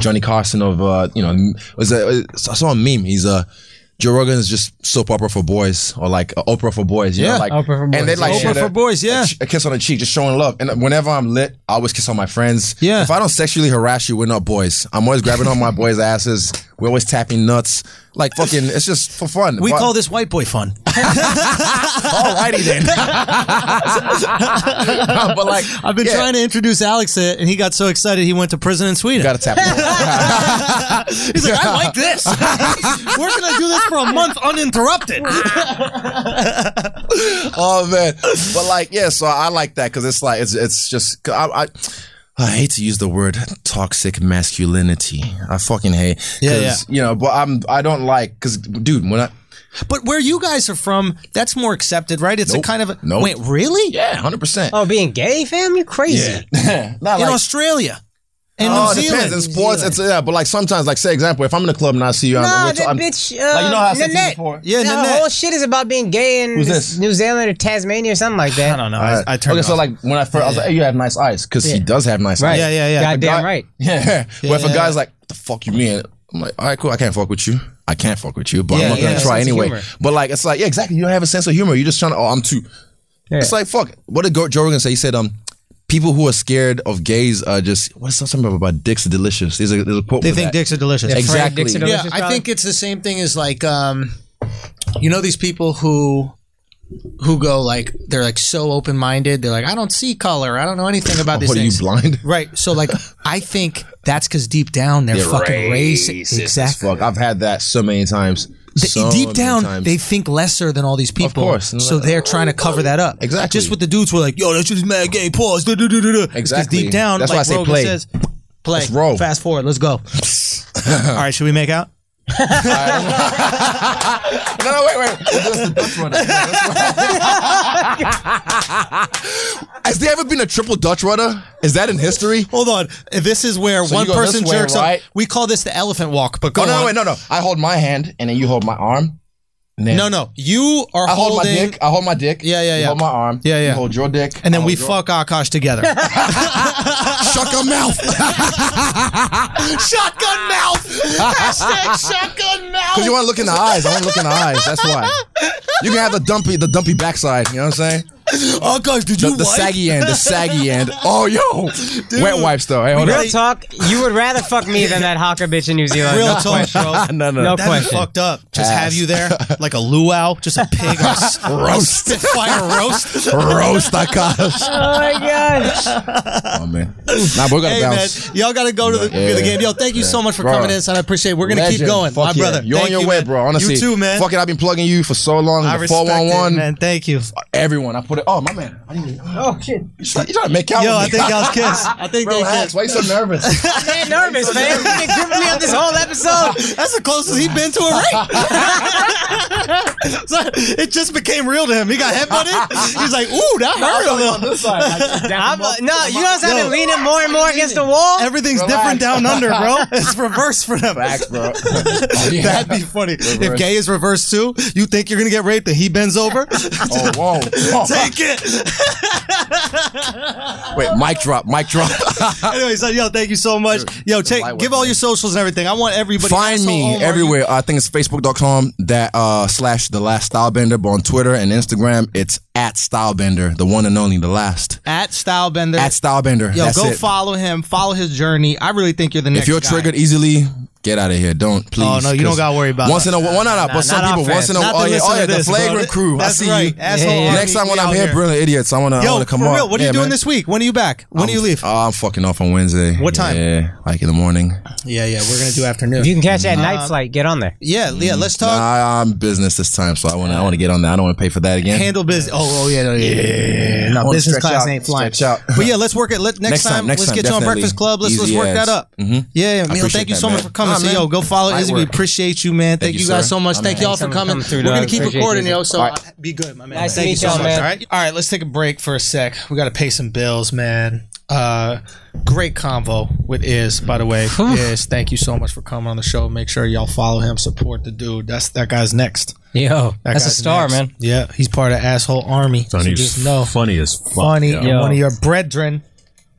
Johnny Carson of uh you know was a, I saw a meme. He's a Joe Rogan is just soap opera for boys, or like uh, Oprah for boys. You Yeah, know, like, Oprah for boys. And they like Oprah share for that- boys, yeah. a ch- a kiss on the cheek, just showing love. And whenever I'm lit, I always kiss on my friends. Yeah. If I don't sexually harass you, we're not boys. I'm always grabbing on my boys' asses. We're always tapping nuts. Like fucking, it's just for fun. we Why- call this white boy fun. alrighty then. but like, I've been yeah, trying to introduce Alex to it, and he got so excited he went to prison in Sweden. You gotta tap. nuts. He's like, I like this. Where can I do this for a month uninterrupted? oh man, but like, yeah. So I like that because it's like it's it's just I. I I hate to use the word toxic masculinity. I fucking hate. 'Cause, Yeah, yeah. You know, but I'm I don't like because dude, when I But where you guys are from, that's more accepted, right? It's Nope. a kind of a, Nope. wait, really? yeah, hundred percent. Oh, being gay, fam? You crazy. In Australia, in Oh, New it depends. Zealand, In sports, it's yeah, but like sometimes, like say example, if I'm in a club and I see you, I'm, Nah, we're t- that I'm- bitch. Uh, Like, you know how I said to you Nanette. before? Yeah, That Nanette. whole shit is about being gay in Who's this? New Zealand or Tasmania or something like that. I don't know. Alright. I, I turned okay, it so off. like when I first, I was like, "Hey, you have nice eyes," because he does have nice eyes. Yeah, yeah, yeah. But Goddamn guy- right. Yeah. But if a Yeah. guy's like, "The fuck you mean?" I'm like, "All right, cool. I can't fuck with you. I can't fuck with you, but Yeah, I'm not yeah, gonna try sense of anyway." humor. But like, it's like, yeah, exactly. You don't have a sense of humor. You're just trying to. Oh, I'm too. It's like fuck. What did Go- Joe Rogan say? He said, um. People who are scared of gays are just what's something about dicks are delicious. There's a, there's a quote. they for think that. dicks are delicious. exactly. dicks are Yeah, Delicious I dog. think it's the same thing as like, um, you know, these people who who go like they're like so open minded. They're like, I don't see color. I don't know anything about these What are Oh, you things. blind? Right. So like, I think that's because deep down they're, fucking racist. Exactly. Fuck, I've had that so many times. So deep many down, times. they think lesser than all these people. course. So they're trying to cover that up. Exactly. Just with the dudes who are like, yo, that's just mad gay pause. Da, da, da, da, da. It's 'cause Exactly. deep down, That's why like I say Rogan play. says, play. Let's roll. Fast forward. Let's go. all right. Should we make out? no, no, wait, wait. Has there ever been a triple Dutch rudder? Is that in history? Hold on. This is where So one you go person this way, jerks right? up. We call this the elephant walk. But go Oh no, on. no, wait, no, no. I hold my hand and then you hold my arm. and then no, no. You are I hold holding. my dick. Oh, I hold my dick. Yeah, yeah, you yeah. Hold my arm. Yeah, yeah. You hold your dick. And then I we hold fuck Akash together. your- Shut your mouth. shotgun mouth. Hashtag shotgun mouth. Because you want to look in the eyes. I want to look in the eyes. That's why. You can have the dumpy, the dumpy backside. You know what I'm saying? Akash, did The, Oh, you the wipe? saggy end. The saggy end. Oh, yo. Wet wipes though. Hey, hold Real on. talk, you would rather fuck me than that hawker bitch in New Zealand. Real no talk, question. bro. no, no, No That'd be question. fucked up. Just Ass. have you there like a luau, just a pig on a s- Roast. a fire roast. Roast Akash. Oh my god. Oh man. Nah, but we gotta Hey man, bounce. y'all gotta go to the, Yeah. the game. Yo, thank you so much for Bro. coming in, son. I appreciate. it. We're gonna keep Legend. going, Fuck my yeah. brother. You're Thank on your you, way, man. bro. Honestly, you too, man. Fuck it, I've been plugging you for so long. I the respect it, 411. man. Thank you. Everyone, I put it. Oh, my man. I didn't even, Oh shit! you trying you trying to make out Yo, with I me. think I was kissed. I think they Relax. kissed. Why you so nervous? I'm nervous, man. You've been gripping me up this whole episode. That's the closest he's been to a rape. so it just became real to him. He got headbutted. He's like, ooh, that hurt a little. this side. Like, I'm, uh, no, you guys have Yo. been leaning more and more against the wall. Everything's Relax. different down under, bro. It's reverse for them. Relax, bro. That'd be funny. If gay is reverse too, you think you're gonna get raped and he bends over? Oh, whoa. whoa. Take it. Wait, mic drop, mic drop. Anyway, so yo, thank you so much. Yo, take lightweight, give all man. your socials and everything. I want everybody. Find Asshole me Omar, everywhere. I think it's facebook.com that uh, slash the last stylebender, but on Twitter and Instagram, it's at stylebender, the one and only, the last. you- At Stylebender. At stylebender. yo, That's go it. follow him. Follow his journey. I really think you're the next. If you're guy. triggered easily, get out of here. Don't please. Oh, no, you don't 'cause gotta worry about once in a while. Not, Nah, but some not our people once fans. in a Not while. the Oh yeah, listen oh, to yeah the this, bro. flagrant crew. That's I see right. you. Asshole Yeah. Army, Next time when we I'm out here, brilliant idiots. I wanna, I Yo, wanna come for on. real, what are Yeah, you doing man. this week? When are you back? When do you leave? Uh, I'm fucking off on Wednesday. What time? Yeah, like in the morning. yeah, yeah, we're gonna do afternoon. You can catch that night flight. Get on there. yeah, yeah. Let's talk. I, I'm business this time, so I want to. I want to get on that. I don't want to pay for that again. handle business. Oh, oh yeah, no, yeah, yeah, yeah, yeah. I No, wanna business stretch class out, ain't flying. stretch out. But yeah, let's work it. Let, next, Next time, time, next let's time, get you on definitely. Breakfast Club. Let's let's Easy work as. that up. Mhm. Yeah, yeah. Emil, appreciate thank you that, so much man. for coming. Nah, so man. yo, go follow Light Izzy. We work. appreciate you, man. Thank, Thank you you, guys sir. so much. I'm Thank happy. y'all for Thanks for coming. coming through, We're gonna dog. keep Appreciate recording, you. yo. So All right. uh, be good, my man. Nice to Thank meet you so y'all, much, man. All right, all right. Let's take a break for a sec. We got to pay some bills, man. Uh, great convo with Iz, by the way. Iz, thank you so much for coming on the show. Make sure y'all follow him, support the dude. That's that guy's next. Yo, That that's a guy's star, next. man. Yeah, he's part of asshole army. So Sonny's just know, funny as fuck. funny, yo. and Yo. one of your brethren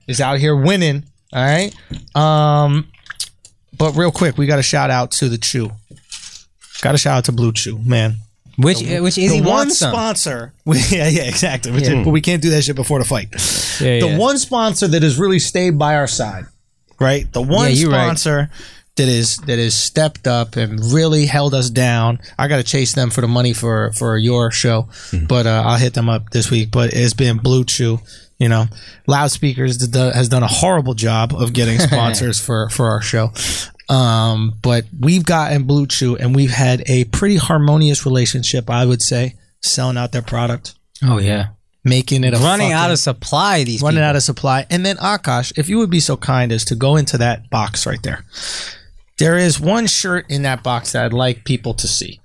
is out here winning. All right. Um, but real quick, we got a shout out to the Chew. Got a shout out to Blue Chew, man. Which uh, which Izzy the one wants some. sponsor. yeah, yeah, exactly. Which is- Hmm. Yeah. But we can't do that shit before the fight. Yeah, the yeah. one sponsor that has really stayed by our side, right? The Yeah, one you're right. sponsor that is that is stepped up and really held us down. I got to chase them for the money for for your show, Mm-hmm. but uh, I'll hit them up this week. But it's been Blue Chew. You know, loudspeakers that do- has done a horrible job of getting sponsors for for our show. Um, but we've gotten Blue Chew, and we've had a pretty harmonious relationship, I would say, selling out their product, Oh yeah, making it a running fucking- out of supply. These running people. out of supply. And then Akash, if you would be so kind as to go into that box right there. There is one shirt in that box that I'd like people to see.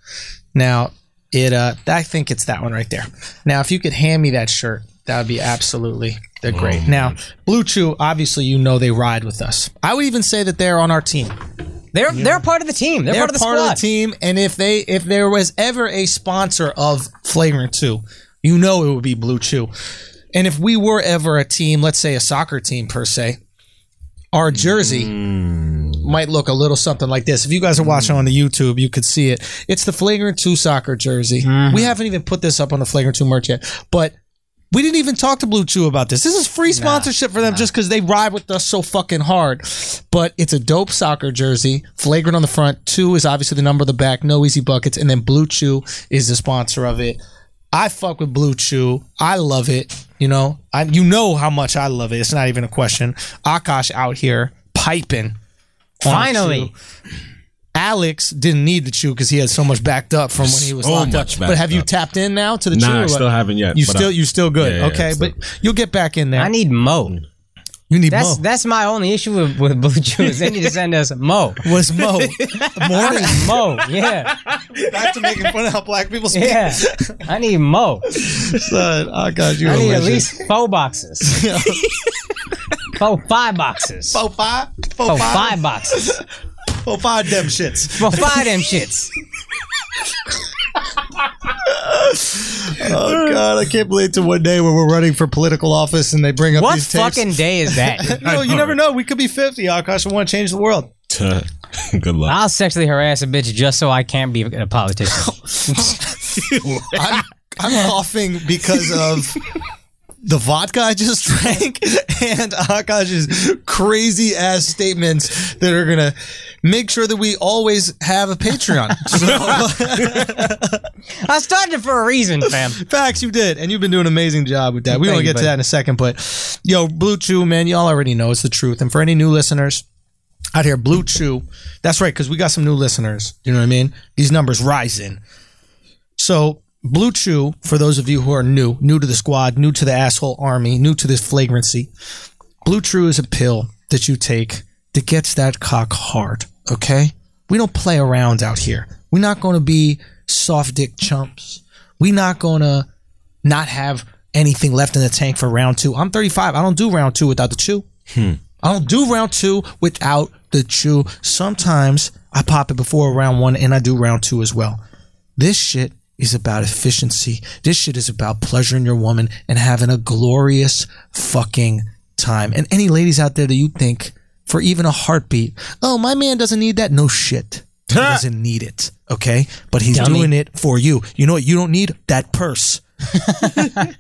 Now, it uh I think it's that one right there. Now, if you could hand me that shirt, that would be absolutely they're great. now, Blue Chew, obviously you know they ride with us. I would even say that they're on our team. They're they're part of the team. They're, They're part of the squad. team, and if they if there was ever a sponsor of Flagrant Two, you know it would be Blue Chew. And if we were ever a team, let's say a soccer team per se, our jersey might look a little something like this. If you guys are watching on the YouTube, you could see it. It's the Flagrant Two soccer jersey. We haven't even put this up on the Flagrant Two merch yet, but. We didn't even talk to Blue Chew about this. This is free sponsorship for them just because they ride with us so fucking hard. But it's a dope soccer jersey, flagrant on the front. Two is obviously the number of the back, no easy buckets. And then Blue Chew is the sponsor of it. I fuck with Blue Chew. I love it. You know, I, you know how much I love it. It's not even a question. Akash out here piping. on Finally. Chew. Alex didn't need the chew because he had so much backed up from when he was So locked up. much But have backed you up. tapped in now to the chew? Nah, or I still what? haven't yet. You but still I- you still good. Yeah, yeah, okay, still- but you'll get back in there. I need Mo. you need That's Mo. that's my only issue with, with Blue Chew is they need to send us Mo. was Mo Morning. Mo, yeah, Back to making fun of how black people speak. yeah. I need Mo. Son, oh god, you I need at least four boxes. four five boxes. four Four, five, four five, five boxes. four five them shits. Four five them shits. Oh god, I can't believe to one day where we're running for political office and they bring up What these tapes. fucking day is you, that? know, you never know. We could be fifty, Oh, Akash, and want to change the world. good luck. I'll sexually harass a bitch just so I can't be a politician. I'm, I'm coughing because of the vodka I just drank and Akash's crazy ass statements that are gonna make sure that we always have a Patreon. So, I started for a reason, fam. facts, you did, and you've been doing an amazing job with that. We Thank want to you, get to buddy. that in a second, but yo, Blue Chew, man, y'all already know it's the truth. And for any new listeners out here, Blue Chew, that's right, because we got some new listeners. You know what I mean? These numbers rising. So Blue Chew, for those of you who are new, new to the squad, new to the asshole army, new to this flagrancy, Blue Chew is a pill that you take that gets that cock hard, okay? We don't play around out here. We're not going to be soft dick chumps. We're not going to not have anything left in the tank for round two. I'm 35. I don't do round two without the chew. I don't do round two without the chew. Sometimes I pop it before round one and I do round two as well. This shit is about efficiency. This shit is about pleasuring your woman and having a glorious fucking time. And any ladies out there that you think for even a heartbeat, oh, my man doesn't need that. No shit. He doesn't need it. Okay. But he's doing it for you. You know what you don't need? That purse.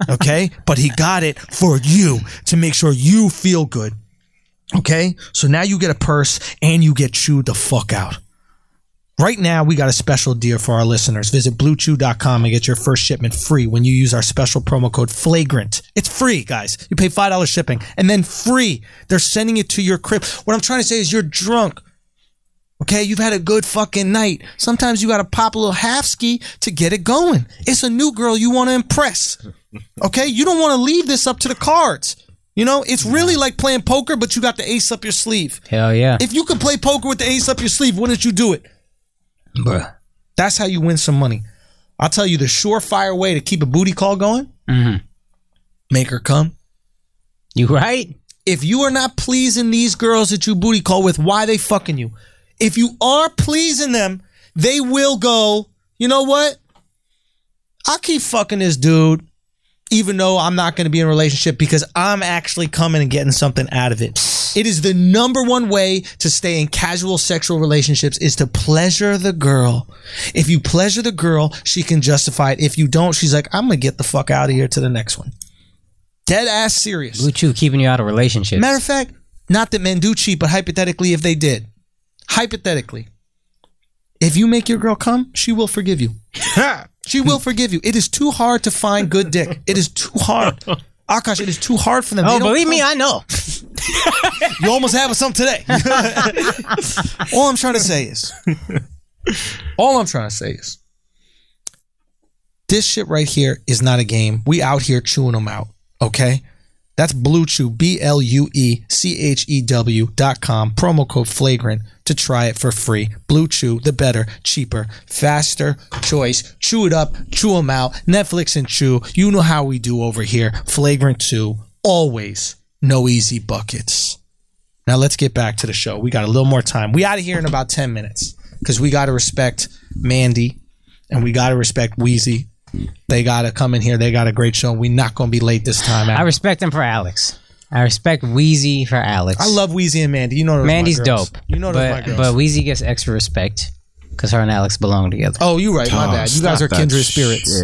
okay. But he got it for you to make sure you feel good. Okay. So now you get a purse and you get chewed the fuck out. Right now, we got a special deal for our listeners. Visit bluechew.com and get your first shipment free when you use our special promo code FLAGRANT. It's free, guys. You pay $5 shipping and then free. They're sending it to your crib. What I'm trying to say is you're drunk. Okay, you've had a good fucking night. Sometimes you got to pop a little half ski to get it going. It's a new girl you want to impress. Okay, you don't want to leave this up to the cards. You know, it's really like playing poker, but you got the ace up your sleeve. Hell yeah. If you could play poker with the ace up your sleeve, wouldn't you do it? Bruh. That's how you win some money. I'll tell you the surefire way to keep a booty call going Mm-hmm. make her come. You right? If you are not pleasing these girls that you booty call with, why they fucking you? If you are pleasing them, they will go, you know what? I'll keep fucking this dude, even though I'm not going to be in a relationship because I'm actually coming and getting something out of it. It is the number one way to stay in casual sexual relationships is to pleasure the girl. If you pleasure the girl, she can justify it. If you don't, she's like, I'm going to get the fuck out of here to the next one. Dead ass serious. Blue Chew keeping you out of relationships. Matter of fact, not that men do cheat, but hypothetically, if they did, hypothetically, if you make your girl come, she will forgive you. she will forgive you. It is too hard to find good dick. It is too hard. Akash, it is too hard for them. They oh, don't believe come. me, I know. You almost have us some today. all I'm trying to say is, all I'm trying to say is, this shit right here is not a game. We out here chewing them out. Okay. That's Blue Chew, B L U E C H E W dot com, promo code flagrant to try it for free. Blue Chew, the better, cheaper, faster choice. Chew it up, chew them out. Netflix and chew. You know how we do over here. Flagrant 2, always no easy buckets. Now let's get back to the show. We got a little more time. We out of here in about 10 minutes because we got to respect Mandy and we got to respect Wheezy. They got to come in here. They got a great show. we not going to be late this time. I respect him for Alex. I respect Wheezy for Alex. I love Wheezy and Mandy. You know, those are my Mandy's girls. dope. You know, those are my but, girls. but Wheezy gets extra respect because her and Alex belong together. oh, you're right. My bad. You guys are kindred spirits.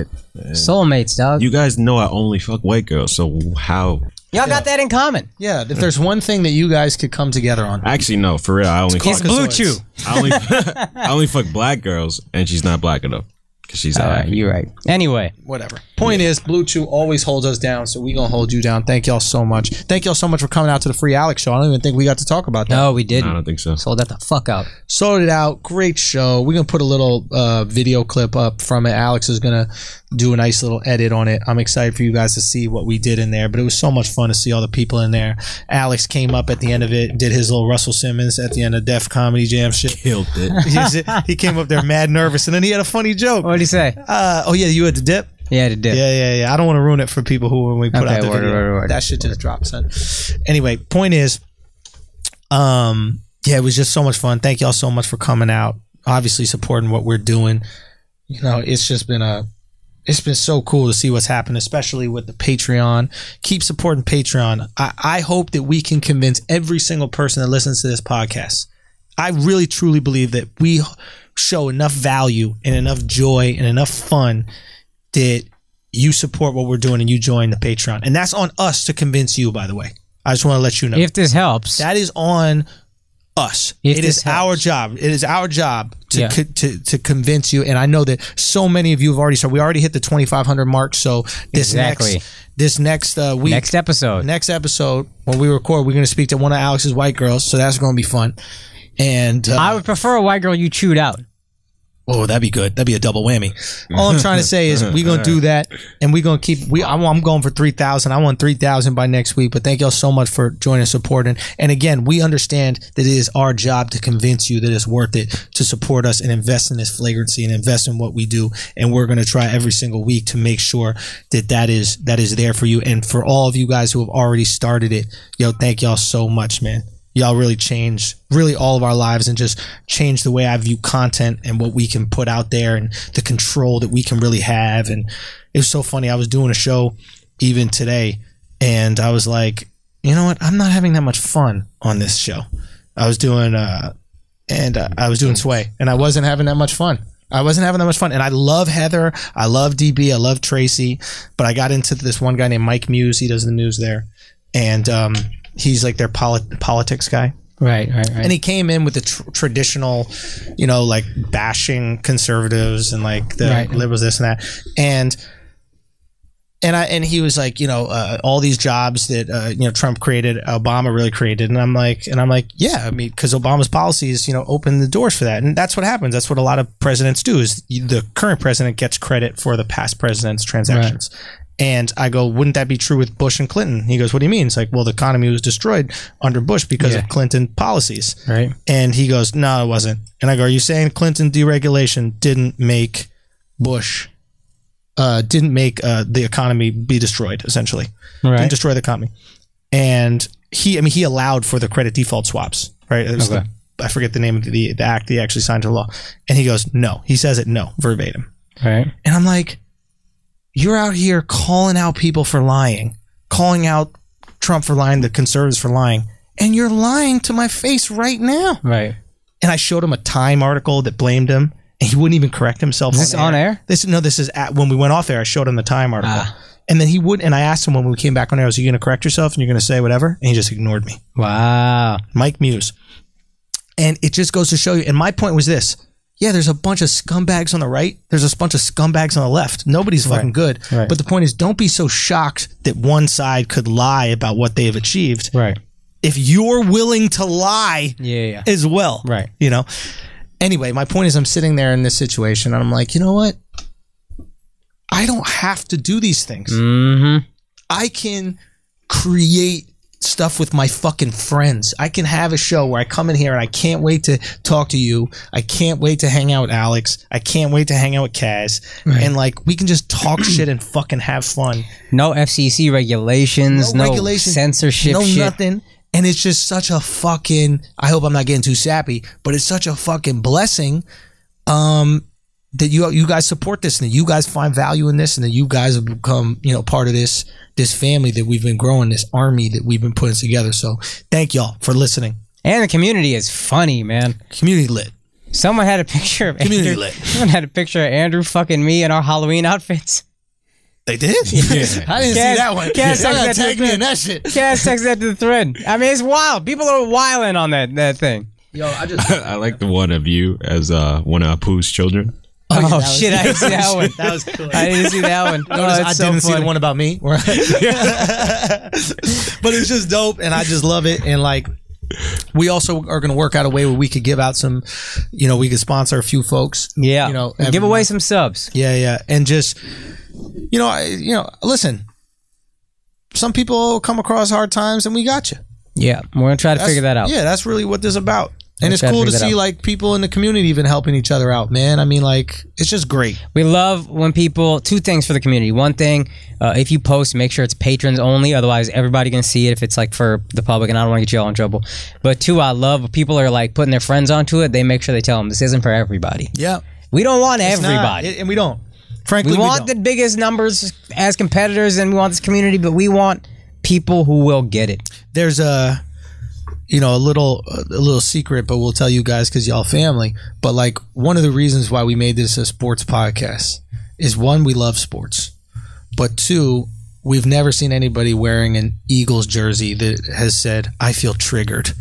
Soulmates, dog. You guys know I only fuck white girls, so how? Y'all got that in common. Yeah. If there's one thing that you guys could come together on, Actually, no, for real. I only It's fuck, Blue Chew. I only I only fuck black girls, and she's not black enough because she's All alright. right, you're right. Anyway, whatever. Point is, Blue Chew always holds us down, so we gonna hold you down. Thank y'all so much. Thank y'all so much for coming out to the Free Alex show. I don't even think we got to talk about that. no, we I didn't. don't think so. Sold that the fuck out. Sorted out. Great show. We're gonna put a little uh, video clip up from it. Alex is gonna do a nice little edit on it. I'm excited for you guys to see what we did in there. But it was so much fun to see all the people in there. Alex came up at the end of it, did his little Russell Simmons at the end of Def Comedy Jam shit. Killed it. He- he came up there mad nervous, and then he had a funny joke. What'd he say? Uh, oh yeah, you had the dip. Yeah, the dip. Yeah, yeah, yeah. I don't want to ruin it for people who when we put Okay, out the word, video. word, word. That shit just dropped, son. Anyway, point is, um, yeah, it was just so much fun. Thank y'all so much for coming out. Obviously supporting what we're doing. You know, it's just been a it's been so cool to see what's happened, especially with the Patreon. Keep supporting Patreon. I, I hope that we can convince every single person that listens to this podcast. I really truly believe that we show enough value and enough joy and enough fun that you support what we're doing and you join the Patreon. And that's on us to convince you, by the way. I just want to let you know. If this helps, that is on us. If it this is our helps. job. It is our job to, Yeah. co- to to convince you. And I know that so many of you have already started. We already hit the 2,500 mark. So this Exactly. next this next uh, week, next episode. next episode when we record, we're going to speak to one of Alex's white girls. So that's going to be fun. And uh, I would prefer a white girl you chewed out. Oh, that'd be good. That'd be a double whammy. All I'm trying to say is we're gonna do that, and we're gonna keep. We I'm, I'm going for three thousand. I want three thousand by next week. But thank y'all so much for joining, supporting, and again, we understand that it is our job to convince you that it's worth it to support us and invest in this flagrancy and invest in what we do. And we're gonna try every single week to make sure that that is that is there for you. And for all of you guys who have already started it, yo, thank y'all so much, man y'all really change really all of our lives and just change the way I view content and what we can put out there and the control that we can really have. And it was so funny. I was doing a show even today and I was like, you know what? I'm not having that much fun on this show. I was doing, uh, and uh, I was doing Sway and I wasn't having that much fun. I wasn't having that much fun. And I love Heather. I love DB. I love Tracy. But I got into this one guy named Mike Muse. He does the news there. And, um, he's like their polit- politics guy. Right, right, right. And he came in with the tr- traditional, you know, like bashing conservatives and like the Right. liberals, this and that. And and I and he was like, you know, uh, all these jobs that uh, you know Trump created, Obama really created, and I'm like, and I'm like, yeah, I mean, because Obama's policies, you know, open the doors for that, and that's what happens. That's what a lot of presidents do is you- the current president gets credit for the past president's transactions. And I go, wouldn't that be true with Bush and Clinton? He goes, what do you mean? It's like, well, the economy was destroyed under Bush because of Clinton policies. Right. And he goes, no, it wasn't. And I go, are you saying Clinton deregulation didn't make Bush uh, didn't make uh, the economy be destroyed essentially right. didn't destroy the economy and he i mean he allowed for the credit default swaps right It was the- Okay. i forget the name of the, the act he actually signed into law and he goes no he says it no verbatim right. and I'm like, you're out here calling out people for lying, calling out Trump for lying, the conservatives for lying, and you're lying to my face right now. Right. And I showed him a Time article that blamed him, and he wouldn't even correct himself. Is this on air? This no, this is at when we went off air. I showed him the Time article, Ah. and then he would. And I asked him when we came back on air, "I was you going to correct yourself and you're going to say whatever?" And he just ignored me. Wow. Mike Muse. And it just goes to show you. And my point was this yeah, there's a bunch of scumbags on the right, there's a bunch of scumbags on the left. Nobody's fucking good. Right. But the point is, don't be so shocked that one side could lie about what they have achieved Right. if you're willing to lie Yeah, yeah. as well. Right. You know? Anyway, my point is I'm sitting there in this situation and I'm like, you know what? I don't have to do these things. Mm-hmm. I can create stuff with my fucking friends. I can have a show where I come in here and I can't wait to talk to you. I can't wait to hang out with Alex. I can't wait to hang out with Kaz. And like we can just talk shit and fucking have fun No FCC regulations. No, regulation, censorship. no shit. nothing. And it's just such a fucking. I hope I'm not getting too sappy, but it's such a fucking blessing, um, that you you guys support this and that you guys find value in this and that you guys have become you know part of this this family that we've been growing, this army that we've been putting together. So thank y'all for listening. And the community is funny, man. Community lit. Someone had a picture of Community Andrew. lit. Someone had a picture of Andrew fucking me in our Halloween outfits. They did. I didn't Kaz- see that one. Kaz Y'all gotta texted that tag to me the- in that shit. Can't text that to the thread. I mean, it's wild. People are wilding on that that thing. I like the one of you as uh, one of Apu's children. Oh, shit! I didn't see that one. That was cool. I didn't see that one. Oh, Notice that's I so didn't see funny. the one about me. but it's just dope, and I just love it. And like, we also are going to work out a way where we could give out some, you know, we could sponsor a few folks. Yeah, you know, give every away month. some subs. Yeah, yeah, and just, you know, I, you know, listen. Some people come across hard times, and we got you. Yeah, we're gonna try to figure that out. Yeah, that's really what this is about. And Let's it's try to cool to figure that see out. like people in the community even helping each other out, man. I mean, like it's just great. We love when people. Two things for the community. One thing, uh, if you post, make sure it's patrons only. Otherwise, everybody can see it if it's like for the public, and I don't want to get you all in trouble. But two, I love when people are like putting their friends onto it. They make sure they tell them this isn't for everybody. Yeah, We don't want everybody. and we don't. Frankly, We we, want don't. the biggest numbers as competitors, and we want this community, but we want people who will get it. there's a you know a little a little secret but we'll tell you guys because y'all family but like one of the reasons why we made this a sports podcast is one we love sports but two we've never seen anybody wearing an eagles jersey that has said i feel triggered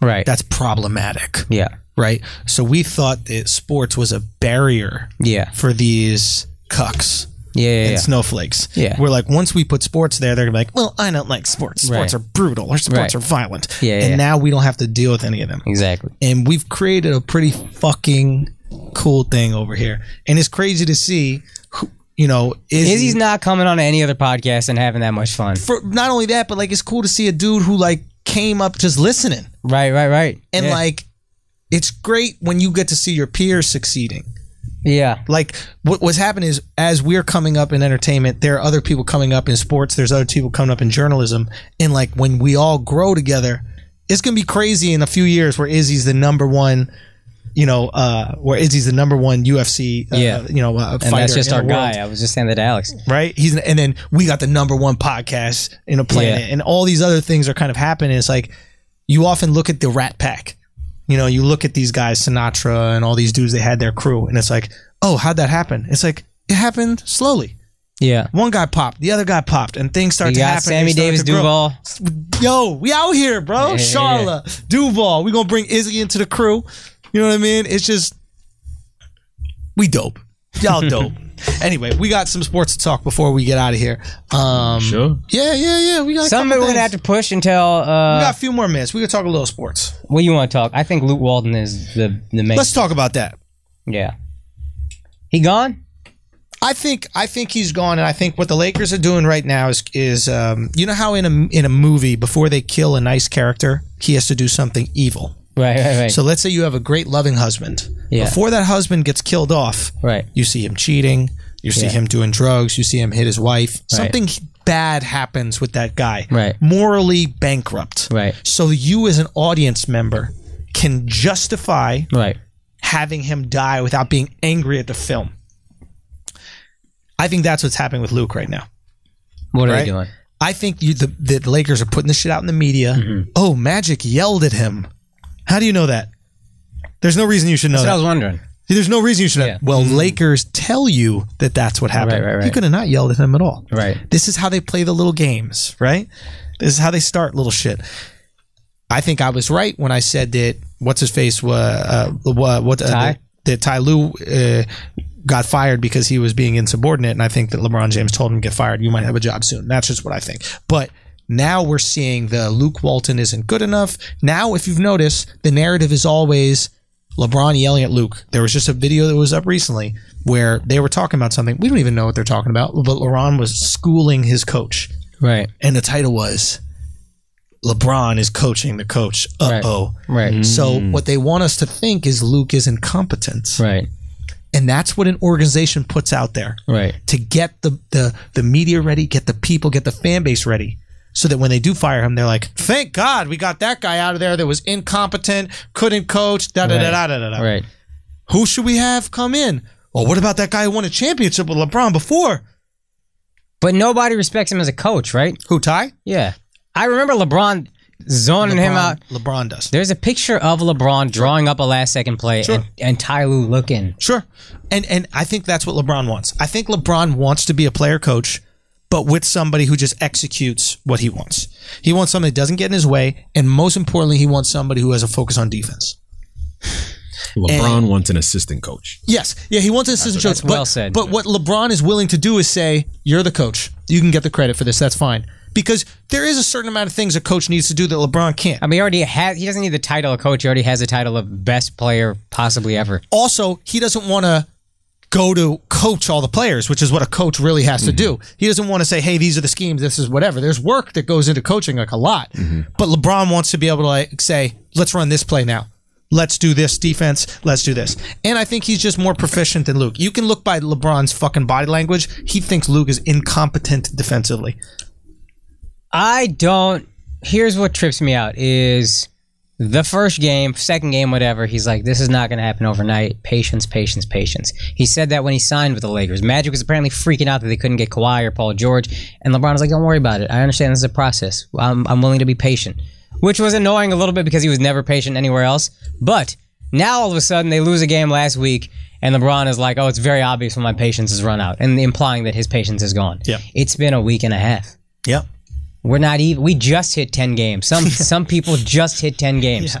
Right. that's problematic yeah. right so we thought that sports was a barrier Yeah. for these cucks Yeah. Yeah. and yeah. snowflakes. Yeah. We're like, once we put sports there, they're gonna be like, well, I don't like sports. Sports Right. are brutal or sports Right. are violent. Yeah, yeah, and yeah. now we don't have to deal with any of them. Exactly. And we've created a pretty fucking cool thing over here. And it's crazy to see, who, you know, Izzy, Izzy's not coming on any other podcast and having that much fun. for not only that, but like it's cool to see a dude who like came up just listening Right, right, right. and yeah. like it's great when you get to see your peers succeeding. yeah, Like what, what's happened is as we're coming up in entertainment, there are other people coming up in sports. There's other people coming up in journalism, and like when we all grow together, it's gonna be crazy in a few years where Izzy's the number one. You know, uh, where Izzy's the number one UFC, uh, Yeah. you know, uh, and fighter that's just in our the world guy. I was just saying that to Alex. right? He's and then we got the number one podcast in a planet, Yeah. and all these other things are kind of happening. It's like you often look at the Rat Pack, you know, you look at these guys, Sinatra and all these dudes. They had their crew, and it's like, oh, how'd that happen? It's like it happened slowly. Yeah, One guy popped, the other guy popped, and things start you to got happen. Sammy they Davis start to grow. Duval. Yo, we out here, bro. Yeah, yeah, yeah. Charla, Duval. We gonna bring Izzy into the crew. You know what I mean? It's just we dope. Y'all dope. anyway, we got some sports to talk before we get out of here. Um, Sure. Yeah, yeah, yeah. We got a Some of it couple we're gonna things. have to push until. We Uh, got a few more minutes. We could talk a little sports. what you want to talk? I think Luke Walden is the the main. Let's talk about that. yeah, he gone. I think I think he's gone, and I think what the Lakers are doing right now is is um, you know how in a in a movie before they kill a nice character, he has to do something evil. Right, right, right. So let's say you have a great loving husband. Yeah. Before that husband gets killed off, Right. you see him cheating, you see Yeah. him doing drugs, you see him hit his wife. Something bad happens with that guy. Right. Morally bankrupt. Right. So you as an audience member can justify right. having him die without being angry at the film. I think that's what's happening with Luke right now. What are Right? they doing? I think you the, the Lakers are putting this shit out in the media. Mm-hmm. Oh, Magic yelled at him. How do you know that? There's no reason you should know That's what I that. was wondering. See, There's no reason you should. Yeah. Mm-hmm. Have. Well, Lakers tell you that that's what happened. Right, right, He right. could have not yelled at him at all. Right. This is how they play the little games. Right. This is how they start little shit. I think I was right when I said that. What's his face? wa- Uh, what? What? Uh, Ty? That, that Ty Lue uh, got fired because he was being insubordinate, and I think that LeBron James told him get fired. You might have a job soon. That's just what I think. But now we're seeing the Luke Walton isn't good enough. Now, if you've noticed, the narrative is always LeBron yelling at Luke. There was just a video that was up recently where they were talking about something. We don't even know what they're talking about, but LeBron was schooling his coach. Right. And the title was LeBron is coaching the coach. Uh Right. oh. Right. Mm. So what they want us to think is Luke is incompetent. Right. And that's what an organization puts out there Right. to get the, the the media ready, get the people, get the fan base ready. So that when they do fire him, they're like, Thank God we got that guy out of there that was incompetent, couldn't coach, da da da da da da da. Right. Who should we have come in? Well, what about that guy who won a championship with LeBron before? But nobody respects him as a coach, right? Who Ty? Yeah. I remember LeBron zoning him out. LeBron does. There's a picture of LeBron drawing up a last second play Sure. and, and Ty Lue looking. Sure. And and I think that's what LeBron wants. I think LeBron wants to be a player coach, but with somebody who just executes what he wants. He wants somebody that doesn't get in his way, and most importantly, he wants somebody who has a focus on defense. LeBron wants an assistant coach. Yes. Yeah, he wants an assistant coach. That's well but, said. But what LeBron is willing to do is say, You're the coach. You can get the credit for this. That's fine. Because there is a certain amount of things a coach needs to do that LeBron can't. I mean, he already has. He doesn't need the title of coach. He already has the title of best player possibly ever. also he doesn't want to go to coach all the players which is what a coach really has to do he doesn't want to say hey these are the schemes this is whatever there's work that goes into coaching like a lot but lebron wants to be able to like say let's run this play now let's do this defense let's do this and i think he's just more proficient than luke you can look by lebron's fucking body language he thinks luke is incompetent defensively I don't. Here's what trips me out is the first game, second game, whatever. He's like, this is not going to happen overnight. Patience, patience, patience. He said that when he signed with the Lakers. Magic was apparently freaking out that they couldn't get Kawhi or Paul George, and LeBron was like, don't worry about it. I understand this is a process. I'm, I'm willing to be patient, which was annoying a little bit because he was never patient anywhere else. But now all of a sudden they lose a game last week. And LeBron is like, oh, it's very obvious when my patience has run out, and implying that his patience is gone. Yeah. It's been a week and a half. yep We're not even. We just hit ten games. Some some people just hit ten games.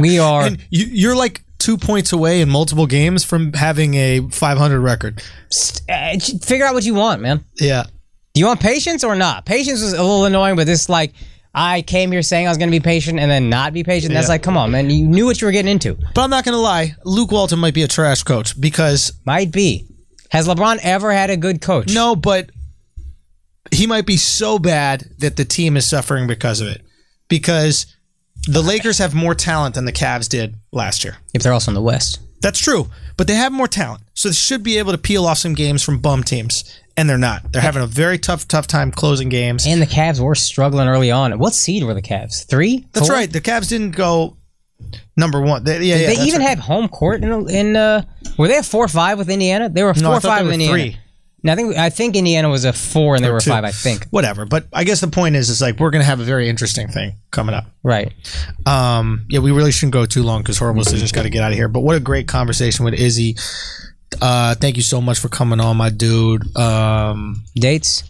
We are. and you, you're like two points away in multiple games from having a 500 record st- uh, j- figure out what you want, man. yeah Do you want patience or not? Patience was a little annoying, but this like I came here saying I was going to be patient and then not be patient. That's Yeah. like, come on, man. You knew what you were getting into. But I'm not going to lie. Luke Walton might be a trash coach because Might be. Has LeBron ever had a good coach? no, but he might be so bad that the team is suffering because of it. Because the Lakers have more talent than the Cavs did last year. If they're also in the West. That's true, but they have more talent, so they should be able to peel off some games from bum teams, and they're not. They're having a very tough, tough time closing games. And the Cavs were struggling early on. What seed were the Cavs? Three? That's Four? right. The Cavs didn't go number one. They, yeah, yeah, they that's even right. had home court in. in uh, were they a four five with Indiana? They were four No, I thought five they with were Indiana. three. No, I think I think Indiana was a four and they were two. five. I think whatever. But I guess the point is, is like we're gonna have a very interesting thing coming up. right. Um, yeah, we really shouldn't go too long because horrible decisions got to get out of here. But what a great conversation with Izzy. Uh, thank you so much for coming on, my dude. Um, Dates.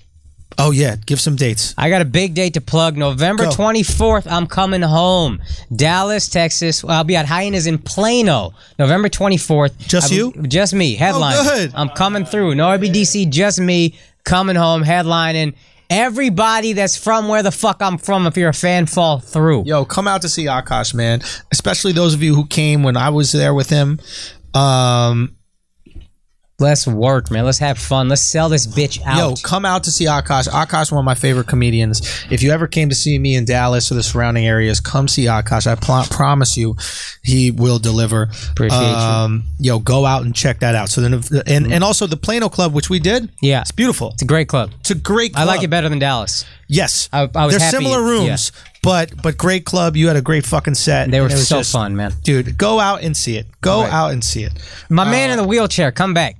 oh yeah, give some dates. I got a big date to plug. November Go. 24th, I'm coming home. Dallas, Texas. Well, I'll be at Hyenas in Plano. November 24th. Just I- you? Oh, Just me. Headline. good. I'm coming through. No RBDC, just me. Coming home, headlining. Everybody that's from where the fuck I'm from, if you're a fan, fall through. Yo, come out to see Akash, man. Especially those of you who came when I was there with him. Um, Let's work, man. Let's have fun. Let's sell this bitch yo, out. come out to see Akash. Akash, one of my favorite comedians. If you ever came to see me in Dallas or the surrounding areas, come see Akash. I pl- promise you, he will deliver. Appreciate you. um, yo, go out and check that out. So then, and and also the Plano Club, which we did. Mm-hmm. Yeah. it's beautiful. it's a great club. It's a great. I Club. like it better than Dallas. Yes, I- I was They're happy, similar rooms, but but great club. You had a great fucking set. They were and it was so just- fun, man. dude. Go out and see it. Go Right. out and see it. My man in the wheelchair, come back.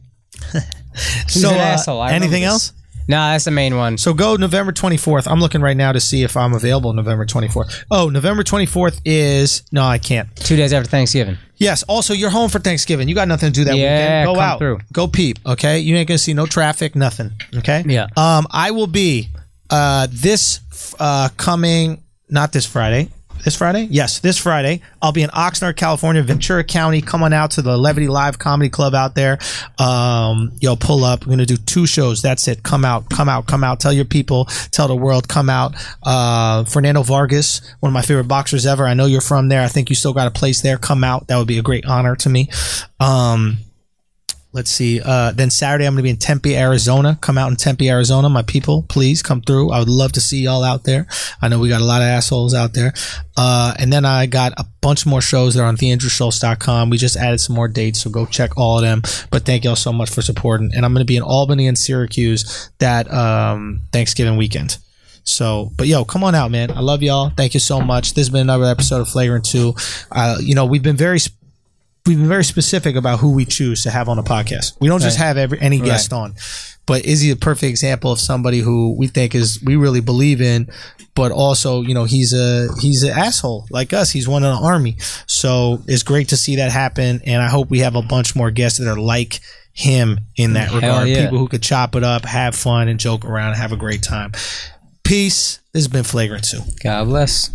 He's uh, so an uh, asshole. I remember anything this. else? Nah, that's the main one. So go November 24th. I'm looking right now to see if I'm available November 24th. Oh, November 24th is no, I can't. Two days after Thanksgiving. Yes. Also, you're home for Thanksgiving. You got nothing to do that Yeah, weekend. Go come out. through. Go Oh, peep. Okay. You ain't gonna see no traffic. Nothing. Okay. Yeah. Um, I will be uh this uh coming not this Friday. This Friday? Yes, this Friday. I'll be in Oxnard, California, Ventura County. Come on out to the Levity Live Comedy Club out there. Um, yo, pull up. I'm gonna do two shows. That's it. Come out, come out, come out. Tell your people, tell the world, come out. Uh, Fernando Vargas, one of my favorite boxers ever. I know you're from there. I think you still got a place there. Come out. That would be a great honor to me. Um, let's see. Uh, then Saturday, I'm going to be in Tempe, Arizona. Come out in Tempe, Arizona, my people. Please come through. I would love to see y'all out there. I know we got a lot of assholes out there. Uh, and then I got a bunch more shows that are on theandrewschultz.com. We just added some more dates, so go check all of them. But thank y'all so much for supporting. And I'm going to be in Albany and Syracuse that um, Thanksgiving weekend. So, but yo, come on out, man. I love y'all. Thank you so much. This has been another episode of Flagrant 2. Uh, you know, we've been very sp- we've been very specific about who we choose to have on the podcast. We don't just have every any guest on. But Izzy a perfect example of somebody who we think is we really believe in, but also you know he's a he's an asshole like us. He's one in the army, so it's great to see that happen. And I hope we have a bunch more guests that are like him in that regard. yeah. People who could chop it up, have fun, and joke around, have a great time. Peace. This has been Flagrant 2. God bless.